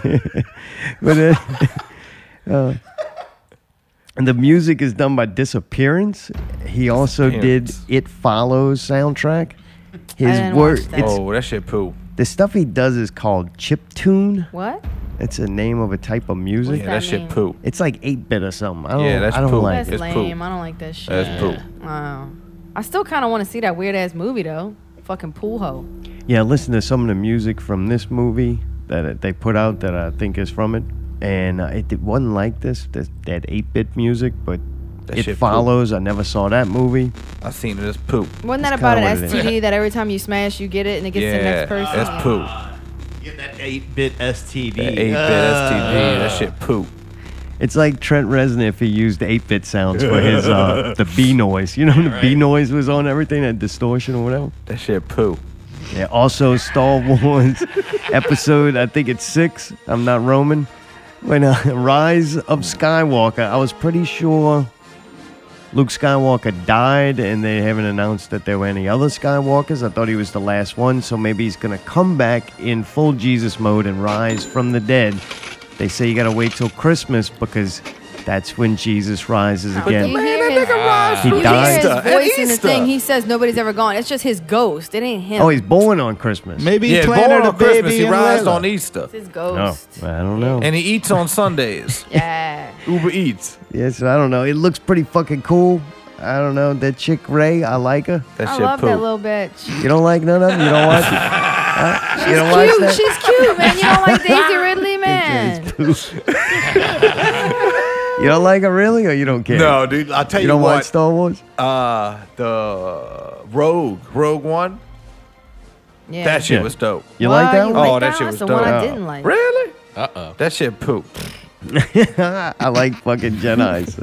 S1: but uh, uh, and the music is done by Disappearance. He also did It Follows soundtrack. His work, it's
S8: Oh, that shit poo.
S1: the stuff he does is called chip tune.
S2: What?
S1: It's a name of a type of music.
S2: What's Yeah, that that shit mean?
S1: poo. It's like eight bit or something. I don't,
S8: Yeah, that's
S1: I don't
S8: poo.
S1: like
S2: That's
S1: it.
S2: lame. I don't like that shit.
S1: That's poo.
S2: Wow. I still kind of want to see that weird ass movie though. Fucking pool hoe.
S1: Yeah, listen to some of the music from this movie that it- they put out that I think is from it, and uh, it, it wasn't like this that that eight bit music, but
S8: That
S1: it
S8: shit cool.
S1: follows. I never saw that movie.
S8: I seen it as poop.
S2: Wasn't that
S1: It's
S2: about
S1: kinda
S2: an
S1: what it is.
S2: STD that every time you smash you get it and it gets to the next person?
S8: that's poo.
S3: Get that 8 bit STD.
S8: That 8-bit STD,
S3: Uh,
S8: that shit poo.
S1: It's like Trent Reznor if he used eight bit sounds for his uh, the B noise. You know, when the B noise was on everything that distortion or whatever.
S8: That shit poo.
S1: Yeah, also Star Wars episode, I think it's six. I'm not Roman. When uh, Rise of Skywalker, I was pretty sure Luke Skywalker died, and they haven't announced that there were any other Skywalkers. I thought he was the last one, so maybe he's gonna come back in full Jesus mode and rise from the dead. They say you gotta wait till Christmas because that's when Jesus rises
S2: But
S1: again.
S2: you hear his-
S1: He
S2: you
S1: died.
S2: hear Ah. his voice in the
S1: Easter.
S2: thing. He says nobody's ever gone. It's just his ghost. It ain't him.
S1: Oh, he's born on Christmas.
S8: Maybe he Yeah, planted born a on Christmas, baby he in rised Layla. on Easter.
S2: his ghost.
S1: Oh, I don't know.
S8: And he eats on Sundays.
S2: yeah.
S8: Uber Eats.
S1: Yeah, so I don't know. It looks pretty fucking cool. I don't know. That chick Ray, I like her.
S8: That
S2: I love that little bitch.
S1: You don't like none of them? You don't watch it? Huh?
S2: She's cute. She's cute, man. You don't like Daisy Ridley, man.
S1: She's poo. you You don't like it really, or you don't care?
S12: No, dude. I'll tell you,
S1: don't
S12: what.
S1: watch Star Wars?
S12: Uh, the Rogue, Rogue One.
S2: Yeah.
S12: That shit was dope.
S1: You like that one?
S12: Oh, that shit was dope. Really?
S9: Uh oh.
S12: That shit poop.
S1: I like fucking Jedi's.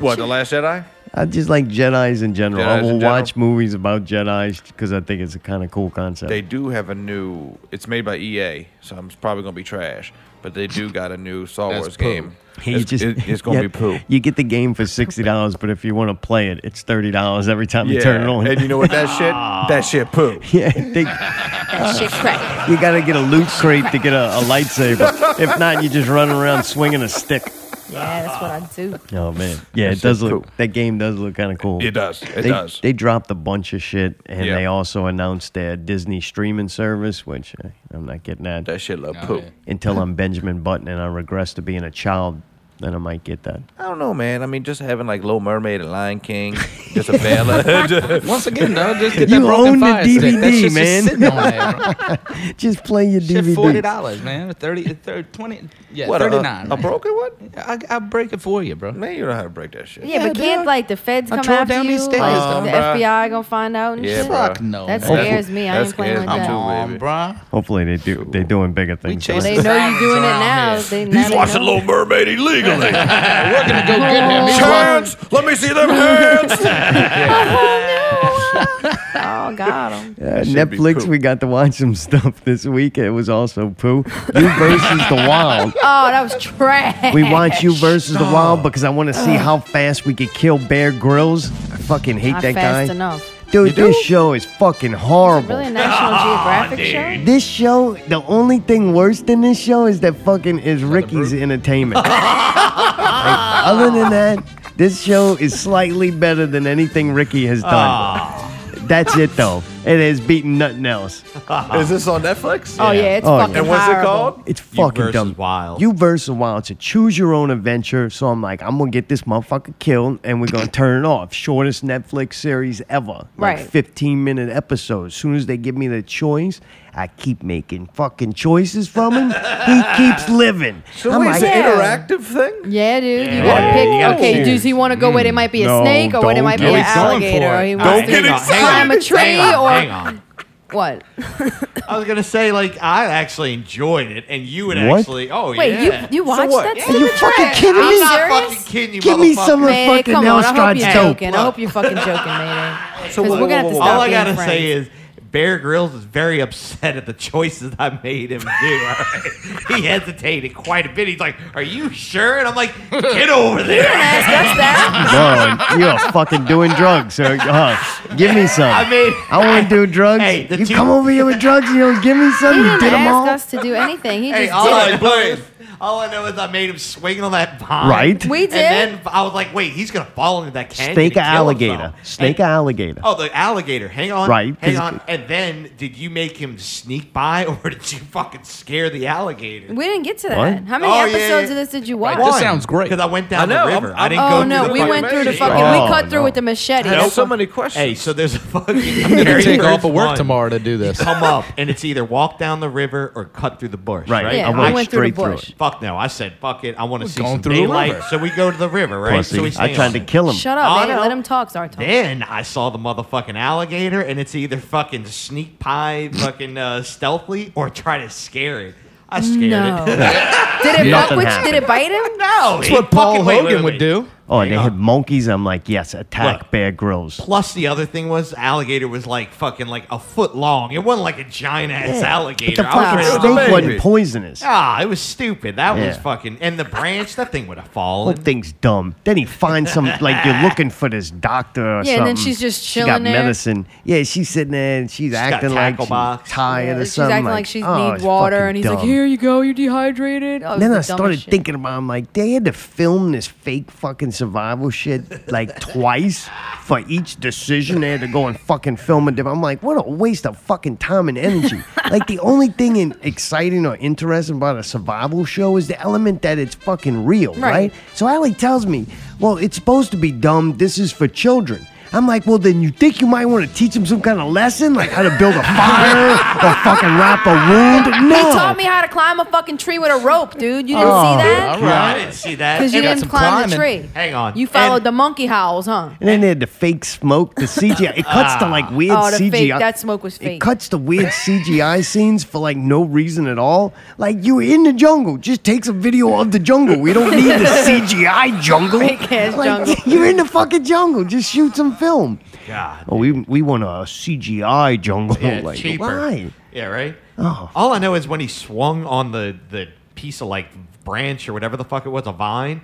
S12: What, The Last Jedi?
S1: I just like Jedi's in general.
S12: Jedis
S1: I
S12: in
S1: will
S12: general?
S1: watch movies about Jedi's because I think it's a kind of cool concept.
S12: They do have a new. It's made by EA, so I'm probably gonna be trash. But they do got a new Star
S1: That's
S12: Wars
S1: poo.
S12: game.
S1: Hey,
S12: it's, it- it's gonna
S1: yeah,
S12: be poop.
S1: You get the game for sixty dollars, but if you want to play it, it's thirty dollars every time you turn it on.
S12: And you know what? That shit. That shit poop.
S1: Yeah, they,
S2: That shit crack.
S1: you gotta get a loot crate to get a, a lightsaber. if not, you just run around swinging a stick.
S2: Yeah, that's what I do.
S1: Oh man, yeah,
S12: That's
S1: it does
S12: so
S1: look. That game does look kind of cool.
S12: It does. It
S1: they,
S12: does.
S1: They dropped a bunch of shit, and
S12: Yeah.
S1: they also announced their Disney streaming service, which uh, I'm not getting that.
S12: That shit look poop.
S1: Until I'm Benjamin Button and I regress to being a child, then I might get that.
S12: I don't know, man. I mean, just having like Little Mermaid and Lion King, just a Bella.
S9: Once again, though, just get
S1: you
S9: that broken
S1: own the
S9: fire stick. That
S1: DVD,
S9: shit's
S1: man.
S9: Just sitting on there.
S1: Just play your
S9: Shit,
S1: DVD.
S9: forty dollars, man. 30, 30, 20, yeah,
S1: What, a-
S9: thirty nine.
S1: a
S12: broken one?
S9: I I break it for you, bro.
S12: Man, you know how to break that shit.
S2: Yeah, but can't like the feds
S9: I
S2: come
S9: tore
S2: after
S9: down
S2: you?
S9: these stairs,
S2: like, the
S9: bruh.
S2: FBI gonna find out and
S12: Yeah,
S2: shit.
S12: bruh. Fuck
S9: no,
S2: That
S12: man.
S2: scares me. I
S12: That
S2: ain't playing
S12: scares
S2: with
S12: me
S2: that.
S12: too,
S9: on, bro.
S1: Hopefully they do. They're doing bigger things.
S2: Well,
S1: than
S2: they
S1: that.
S2: know you're doing it now. They, now
S10: He's
S2: they
S10: watching
S2: know. Oh.
S10: Little Mermaid illegally.
S9: We're gonna go get him. He's
S10: Hands! Let me see them hands!
S2: Oh, God.
S1: Uh, Netflix, we got to watch some stuff this week. It was also poo. You versus the
S2: Oh,
S1: Wild.
S2: that was trash.
S1: We watch you versus the Wild because I want to see how fast we could kill Bear Grylls. I fucking hate
S2: Not
S1: that
S2: fast
S1: guy.
S2: enough.
S1: Dude, this show is fucking horrible.
S2: Really, a National
S12: Ah,
S2: Geographic show?
S1: This show, the only thing worse than this show is that fucking is Ricky's entertainment. Like, other than that, this show is slightly better than anything Ricky has done.
S12: Ah.
S1: That's it though. It has beaten nothing else.
S12: Is this on Netflix?
S2: Oh, yeah, it's fucking
S12: And what's it
S2: horrible.
S12: called?
S1: It's fucking dumb.
S3: Wild.
S1: You versus wild. It's a choose your own adventure. So I'm like, I'm gonna get this motherfucker killed, and we're gonna turn it off. Shortest Netflix series ever.
S2: Right.
S1: Like 15 minute episodes. As soon as they give me the choice, I keep making fucking choices from him. he keeps living.
S12: So
S1: I'm
S12: wait,
S1: like,
S12: is it interactive thing?
S2: Yeah, dude. You
S1: Yeah,
S2: gotta
S1: yeah,
S2: pick.
S1: you gotta
S2: okay,
S1: choose.
S2: does he want to go where it might be a
S1: No,
S2: snake or where it might be
S1: don't
S2: an
S1: do it.
S2: alligator? Or he
S1: Don't
S2: wants
S1: get
S2: to
S1: excited.
S2: climb a tree
S3: Hang on,
S2: or
S3: hang on.
S2: what?
S3: I was gonna say like I actually enjoyed it, and you would
S1: What?
S3: actually. Oh
S2: Wait,
S3: yeah.
S2: you- you So watched what? that
S1: Are you
S2: stupid
S1: fucking
S2: trash?
S1: kidding
S2: I'm
S1: me?
S2: not
S1: Serious?
S3: fucking kidding you,
S1: Give me some of
S2: Mayday,
S1: fucking
S2: come on. I hope
S1: Elstrod's
S2: you're
S1: dope.
S2: joking. I hope you're fucking joking, Mayday. So
S3: So
S2: we're gonna have to stop
S3: all I
S2: being
S3: gotta
S2: friends.
S3: say is Bear Grylls is very upset at the choices I made him do. alright? he hesitated quite a bit. He's like, "Are you sure?" And I'm like, "Get over there."
S1: Whoa, you are fucking doing drugs, sir. Uh, give me some.
S3: I mean-
S1: I want to do drugs. you come over here with drugs, you don't give me some.
S2: He
S1: You
S2: didn't
S1: did them all.
S2: ask us to do anything. He
S3: Hey,
S2: just
S3: all I,
S2: did.
S3: know
S2: it.
S3: is, all I know is I made him swing on that pond.
S1: Right. We
S2: did.
S3: And then I was like, "Wait, he's gonna fall into that canyon."
S1: Snake or
S3: and kill
S1: alligator.
S3: himself.
S1: Snake or alligator.
S3: Oh, the alligator. Hang on.
S1: Right,
S3: Hang
S1: 'cause-
S3: on. And then, did you make him sneak by, or did you fucking scare the alligator?
S2: We didn't get to that.
S3: What?
S2: How many
S3: Oh, yeah,
S2: episodes
S3: yeah.
S2: of this did you watch?
S3: great. Because I went down
S12: I know,
S3: the
S12: I'm-
S3: river. I didn't
S2: Oh
S3: go
S2: no,
S3: through
S2: we
S3: the
S2: went through the
S3: machete.
S2: fucking. we cut through with the machete. That's what-
S12: many questions.
S3: Hey, so there's a fucking.
S9: I'm gonna take off of work tomorrow
S3: to do this. Come up, and it's either walk down the river or cut through the bush. Right.
S1: Right, Yeah, I went I went through the straight through bush.
S3: Fuck no! I said fuck it. I want to see
S1: going
S3: some
S1: through the
S3: daylight.
S1: river.
S3: So we go to the river, right?
S1: Pussy.
S3: So we
S1: I
S3: stay
S1: tried
S3: on
S1: to
S3: it.
S1: kill him.
S2: Shut up,
S3: Oh,
S2: man.
S3: no.
S2: Let him talk, Zartan.
S3: Then I saw the motherfucking alligator, and it's either fucking sneak pie, fucking uh, stealthily, or try to scare it. I scared
S2: No.
S3: it.
S2: Did it fuck
S1: Nothing
S2: with?
S1: happened.
S2: Did it bite him?
S3: No.
S1: That's what Paul Hogan would
S3: do.
S1: Oh, and they had monkeys. I'm like, yes, attack Bear Grylls.
S3: Plus, the other thing was alligator was like fucking like a foot long. It wasn't like a giant ass
S1: Yeah.
S3: alligator.
S1: But
S3: I
S1: the
S3: was
S1: fucking
S3: ready to
S1: snake
S3: believe
S1: wasn't
S3: it.
S1: poisonous.
S3: Ah, it was stupid. That was
S1: Yeah.
S3: fucking. And the branch, that thing would have
S1: Whole
S3: fallen.
S1: thing's dumb. Then he finds some like you're looking for this doctor or something.
S2: Yeah, and then she's just
S1: She got
S2: chilling there.
S1: medicine. Yeah, she's sitting there and she's,
S3: got
S1: acting like
S3: tackle
S1: she's
S3: box.
S1: tired or
S2: She's
S1: something.
S2: acting like she
S1: oh,
S2: needs
S1: it's
S2: water,
S1: fucking
S2: and he's like,
S1: dumb.
S2: "Here you go, you're dehydrated." Oh, it was
S1: then
S2: the
S1: I
S2: dumbest
S1: started
S2: shit.
S1: thinking about, it, I'm like, they had to film this fake fucking survival shit like twice for each decision. They had to go and fucking film it. I'm like, what a waste of fucking time and energy. like the only thing in, exciting or interesting about a survival show is the element that it's fucking real,
S16: Right.
S1: right? So Ali tells me, well, it's supposed to be dumb. This is for children. I'm like, well, then you think you might want to teach them some kind of lesson, like how to build a fire or fucking wrap a wound? No.
S2: He taught me how to climb a fucking tree with a rope, dude. You didn't
S1: Oh,
S2: see that?
S1: all right.
S3: I didn't see that.
S2: Because you
S3: Hey, got
S2: didn't
S3: some
S2: climb the
S3: climbing.
S2: tree.
S3: Hang on.
S2: You followed the monkey howls, huh?
S1: And then they had the fake smoke, the CGI. It cuts
S3: Ah.
S1: to like weird
S2: oh, the
S1: CGI.
S2: fake. That smoke was fake.
S1: It cuts to weird CGI scenes for like no reason at all. Like you were in the jungle, just take some video of the jungle. We don't need the CGI jungle.
S2: Fake-ass
S1: Like,
S2: jungle.
S1: You're in the fucking jungle. Just shoot some film.
S3: God.
S1: Oh, we we want a CGI jungle.
S3: Yeah,
S1: like,
S3: cheaper.
S1: Why?
S3: Yeah, right.
S1: Oh.
S3: All I know is when he swung on the the piece of like branch or whatever the fuck it was, a vine.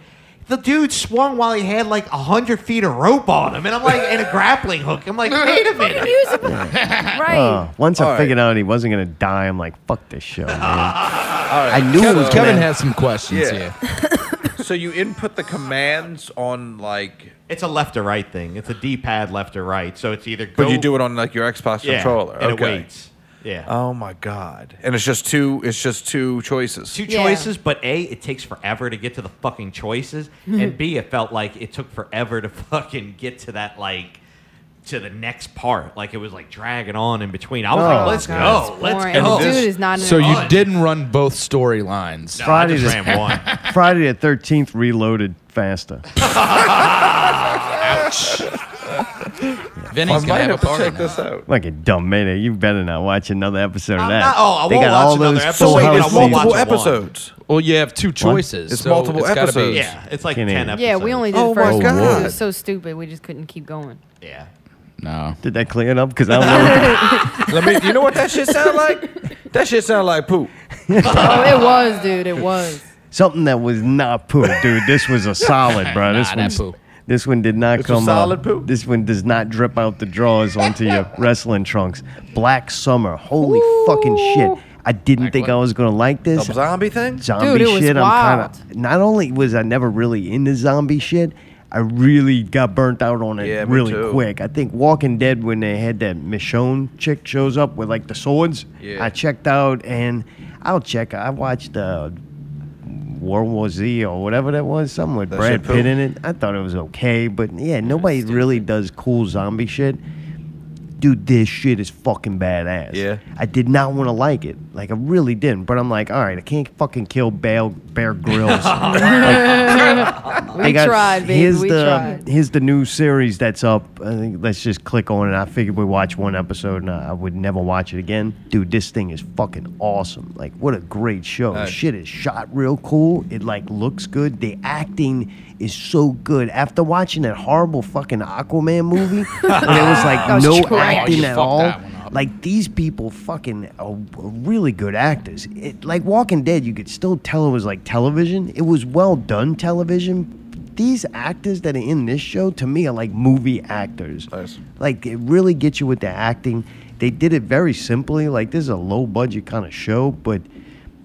S3: The dude swung while he had like a hundred feet of rope on him, and I'm like, and a grappling hook. I'm like, wait a minute.
S2: right.
S1: Oh, once I
S3: All right.
S1: figured out he wasn't gonna die, I'm like, fuck this show, man.
S8: right.
S1: I knew it
S8: Kevin-
S1: was
S8: Kevin
S1: gonna-
S8: has some
S9: questions
S8: so you input the commands on like,
S3: It's a left to right thing. It's a D-pad left to right, so it's either.
S8: but
S3: go-
S8: you do it on like your Xbox
S3: Yeah,
S8: controller.
S3: and it
S8: okay.
S3: waits. Yeah.
S8: Oh my god. And it's just two. It's just two choices.
S3: two choices, but A, it takes forever to get to the fucking choices, and B, it felt like it took forever to fucking get to that, like, to the next part. Like, it was like dragging on in between. I was like,
S9: Oh,
S3: let's
S9: God.
S3: go, let's
S2: boring.
S3: go.
S2: This dude is not in
S9: so
S2: it.
S9: you
S2: Fun.
S9: didn't run both storylines.
S1: Friday the- Friday the thirteenth reloaded faster.
S9: Ouch.
S12: Oh.
S8: I
S9: Vinny's
S8: might
S9: gonna have a
S8: have to
S9: party.
S8: check
S9: now.
S8: this out.
S1: Like a dumb minute. You better not watch another episode of that.
S8: not- oh, I
S1: they
S8: won't
S1: got
S8: watch
S1: all those
S8: another
S1: Full
S8: episode, but
S1: House
S8: I'll watch
S1: scenes.
S8: one. Episodes.
S9: Well, you have two choices.
S1: It's
S9: so
S1: multiple
S9: gotta be-
S8: episodes.
S3: Yeah, it's like
S1: Can't
S3: 10
S1: even-
S3: episodes.
S2: Yeah, we only did
S3: Oh
S2: the
S3: my
S2: first one because
S1: God.
S2: it was so stupid. We just couldn't keep going.
S3: Yeah.
S9: No.
S1: Did that clear it up? Because I don't know.
S8: Let me. You know what that shit sound like? That shit sound like poop.
S2: oh, it was, dude. It was.
S1: Something that was not poop, dude. This was a solid, bro.
S9: Nah,
S1: This
S9: that
S1: one's-
S9: poop.
S1: This one did not
S9: This was
S1: come
S9: solid
S1: out.
S9: poop?
S1: This one does not drip out the drawers onto your wrestling trunks. Black Summer. Holy fucking shit. I didn't think I was going to like this.
S8: The zombie thing.
S1: zombie
S8: Dude, it was
S1: shit. I'm
S8: wild.
S1: kind of. Not only was I never really into zombie shit, I really got burnt out on it
S8: Yeah, me
S1: really
S8: too.
S1: quick. I think Walking Dead when they had that Michonne chick shows up with like the swords.
S8: Yeah.
S1: I checked out and I'll check. I watched uh, World War Z or whatever that was, something with
S8: That
S1: Brad
S8: shit
S1: Pitt
S8: poop.
S1: in it. I thought it was okay, but yeah, nobody really does cool zombie shit dude, this shit is fucking badass. Yeah. I did not want to like it. Like, I really didn't. But I'm like, all right, I can't fucking kill Bear, Bear Grylls.
S2: we
S1: They got-
S2: tried, baby.
S1: Here's
S2: We
S1: the, um,
S2: tried.
S1: Here's the new series that's up. I think let's just click on it. I figured we watch one episode and I I would never watch it again. Dude, this thing is fucking awesome. Like, what a great show.
S8: Nice.
S1: Shit is shot real cool. It like looks good. The acting is so good. After watching that horrible fucking Aquaman movie, and it was like
S8: That was
S1: no
S8: trash. Oh,
S1: acting
S8: you
S1: at
S8: fucked
S1: all.
S8: that one
S1: Like these people fucking are really good actors. It, like Walking Dead, you could still tell it was like television. It was well done television. These actors that are in this show to me are like movie actors. Like it really gets you with the acting. They did it very simply. Like this is a low budget kind of show, but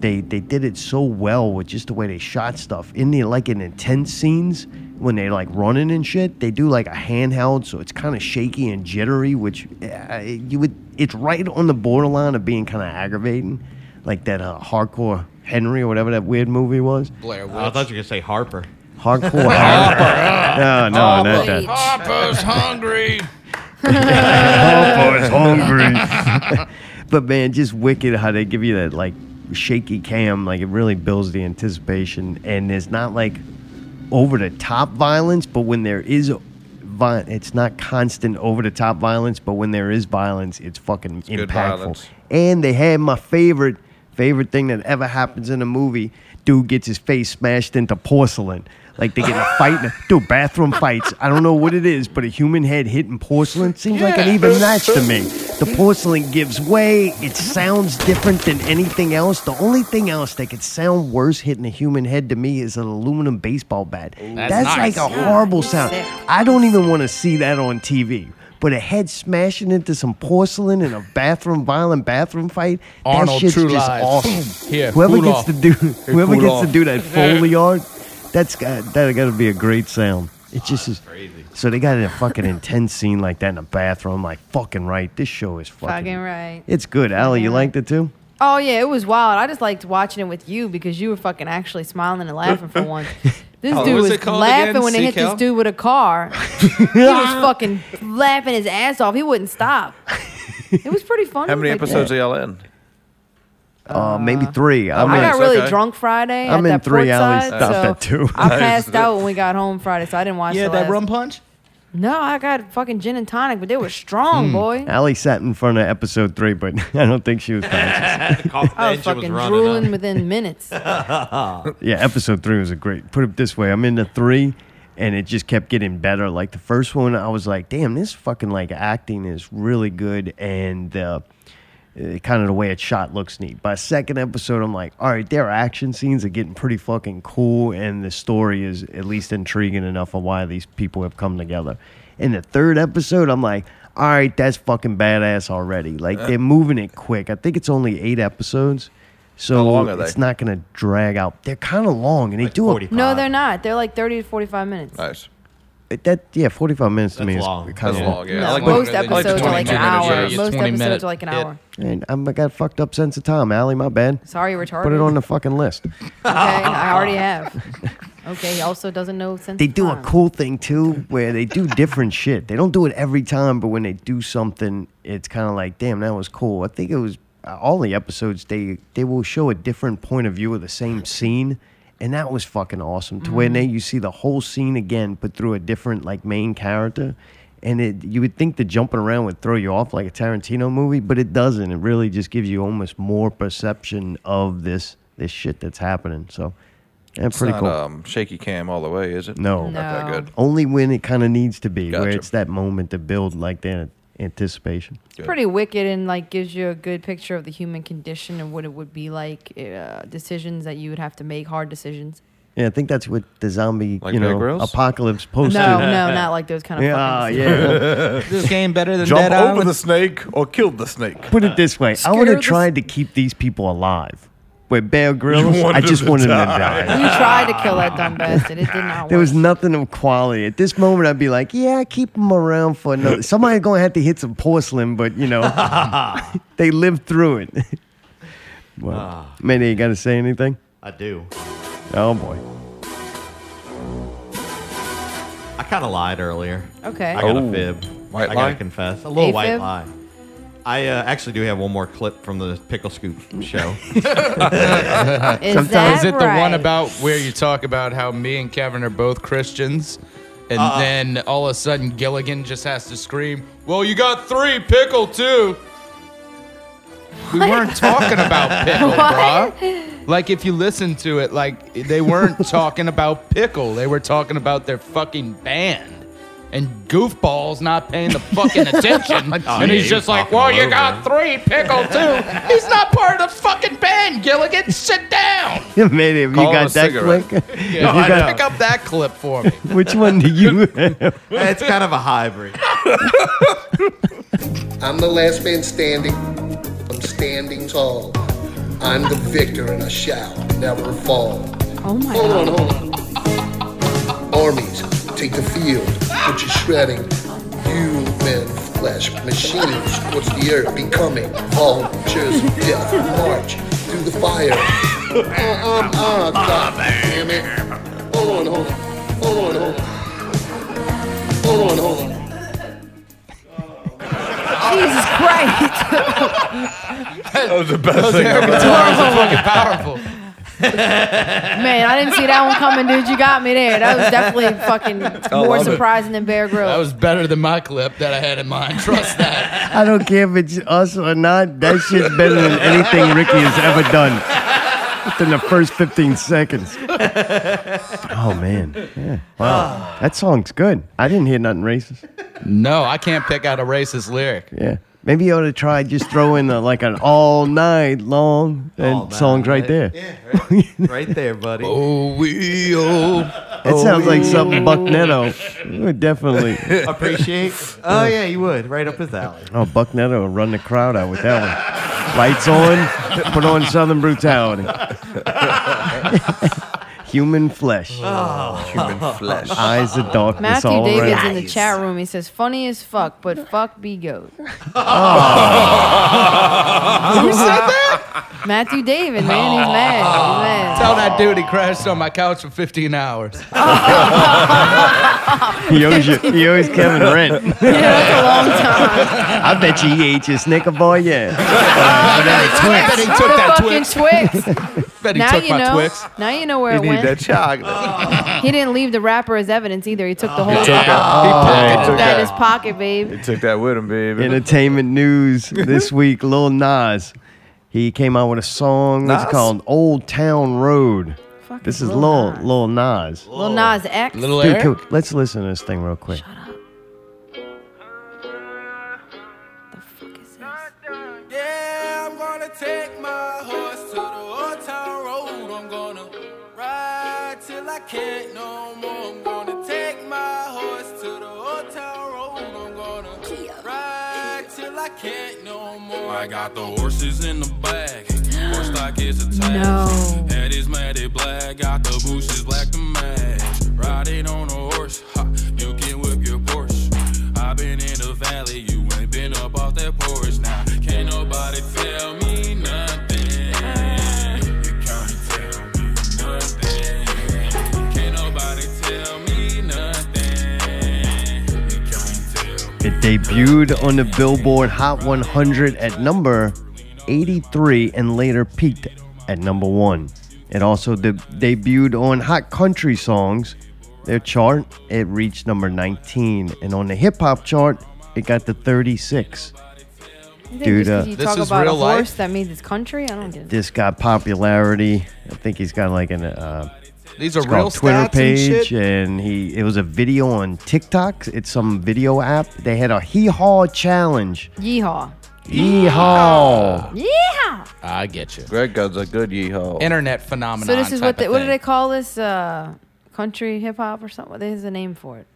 S1: they they did it so well with just the way they shot stuff in the like in intense scenes when they like running and shit they do like a handheld so it's kind of shaky and jittery which uh, you would it's right on the borderline of being kind of aggravating like that uh, hardcore henry or whatever that weird movie was
S9: Blair
S3: I thought you were going to say Harper.
S1: hardcore
S3: Harper.
S1: no no not that
S9: Harper's hungry.
S1: Papa's hungry. but man, just wicked how they give you that like shaky cam. Like it really builds the anticipation, and it's not like over the top violence, but when there is. vi- It's not constant over the top violence, but when there is violence, it's fucking
S8: good
S1: impactful.
S8: violence.
S1: And they had my favorite, favorite thing that ever happens in a movie. Dude gets his face smashed into porcelain. Like they get in a fight. and- Dude, bathroom fights. I don't know what it is, but a human head hitting porcelain seems like an
S8: Yeah.
S1: even match to me. The porcelain gives way. It sounds different than anything else. The only thing else that could sound worse hitting a human head to me is an aluminum baseball bat.
S8: That's nice.
S1: like a
S8: Yeah,
S1: horrible
S8: that's
S1: sound.
S8: sick.
S1: I don't even want to see that on TV. But a head smashing into some porcelain in a bathroom, violent bathroom fight, that
S9: Arnold
S1: shit's
S9: True
S1: just
S9: Lies.
S1: awesome.
S9: Here,
S1: whoever
S9: cool
S1: gets
S9: off.
S1: to do
S9: Here,
S1: whoever
S9: cool
S1: gets to
S9: off.
S1: do that foley art, that's got that got to be a great sound. It just is crazy. So they got in a fucking intense scene like that in a bathroom. I'm like fucking right. This show is fucking.
S2: Fucking right.
S1: It's good, Allie. You liked it too.
S2: Oh yeah, it was wild. I just liked watching it with you because you were fucking actually smiling and laughing for once. This
S9: Oh,
S2: dude
S9: what's
S2: was
S9: it called
S2: laughing
S9: again?
S2: when they hit
S9: Seacal?
S2: this dude with a car. he was fucking laughing his ass off. He wouldn't stop. It was pretty funny.
S8: How many
S2: like that.
S8: episodes are y'all in?
S1: Uh, maybe three.
S2: i
S1: I'm in-
S2: got really drunk Friday.
S1: I'm
S2: at
S1: in
S2: that
S1: three
S2: port
S1: alley
S2: side,
S1: stop
S2: so
S1: that too.
S2: I passed out when we got home Friday, so I didn't watch.
S1: You
S2: the
S1: had that
S2: last-
S1: rum
S21: punch.
S2: No, I got fucking gin and tonic, but they were strong,
S1: Hmm.
S2: boy.
S1: Mm. Allie sat in front of episode three, but I don't think she was conscious.
S2: I was Oh, fucking drooling within minutes.
S1: yeah, episode three was a great. Put it this way, I'm into three, and it just kept getting better. Like the first one, I was like, damn, this fucking like acting is really good, and uh, uh, kind of the way it's shot looks neat. By second episode, I'm like, all right, their action scenes are getting pretty fucking cool, and the story is at least intriguing enough on why these people have come together. In the third episode, I'm like, all right, that's fucking badass already. Like they're moving it quick. I think it's only eight episodes. So
S8: How long are they?
S1: it's not gonna drag out. They're kind of long, and they do it.
S2: No, they're not. They're like thirty to forty-five minutes.
S8: Nice.
S1: That yeah, forty-five minutes to me is
S8: long.
S1: kind of
S8: That's long,
S1: long.
S8: yeah. I No, like the-
S2: Most episodes are like an hour.
S8: minutes.
S2: Most
S8: 20
S2: episodes
S8: minute
S2: are like an hour.
S1: And I'm, I got fucked up sense of time, Allie. My bad.
S2: Sorry,
S1: Put it
S2: retarded.
S1: on the fucking list.
S2: Okay, I already have. Okay, he also doesn't know sense.
S1: They
S2: of
S1: do a
S2: time.
S1: cool thing too, where they do different shit. They don't do it every time, but when they do something, it's kind of like, damn, that was cool. I think it was uh, all the episodes. They they will show a different point of view of the same scene, and that was fucking awesome. To where now you see the whole scene again, but through a different like main character. And it, you would think the jumping around would throw you off like a Tarantino movie, but it doesn't. It really just gives you almost more perception of this this shit that's happening. So, yeah,
S8: It's
S1: pretty
S8: not,
S1: cool.
S8: Um, shaky cam all the way, is it?
S1: No.
S8: Not that good.
S1: Only when it kind of needs to be, where it's that moment to build like that anticipation.
S2: It's pretty wicked and like gives you a good picture of the human condition and what it would be like. Uh, decisions that you would have to make, hard decisions.
S1: Yeah, I think that's what the zombie, you
S8: Bear
S1: know,
S8: Grylls?
S1: apocalypse posted.
S2: No, no, not like those kind of.
S1: Yeah,
S2: fucking
S1: yeah.
S2: Ah, This game better than
S8: Jump
S2: Dead
S8: over
S2: Island?
S8: the snake or kill the snake.
S1: Put it this way, I
S8: Scare
S1: would have
S8: the-
S1: tried to keep these people alive. With Bear Grylls, I
S8: wanted
S1: just
S8: to
S1: wanted them
S8: die.
S1: to die.
S2: You tried to kill that dumb bastard. It did not work.
S1: There was nothing of quality. At this moment, I'd be like, yeah, keep them around for another. Somebody's going to have to hit some porcelain, but, you know, they lived through it. well, Manny, you got to say anything?
S3: I do.
S1: Oh, boy.
S3: I kind of lied earlier.
S2: Okay.
S3: I got
S2: Oh.
S3: a fib.
S12: White
S3: I
S12: lie?
S3: gotta confess. A
S2: A
S3: little white
S2: fib?
S3: lie. I uh, actually do have one more clip from the Pickle Scoop show.
S2: Is
S9: is it
S2: that
S9: the one
S2: right?
S9: about where you talk about how me and Kevin are both Christians, and
S3: Uh-uh.
S9: then all of a sudden Gilligan just has to scream, "Well, you got three pickle too." We weren't talking about pickle,
S2: What?
S9: bruh. Like if you listen to it, like they weren't talking about pickle. They were talking about their fucking band. And goofballs not paying the fucking attention,
S12: Oh,
S9: and
S12: yeah,
S9: he's
S12: he was
S9: just like,
S12: talking
S9: "Well,
S12: all
S9: you
S12: over
S9: got three pickle too." He's not part of the fucking band, Gilligan. Sit down.
S1: Manny, have you
S9: Call
S1: got
S9: a
S1: that
S9: cigarette.
S1: quick?
S9: Yeah,
S1: If you got-
S9: pick up that clip for me.
S1: Which one do you have?
S3: it's kind of a hybrid.
S19: I'm the last man standing. I'm standing tall. I'm the victor and I shall never fall.
S2: Oh my
S19: hold on,
S2: god.
S19: hold on. Armies, take the field, which is shredding. Human flesh, machines, what's the earth becoming? Vultures of death march through the fire. Uh, uh, uh, God damn it. Hold on, hold on. Hold on, hold on. Hold on, hold on.
S2: Jesus Christ.
S12: That was the best thing I've
S9: powerful.
S2: Man, I didn't see that one coming, dude. You got me there. That was definitely fucking
S9: I
S1: Oh,
S2: more
S9: love it.
S2: surprising than Bear Grylls.
S9: That was better than my clip that I had in mind. Trust that.
S1: I don't care if it's us or not. That shit's better than anything Ricky has ever done within the first 15 seconds. Oh, man. Yeah. Wow. That song's good. I didn't hear nothing racist.
S9: No, I can't pick out a racist lyric.
S1: Yeah. Maybe you ought to try just throw in a, like an all night long and
S9: All night,
S1: songs right,
S9: right?
S1: there.
S3: Yeah, right there, buddy.
S9: Oh, we oh.
S1: That sounds like something Buck Netto would definitely.
S3: Appreciate. Oh yeah, you would. Right up his alley.
S1: Oh, Buck Netto would run the crowd out with that one. Lights on, put on Southern Brutality. Human flesh.
S3: Oh. Human flesh.
S1: Eyes of darkness
S2: Matthew
S1: all
S2: David's
S1: around.
S2: in the chat room. He says, "Funny as fuck, but fuck be goat."
S9: Who said that?
S2: Matthew David, man, he's mad. He's mad.
S9: Tell that dude he crashed on my couch for 15 hours.
S1: he owes you. He owes Kevin rent. yeah,
S2: that's a long time.
S1: I bet you he ate your Snicker bar. Yeah. Uh,
S2: I bet he took that Twix.
S1: Bet he
S2: now
S1: took
S2: you
S1: my
S2: know.
S1: Twix.
S2: Now you know where it went.
S1: chocolate.
S2: He didn't leave the wrapper as evidence either. He took the whole
S1: took
S2: thing.
S1: that- he pocketed
S2: He took
S1: that.
S2: that in his pocket, babe.
S8: He took that with him, baby.
S1: Entertainment news this week: Lil Nas, he came out with a song. What's it
S2: Nas?
S1: called? "Old Town Road." this is Lil Lil Nas.
S2: Lil Nas X.
S1: Dude, can we- let's listen to this thing real quick.
S16: Yeah, I'm gonna take my horse to the old town road. I'm gonna ride till I can't no more. I'm gonna take my horse to the old town road. I'm gonna ride till I can't no more. I got the horses in the bag. Horse stock is attached.
S2: No.
S16: Head is matted black. Got the bushes black to match. Riding on a horse. Ha, you can whip your Porsche. I've been in the valley, you ain't been up off that porch now. Can't nobody tell me nothing. You can't tell me nothing. Can't nobody tell me nothing. You can't tell
S1: It debuted on the Billboard Hot 100 at number 83 and later peaked at number 1. It also de- debuted on Hot Country Songs, their chart. It reached number 19 and on the hip hop chart, it got to 36.
S2: You think
S1: Dude,
S2: just 'cause
S1: uh,
S2: you
S1: This
S2: talk
S1: is
S2: about
S1: real
S2: a horse
S1: life?
S2: that means it's country. I don't get it.
S1: This got popularity. I think he's got like an uh
S9: These are
S1: it's called
S9: real
S1: Twitter
S9: stats and shit?
S1: page, and he it was a video on TikTok. It's some video app. They had a hee haw challenge.
S2: Yeehaw.
S1: Yeehaw.
S2: Yeehaw.
S9: I get you.
S8: Greg goes a good yeehaw.
S9: Internet phenomenon.
S2: So this is what
S9: type
S2: they,
S9: of
S2: what do
S9: thing.
S2: they call this? Uh, country hip hop or something? What is the name for it?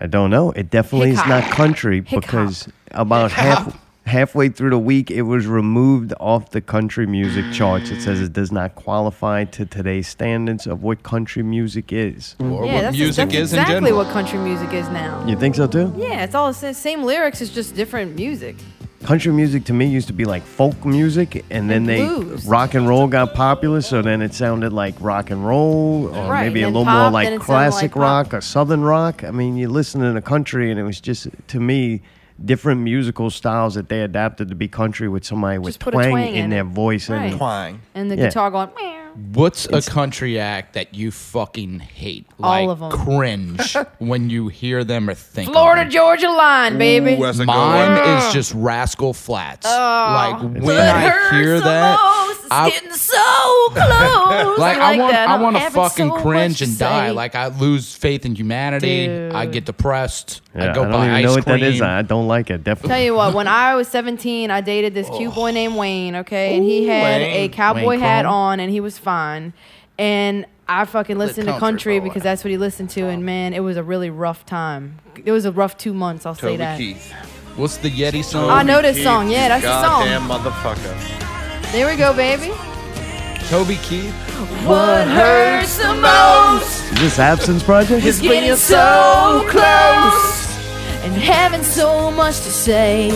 S1: I don't know. It definitely is not country because about half halfway through the week it was removed off the country music charts. It says it does not qualify to today's standards of what country music is. Or
S2: yeah, that's, that's exactly what country music is now.
S1: You think so too?
S2: Yeah, it's all the same, same lyrics. It's just different music.
S1: Country music to me used to be like folk music, and
S2: And
S1: then they
S2: blues.
S1: rock and roll got popular, so then it sounded like rock and roll, or
S2: Right,
S1: maybe a
S2: and
S1: little
S2: pop,
S1: more
S2: then it
S1: like
S2: sounded
S1: classic
S2: like pop.
S1: rock or southern rock. I mean, you listen to the country, and it was just to me different musical styles that they adapted to be country with somebody with
S2: Just put a
S1: twang,
S2: twang
S1: in,
S2: in
S1: their
S2: it.
S1: voice
S2: Right.
S1: and
S2: Twang. And the
S1: Yeah.
S2: guitar going. "Mm, "Meow."
S9: What's a country act that you fucking hate?
S2: All
S9: Like
S2: of 'em.
S9: Cringe when you hear them or think. of
S2: Florida Georgia Line, baby.
S9: Ooh, Mine is just Rascal Flats.
S2: Oh.
S9: like when I hear that, I,
S4: Getting so close.
S9: like, I want I want to
S4: having
S9: fucking
S4: so much
S9: cringe
S4: to
S9: and die.
S4: say.
S9: Like I lose faith in humanity. I get depressed.
S1: Yeah,
S9: I go
S1: I don't
S9: buy
S1: even
S9: ice
S1: know what
S9: cream.
S1: that is. I don't like it. Definitely.
S2: Tell you what, when I was 17, I dated this cute boy named Wayne, okay? And he
S4: Ooh,
S2: had
S4: Wayne.
S2: a cowboy
S4: Wayne
S2: hat
S4: Combs.
S2: on and he was fine. And I fucking listened to
S4: country
S2: country because that's what he listened to. And man, it was a really rough time. It was a rough two months, I'll say that.
S9: What's the Yeti song?
S2: I know this Keith, song. Yeah, that's the song.
S8: Goddamn motherfucker.
S2: There we go, baby.
S9: Toby Keith.
S2: What hurts the most
S1: Is this Absence Project?
S2: is getting so close and having so much to say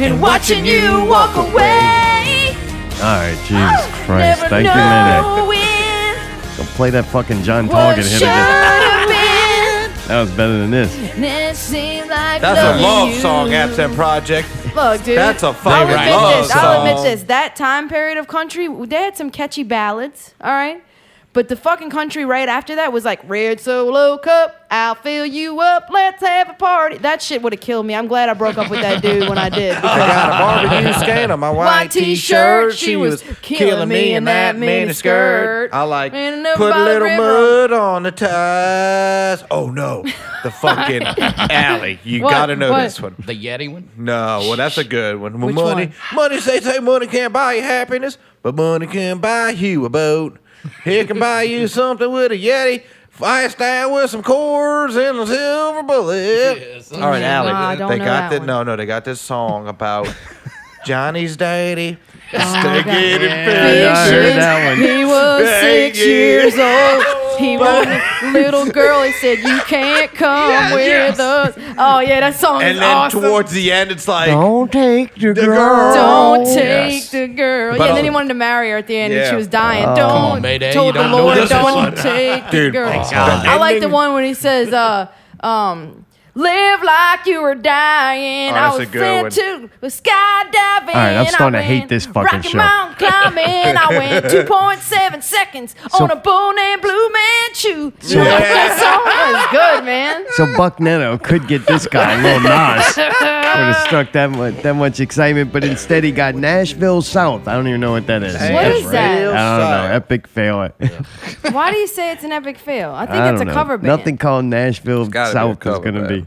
S2: and watching you walk away.
S1: All right, Jesus Christ.
S2: Never
S1: Thank you,
S2: know
S1: man.
S2: when
S1: Don't play that fucking John
S2: what
S1: Target hit
S2: should
S1: again.
S2: have been.
S1: That was better than this.
S2: And it seemed like
S8: That's a
S2: loving
S8: love
S2: you.
S8: song, Absent Project.
S2: Look, dude.
S8: That's a fucking
S2: I'll admit
S8: love
S2: this. I'll admit
S8: song.
S2: this. That time period of country, they had some catchy ballads, all right? But the fucking country right after that was like, Red Solo Cup, I'll fill you up, let's have a party. That shit would have killed me. I'm glad I broke up with that dude when I did.
S8: I got a barbecue stain on my white,
S2: White
S8: t-shirt.
S2: t-shirt, she was killing me in that miniskirt.
S8: I like
S2: And over
S8: put
S2: by
S8: a
S2: the
S8: little
S2: river.
S8: mud on the tires. Oh no, the fucking alley. You
S9: What?
S8: gotta know
S9: What?
S8: this one.
S9: The Yeti one.
S8: No, well that's a good one. Well,
S9: Which
S8: money,
S9: one?
S8: money. They say money can't buy you happiness, but money can buy you a boat. It can buy you something with a Yeti. Fast down with some cords and a silver bullet. All right,
S2: Yeah,
S8: Allie.
S2: no, I don't
S8: they
S2: know
S8: got
S2: that
S8: this.
S2: one.
S8: No, no, they got this song about Johnny's daddy.
S2: Oh, I got
S8: Stinking
S2: fishes. He was
S8: Yeah,
S2: six
S8: yeah.
S2: years old. He was a little girl. He said, "You can't come
S8: Yes,
S2: with us." Oh yeah, that song
S8: And
S2: is
S8: then
S2: awesome.
S8: towards the end, it's like,
S1: don't take the,
S8: girl.
S2: Don't take
S8: Yes.
S2: the girl.
S8: But
S2: yeah, and then
S8: I'll-
S2: he wanted to marry her at the end, and
S8: Yeah.
S2: she was dying.
S8: Oh.
S2: Don't.
S8: Come on, Mayday,
S2: Told
S8: you
S2: the
S8: don't know
S2: Lord,
S8: this
S2: don't
S8: one.
S2: take the
S8: Dude,
S2: girl.
S8: oh, God.
S2: I like the one when he says, uh, um, "Live like you were dying." I
S1: Oh, that's
S2: was
S1: a good
S2: sent
S1: one.
S2: to was skydiving.
S1: All right, I'm starting
S2: I
S1: to hate
S2: went
S1: this fucking
S2: Rocky
S1: show.
S2: Mountain climbing. I went 2.7 seconds
S1: So-
S2: on a bull named Blue Manchu.
S1: So-
S2: Yeah. That song is good, man.
S1: So Buck Neto could get this guy, Lil Nas. Would have struck that much, that much excitement, but instead he got Nashville South. I don't even know what that is.
S2: What Nashville is that?
S1: I don't know. Epic fail.
S2: Why do you say it's an epic fail? I think
S1: I
S2: it's a
S1: don't know.
S2: cover band.
S1: Nothing called Nashville
S8: gotta be a
S1: South is
S8: cover
S1: going to be.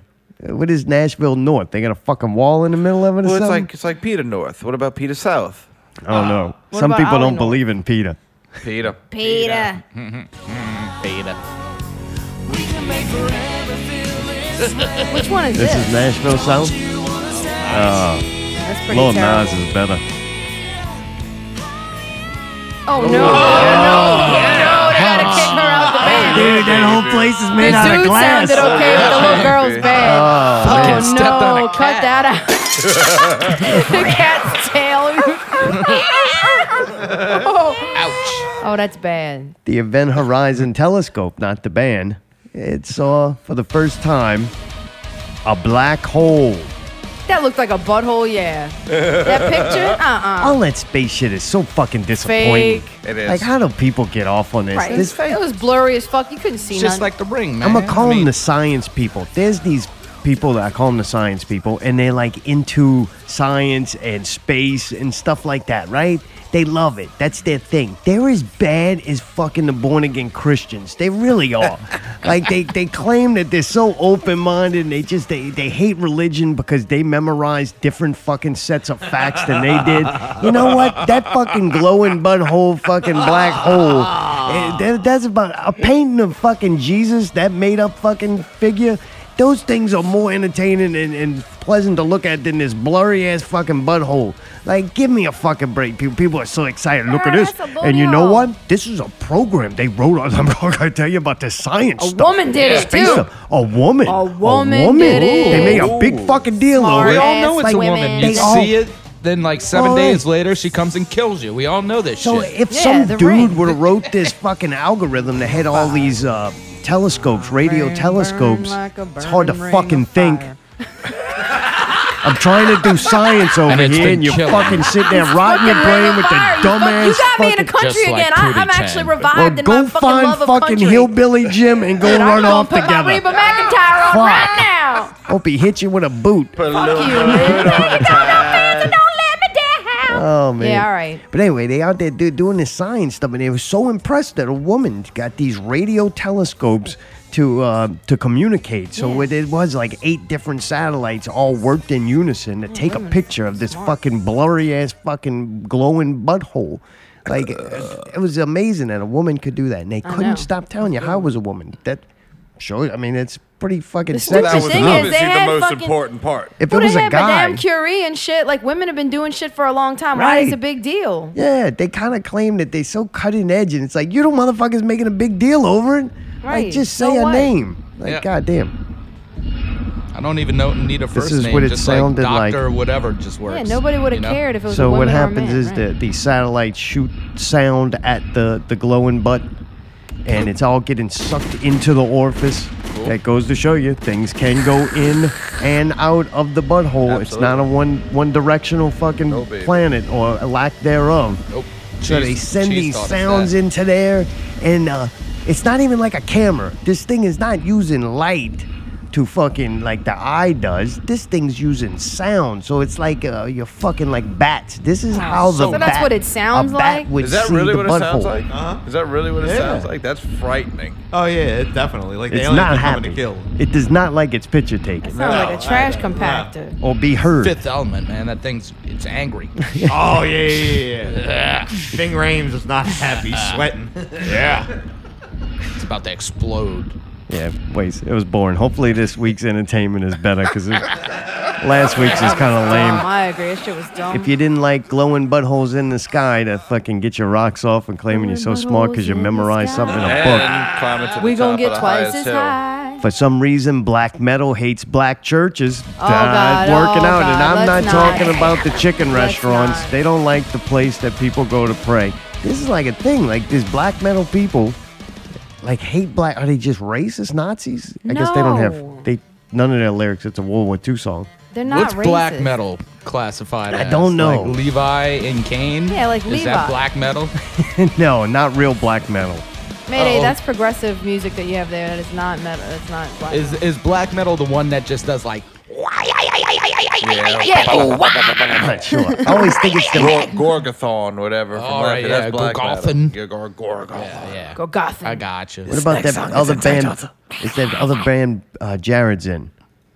S1: What is Nashville North? They got a fucking wall in the middle of it or
S8: Well, it's
S1: something?
S8: like it's like Peter North. What about Peter South?
S1: I
S2: Uh,
S1: don't know.
S8: What
S1: Some
S8: about
S1: people
S8: Ollie
S1: don't
S8: North?
S1: believe in PETA.
S8: Peter.
S2: Peter.
S8: Peter.
S2: Which one is
S1: This
S2: this?
S1: is Nashville South? Oh.
S2: That's pretty
S1: Lil
S2: terrible.
S1: Nas is better.
S2: Oh no! No! No! Oh, They gotta kick her out the
S1: Ah.
S2: band.
S1: Dude, that whole place is made
S2: The
S1: out of
S2: dude
S1: glass.
S2: sounded okay, but the little girl's bad.
S1: Oh, man.
S2: no! Cut that out. the cat's tail. Ouch! Oh, that's bad.
S1: the Event Horizon Telescope, not the band, it saw for the first time a black hole.
S2: That looked like a butthole. Yeah. That picture? Uh-uh.
S1: All that space shit is so fucking disappointing.
S2: Fake.
S1: It is. Like, how do people get off on this?
S2: Right.
S1: This-
S2: It was blurry as fuck. You couldn't see
S9: It's just
S2: nothing.
S9: like the ring, man.
S1: I'm gonna call them the science people. There's these people that I call them the science people, and they're like into science and space and stuff like that, right? They love it. That's their thing. They're as bad as fucking the born again Christians. They really are. like they, they claim that they're so open minded and they just they, they hate religion because they memorize different fucking sets of facts than they did. You know what? That fucking glowing butthole fucking black hole.
S2: Ah.
S1: eh, that- that's about a painting of fucking Jesus, that made up fucking figure. Those things are more entertaining and, and pleasant to look at than this blurry ass fucking butthole. Like, give me a fucking break. People, people are so excited. Look at this. And you know what? This is a program they wrote on. I'm not going to tell you about the science
S2: A
S1: stuff.
S2: woman did it,
S1: Space
S2: too.
S1: stuff. A woman.
S2: A woman did it.
S1: They made a big fucking deal over it.
S9: we all know it's
S1: Like,
S9: a woman.
S1: they
S9: You
S1: all-
S9: see it, then like seven
S1: Well,
S9: days later, she comes and kills you. We all know this
S1: So
S9: shit.
S1: if some dude would have wrote this fucking algorithm that had all these uh, telescopes, radio telescopes,
S2: like a
S1: it's hard to
S2: burning ring
S1: fucking think. I'm trying to do science over
S9: it's
S1: here,
S9: been
S1: and you're
S9: killing
S1: fucking
S9: me.
S1: sitting there rotting your brain with the dumbass.
S2: You got me in a
S1: fucking-
S2: country again. I, I'm actually revived
S1: Well,
S2: in my
S1: go
S2: fucking
S1: find
S2: love of
S1: fucking
S2: country.
S1: hillbilly Jim and go
S2: Dude, I'm
S1: run
S2: gonna
S1: off
S2: put
S1: together.
S2: my Reba McIntyre on
S1: Fuck.
S2: right now.
S1: Hope he hit you with a boot.
S2: Fuck you, man.
S1: Oh man.
S2: Yeah, all right.
S1: But anyway, they out there do, doing this science stuff, and they were so impressed that a woman got these radio telescopes to uh, to communicate. So what it was like eight different satellites all worked in unison
S2: Oh,
S1: to take a picture of this fucking blurry ass fucking glowing butthole. Like it was amazing that a woman could do that, and they
S2: I
S1: couldn't
S2: know.
S1: stop telling you how it was a woman. That sure, I mean, it's pretty fucking.
S2: The stupid
S1: sexist
S2: thing
S1: enough.
S2: is they had fucking-
S8: part.
S1: If
S2: Well,
S1: it was
S2: they
S1: a
S2: had
S1: guy,
S2: Madame Curie and shit. Like women have been doing shit for a long time. Why is
S1: Right.
S2: it a big deal?
S1: Yeah, they kind of claim that they so cutting edge, and it's like you don't motherfuckers making a big deal over it.
S2: Right,
S1: Like, just say
S2: so
S1: a
S2: what?
S1: name. Like,
S9: Yeah.
S1: goddamn.
S9: I don't even know need a first
S1: is
S9: name.
S1: what it
S9: just
S1: sounded
S9: like.
S1: like.
S9: Doctor, whatever, just works.
S2: Yeah, nobody would have
S9: you know?
S2: cared if it was a
S1: So
S2: woman
S1: what
S2: or a
S1: happens
S2: man,
S1: is
S2: right.
S1: that the satellites shoot sound at the the glowing butt, and it's all getting sucked into the orifice. That goes to show you things can go in and out of the butthole. It's not a one one directional fucking
S9: baby.
S1: planet or a lack thereof.
S9: Nope.
S1: So
S9: Cheese-
S1: they send
S9: cheese
S1: these
S9: thought is
S1: sounds
S9: that.
S1: into there, and uh, it's not even like a camera. This thing is not using light to fucking like the eye does. This thing's using sound, so it's like uh, you're fucking like bats. This is how the
S2: So that's
S1: bat-
S2: what it sounds
S1: a bat
S2: like?
S1: would
S8: Is that
S1: see
S8: really
S1: the
S8: what
S1: butthole.
S8: it sounds like? Is that really what it
S3: Yeah.
S8: sounds like? That's frightening.
S3: Oh yeah, it definitely. Like they
S1: It's
S3: only
S1: not
S3: have one
S1: happy.
S3: to kill.
S1: It does not like its picture taken
S2: Sounds
S9: No,
S2: like a trash
S9: I-
S2: compactor.
S1: or be heard.
S9: Fifth Element, man. That thing's it's angry.
S3: Oh yeah, yeah, yeah. yeah. Bing Rames is not happy, sweating.
S9: yeah. It's about to explode.
S1: Yeah, wait, it was boring. Hopefully this week's entertainment is better because Last week's is kind of lame.
S2: Dumb. Oh, I agree. That shit was dumb.
S1: If you didn't like glowing buttholes in the sky to fucking get your rocks off and claiming you're so smart because you memorized something in a
S8: And climbing to the
S2: we gonna
S8: top
S2: get
S8: of the
S2: twice
S8: highest
S2: as
S8: hill.
S2: high.
S1: book. For some reason, black metal hates black churches.
S2: Oh,
S1: Died
S2: God.
S1: working
S2: Oh,
S1: out, and
S2: God.
S1: I'm not,
S2: Let's not.
S1: talking about the chicken restaurants. They don't like the place that people go to pray. This is like a thing. Like these black metal people, like hate black. Are they just racist Nazis? I guess they don't have they none of their lyrics. It's a World War II song.
S2: They're not
S9: What's black
S2: racist.
S9: metal classified?
S1: I
S9: as?
S1: don't know.
S9: Like Levi and Kane.
S2: Yeah, like
S9: Is
S2: Levi.
S9: that black metal?
S1: no, not real black metal.
S2: Mayday,
S9: Uh-oh.
S2: that's progressive music that you have there. That is not metal. That's not black.
S9: Is is black metal the one that just does like?
S8: Yeah.
S2: Yeah. Oh,
S1: sure. I always think it's the
S8: Gor- Gorgathon, whatever. From
S9: All
S8: Latin.
S9: right, yeah,
S8: That's black
S9: Gorgothan.
S8: metal. Yeah, Gor- Gorgothan.
S9: Yeah.
S2: Go Gotham.
S9: I gotcha.
S1: What about that other band? It's that other band uh, Jared's in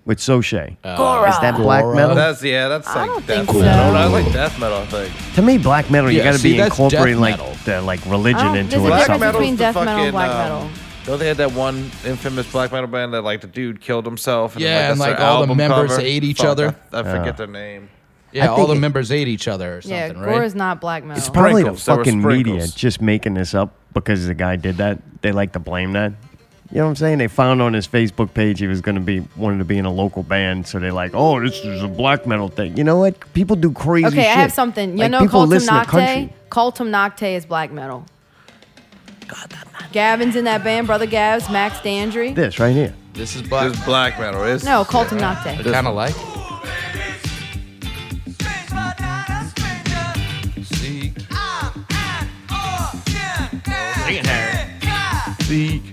S1: with Soche.
S8: Uh, Gora.
S1: Is that black metal?
S8: That's yeah. That's like death
S1: think
S8: metal.
S1: so.
S8: That's like death metal. I think.
S1: to me, black metal. you
S8: Yeah,
S1: got to
S8: see,
S1: be
S8: that's death
S1: incorporating like
S8: metal.
S1: the like religion
S2: Oh,
S1: into it.
S2: there's a
S1: or
S2: difference
S1: something.
S2: between death metal and black metal.
S8: Though um, they had that one infamous black metal band that like the dude killed himself. And,
S9: Yeah,
S8: like,
S9: and,
S8: that's
S9: like,
S8: their
S9: all the
S8: album
S9: members
S8: cover.
S9: ate each
S8: Fuck,
S9: other.
S8: I, I
S9: Yeah.
S8: forget their name.
S9: Yeah,
S1: I
S9: all
S1: think
S9: the
S1: it-
S9: members ate each other or
S2: Yeah,
S9: something,
S2: gore
S9: right?
S2: is not black metal.
S1: It's probably the
S8: Sprinkles, there were
S1: fucking media
S8: sprinkles.
S1: just making this up because the guy did that. They like to blame that. You know what I'm saying? They found on his Facebook page he was going to be wanted to be in a local band, so they're like, "Oh, this is a black metal thing." You know what? People do crazy.
S2: Okay, I
S1: shit.
S2: have something. You
S1: Like,
S2: know,
S1: people
S2: Coltum
S1: listen to
S2: Nocte.
S1: country.
S2: Coltum Nocte is black metal. Gavin's in that band, brother Gavs, Max Dandry.
S1: This right here.
S9: This is black.
S8: This is black metal. It's,
S2: No, Coltum Nocte.
S9: Kind of like.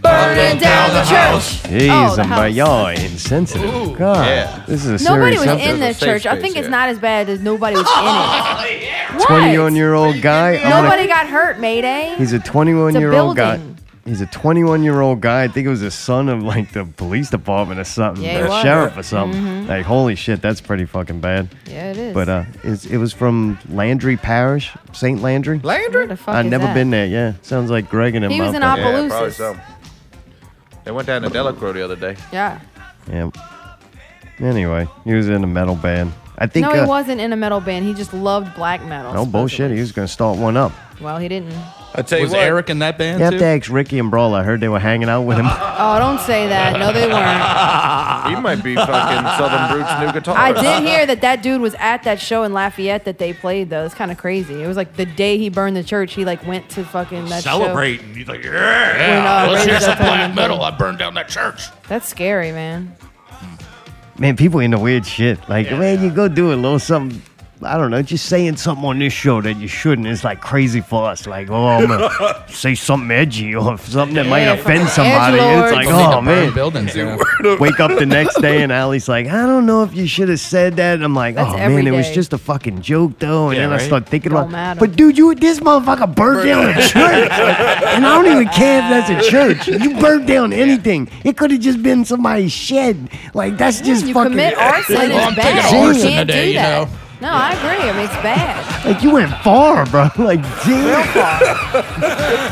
S2: Burning down the church.
S1: Jeez,
S2: Oh, the
S1: and by
S2: house.
S1: y'all insensitive. God, this is a
S2: Nobody
S1: serious
S2: was
S1: subject.
S2: in the church. I think it's not as bad as nobody was
S9: Oh,
S2: in it. What?
S1: 21 year old guy. I'm gonna-
S2: Nobody got hurt, Mayday.
S1: he's a 21
S2: It's a
S1: year old guy.
S2: building.
S1: He's a 21 year old guy. I think it was the son of like the police department or something,
S2: Yeah, he
S1: the
S2: was.
S1: sheriff or something.
S2: Mhm.
S1: Like, holy shit, that's pretty fucking bad.
S2: Yeah, it is.
S1: But uh, it's, it was from Landry Parish, St. Landry.
S2: Landry? the fuck
S1: I've
S2: is
S1: never
S2: that?
S1: been there. Yeah, sounds like Greg and him.
S2: He was
S1: out
S2: in
S1: there.
S8: Yeah, probably so. They went down to Delacro the other day.
S2: Yeah.
S1: Yeah. Anyway, he was in a metal band. I think.
S2: no, he
S1: uh,
S2: wasn't in a metal band. He just loved black metal.
S1: No bullshit. He was gonna start one up.
S2: Well, he didn't.
S8: I tell
S9: was Eric in that band
S1: You have
S9: too?
S1: to ask Ricky and Brawl. I heard they were hanging out with him.
S2: Oh, don't say that. No, they weren't.
S8: he might be fucking Southern Brute's new guitarist.
S2: I did hear that that dude was at that show in Lafayette that they played though. It's kind of crazy. It was like the day he burned the church. He like went to fucking that show.
S10: Celebrating. He's like, yeah,
S2: When, uh,
S10: let's hear
S2: Raised
S10: some
S2: Up on
S10: black
S2: the-
S10: metal. I burned down that church.
S2: That's scary, man.
S1: Man, people into weird shit. Like, man, you go do a little something. I don't know, just saying something on this show that you shouldn't is like crazy for us. Like, oh, I'm gonna say something edgy or something that might
S2: Yeah, fucking
S1: offend somebody.
S2: edgelords.
S1: It's like,
S2: Don't need to
S1: oh
S2: burn
S1: man.
S9: buildings, you know.
S1: Wake up the next day and Ali's like, I don't know if you should have said that. And I'm like,
S2: That's
S1: oh
S2: every
S1: man, it was
S2: day.
S1: just a fucking joke though. And
S2: Yeah,
S1: then I
S2: right?
S1: start thinking
S2: Don't
S1: about,
S2: matter.
S1: but dude, you this motherfucker burned down a church, and I don't even care if that's a church. You burned down anything. It could have just been somebody's shed. Like that's just
S2: you
S1: fucking
S2: commit arson.
S1: Like,
S2: it's bad.
S1: Damn.
S2: you can't do that. No, I agree. I mean, it's bad.
S1: Like you went far, bro. Like damn.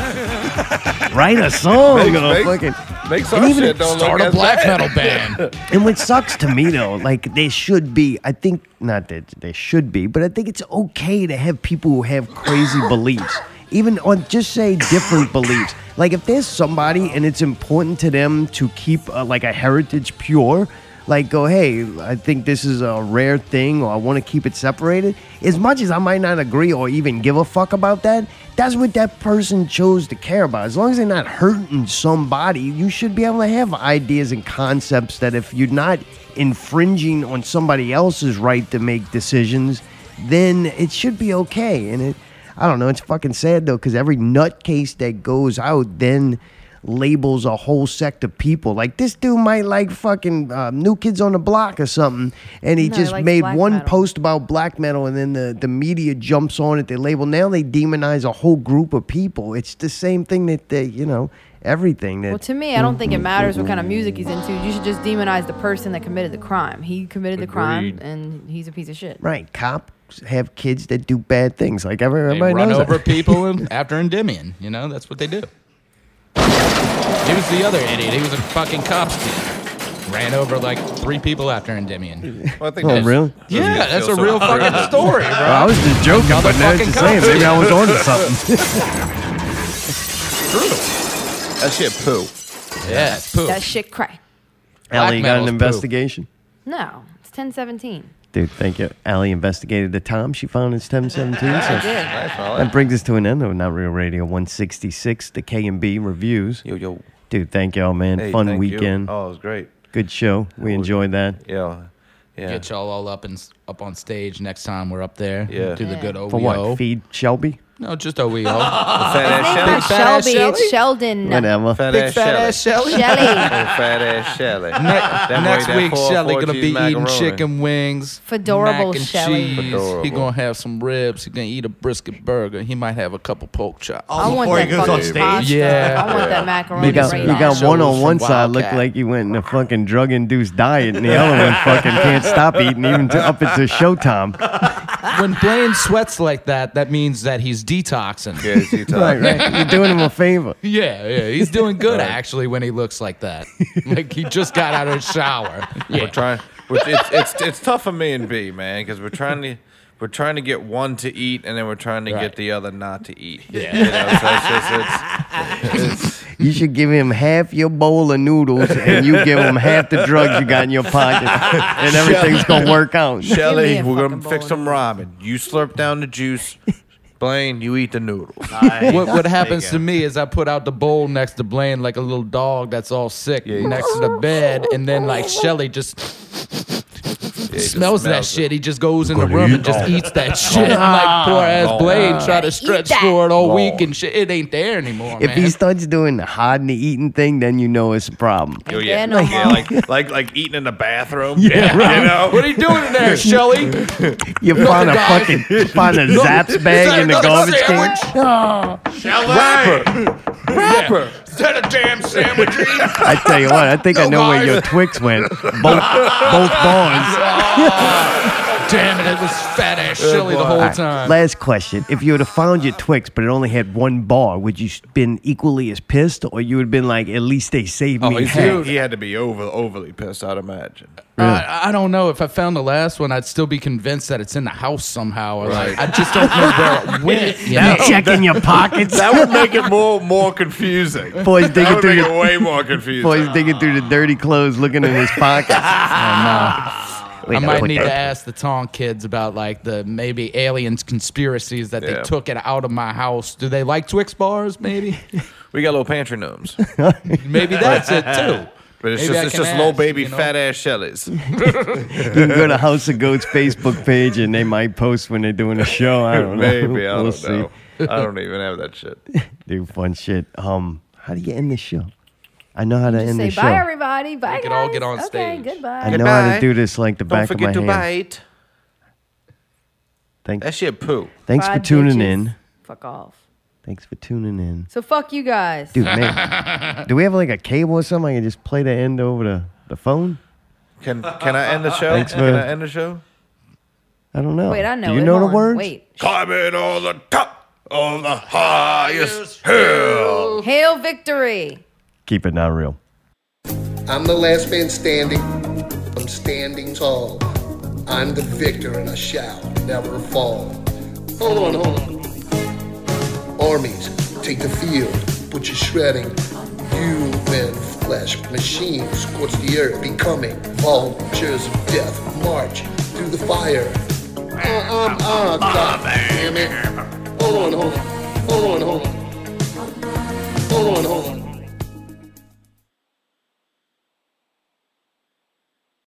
S1: Write a song.
S8: Make-
S1: uh,
S8: make-
S1: fucking-
S8: make some
S1: And even
S8: shit
S1: if-
S8: don't look Start a as black bad. metal band.
S1: and what sucks to me though, like there should be. I think not that there should be, but I think it's okay to have people who have crazy beliefs, even on just say different beliefs. Like if there's somebody and it's important to them to keep uh, like a heritage pure. Like go, hey, I think this is a rare thing, or I want to keep it separated. As much as I might not agree or even give a fuck about that, that's what that person chose to care about. As long as they're not hurting somebody, you should be able to have ideas and concepts that if you're not infringing on somebody else's right to make decisions, then it should be okay. And it, I don't know, it's fucking sad though, because every nutcase that goes out then labels a whole sect of people. Like this dude might like fucking uh, New Kids on the Block or something, and he
S2: No, he
S1: just
S2: likes
S1: made
S2: black
S1: one
S2: metal.
S1: post about black metal, and then the the media jumps on it. They label now they demonize a whole group of people. It's the same thing that they you know everything that.
S2: Well, to me, I don't think it matters what kind of music he's into. You should just demonize the person that committed the crime. He committed the crime,
S1: Agreed.
S2: and he's a piece of shit.
S1: Right, cops have kids that do bad things. Like every-
S9: They
S1: everybody
S9: run
S1: knows.
S9: over
S1: that.
S9: people and after Endymion. You know, that's what they do. He was the other idiot. He was a fucking cop's kid. ran over like three people after Endymion.
S8: Well, I
S1: think Oh, that's- really?
S9: Yeah,
S1: doesn't
S9: that's
S1: feel
S9: a
S1: so
S9: real
S1: bad.
S9: fucking story, bro.
S1: Well, I was just joking, but now
S9: Motherfucking
S1: you're saying maybe I was
S9: cops.
S1: onto something.
S8: That shit poo.
S9: Yeah, poo.
S2: That shit cry.
S1: Ellie you got
S9: Blackmail's
S1: an
S9: poo.
S1: investigation.
S2: No, it's ten seventeen.
S1: Dude, thank you. Allie investigated the time she found in STEM 17.
S2: I
S1: so
S2: did. Nice, Allie.
S1: that brings us to an end of Not Real Radio 166, the K&B reviews. Yo, yo. Dude, thank y'all, man.
S8: Hey,
S1: Fun
S8: thank you.
S1: weekend.
S8: Oh, it was great.
S1: Good show. We enjoyed that.
S8: Yeah.
S9: Get y'all all up and s- up on stage next time we're up there.
S1: Yeah.
S9: Do the good OEO.
S1: For what? Feed Shelby?
S9: No, just OEO. fat
S8: ass
S2: It's not Shelby. It's Sheldon.
S1: Whatever.
S8: Fat
S9: Big
S8: ass
S9: fat
S8: Shelley.
S9: ass Shelley?
S2: Shelley.
S8: Oh, fat ass Shelly.
S9: Ne- next week, Shelly gonna be eating chicken wings,
S2: Fedorable
S9: mac and
S2: Shelly.
S9: cheese. He
S2: Fedorable.
S9: gonna have some ribs. He gonna eat a brisket burger. He might have a couple pork chops.
S2: I want Before he that goes fucking on stage? pasta.
S9: Yeah,
S2: I want that macaroni
S1: You got,
S2: right
S1: you
S2: now.
S1: got one on
S9: From
S1: one side looked
S9: Wildcat.
S1: like you went in a fucking drug induced diet, and the other one fucking can't stop eating even to, up until showtime.
S9: when Blaine sweats like that, that means that he's detoxing. Yeah, he's
S1: Right, right. You're doing him a favor.
S9: Yeah, yeah, he's doing good actually when he looks like that. Like he just got out of the shower. Yeah.
S8: We're trying. Which it's, it's it's tough for me and B, man, because we're trying to we're trying to get one to eat, and then we're trying to get the other not to eat. Yeah. You know, so it's just- it's- it's-
S1: You should give him half your bowl of noodles, and you give him half the drugs you got in your pocket, and everything's gonna work out.
S8: Shelly, we're gonna fix some ramen. You slurp down the juice. Blaine, you eat the noodles.
S9: What, what happens to me is I put out the bowl next to Blaine like a little dog that's all sick next to the bed, and then like Shelly just smells, that
S8: smells
S9: shit. He just goes in the room and just eats that shit.
S1: Ah.
S9: like poor ass Blaine
S1: Ah.
S9: try to stretch for it all week and shit. It ain't there anymore,
S1: If
S9: man.
S1: he starts doing the hiding the eating thing, then you know it's a problem.
S8: Oh, yeah.
S9: no
S8: Yeah,
S9: more.
S8: like, like like eating in the bathroom.
S1: Yeah, right.
S8: You know?
S9: What are you doing in there, Shelly?
S1: You find a fucking find a Zaps bag in the garbage can.
S9: Shelly!
S8: Rapper!
S9: Rapper! Is that a damn sandwich?
S1: I tell you what, I think I know where your Twix went. Both both bonds.
S9: Damn it, it was fat ass Shelly the
S1: All
S9: whole
S1: right,
S9: time.
S1: Last question: If you would have found your Twix, but it only had one bar, would you have been equally as pissed, or you would have been like, "At least they saved
S9: Oh,
S8: Oh,
S1: me"? half?
S8: Dude, he had to be over overly pissed, I'd imagine.
S9: I, I don't know. If I found the last one, I'd still be convinced that it's in the house somehow. Or like, I just don't know where it went. you
S1: Now
S9: know?
S1: check in your pockets.
S8: That would make it more more confusing.
S1: Boys
S8: that
S1: digging
S8: would
S1: through
S8: make
S1: your-
S8: it way more confusing.
S1: Boy's digging through the dirty clothes, looking in his pockets.
S8: Oh,
S1: Wait,
S9: I
S1: I
S9: might
S1: put
S9: need
S1: that-
S9: to ask the Tong kids about like the maybe aliens conspiracies that they
S8: Yeah.
S9: took it out of my house. Do they like Twix bars? Maybe,
S8: We got little pantry gnomes.
S9: maybe that's it too.
S8: But it's
S9: Maybe I
S8: just it's
S9: can
S8: just little
S9: ask,
S8: baby
S9: you know?
S8: fat ass Shellys.
S1: You can go to House of Goats Facebook page, and they might post when they're doing a show. I don't know.
S8: Maybe I
S1: We'll
S8: don't
S1: see.
S8: know. I don't e-, even have that shit.
S1: Do fun shit. Um, how do you end the show? I know how to end
S2: Say
S1: the
S2: bye,
S1: show.
S2: everybody. Bye,
S9: We
S2: guys.
S9: could all get on
S2: okay,
S9: stage.
S2: goodbye.
S1: I know how to do this like the back of my hand.
S8: bite.
S1: Thank-
S8: that shit poo.
S1: Thanks
S2: Bye,
S1: for tuning
S2: bitches.
S1: in.
S2: Fuck off.
S1: Thanks for tuning in.
S2: So fuck you guys.
S1: Dude, man, do we have like a cable or something? I can just play the end over the, the phone?
S8: Can can I end the show?
S1: Thanks,
S8: can
S1: man.
S8: I end the show?
S1: I don't know.
S2: Wait, I know.
S1: Do you
S2: it.
S1: know
S2: Hold
S1: the
S2: on.
S1: words?
S2: Wait.
S10: Climbing on the top of the highest hill.
S2: Hail victory.
S1: Keep it not real.
S19: I'm the last man standing. I'm standing tall. I'm the victor and I shall never fall. Hold on, hold on. Armies, take the field. Butcher shredding. Human flesh. Machines scorch the earth. Becoming vultures of death. March through the fire. Uh, um, uh, God damn it. Hold on, hold on. Hold on, hold on.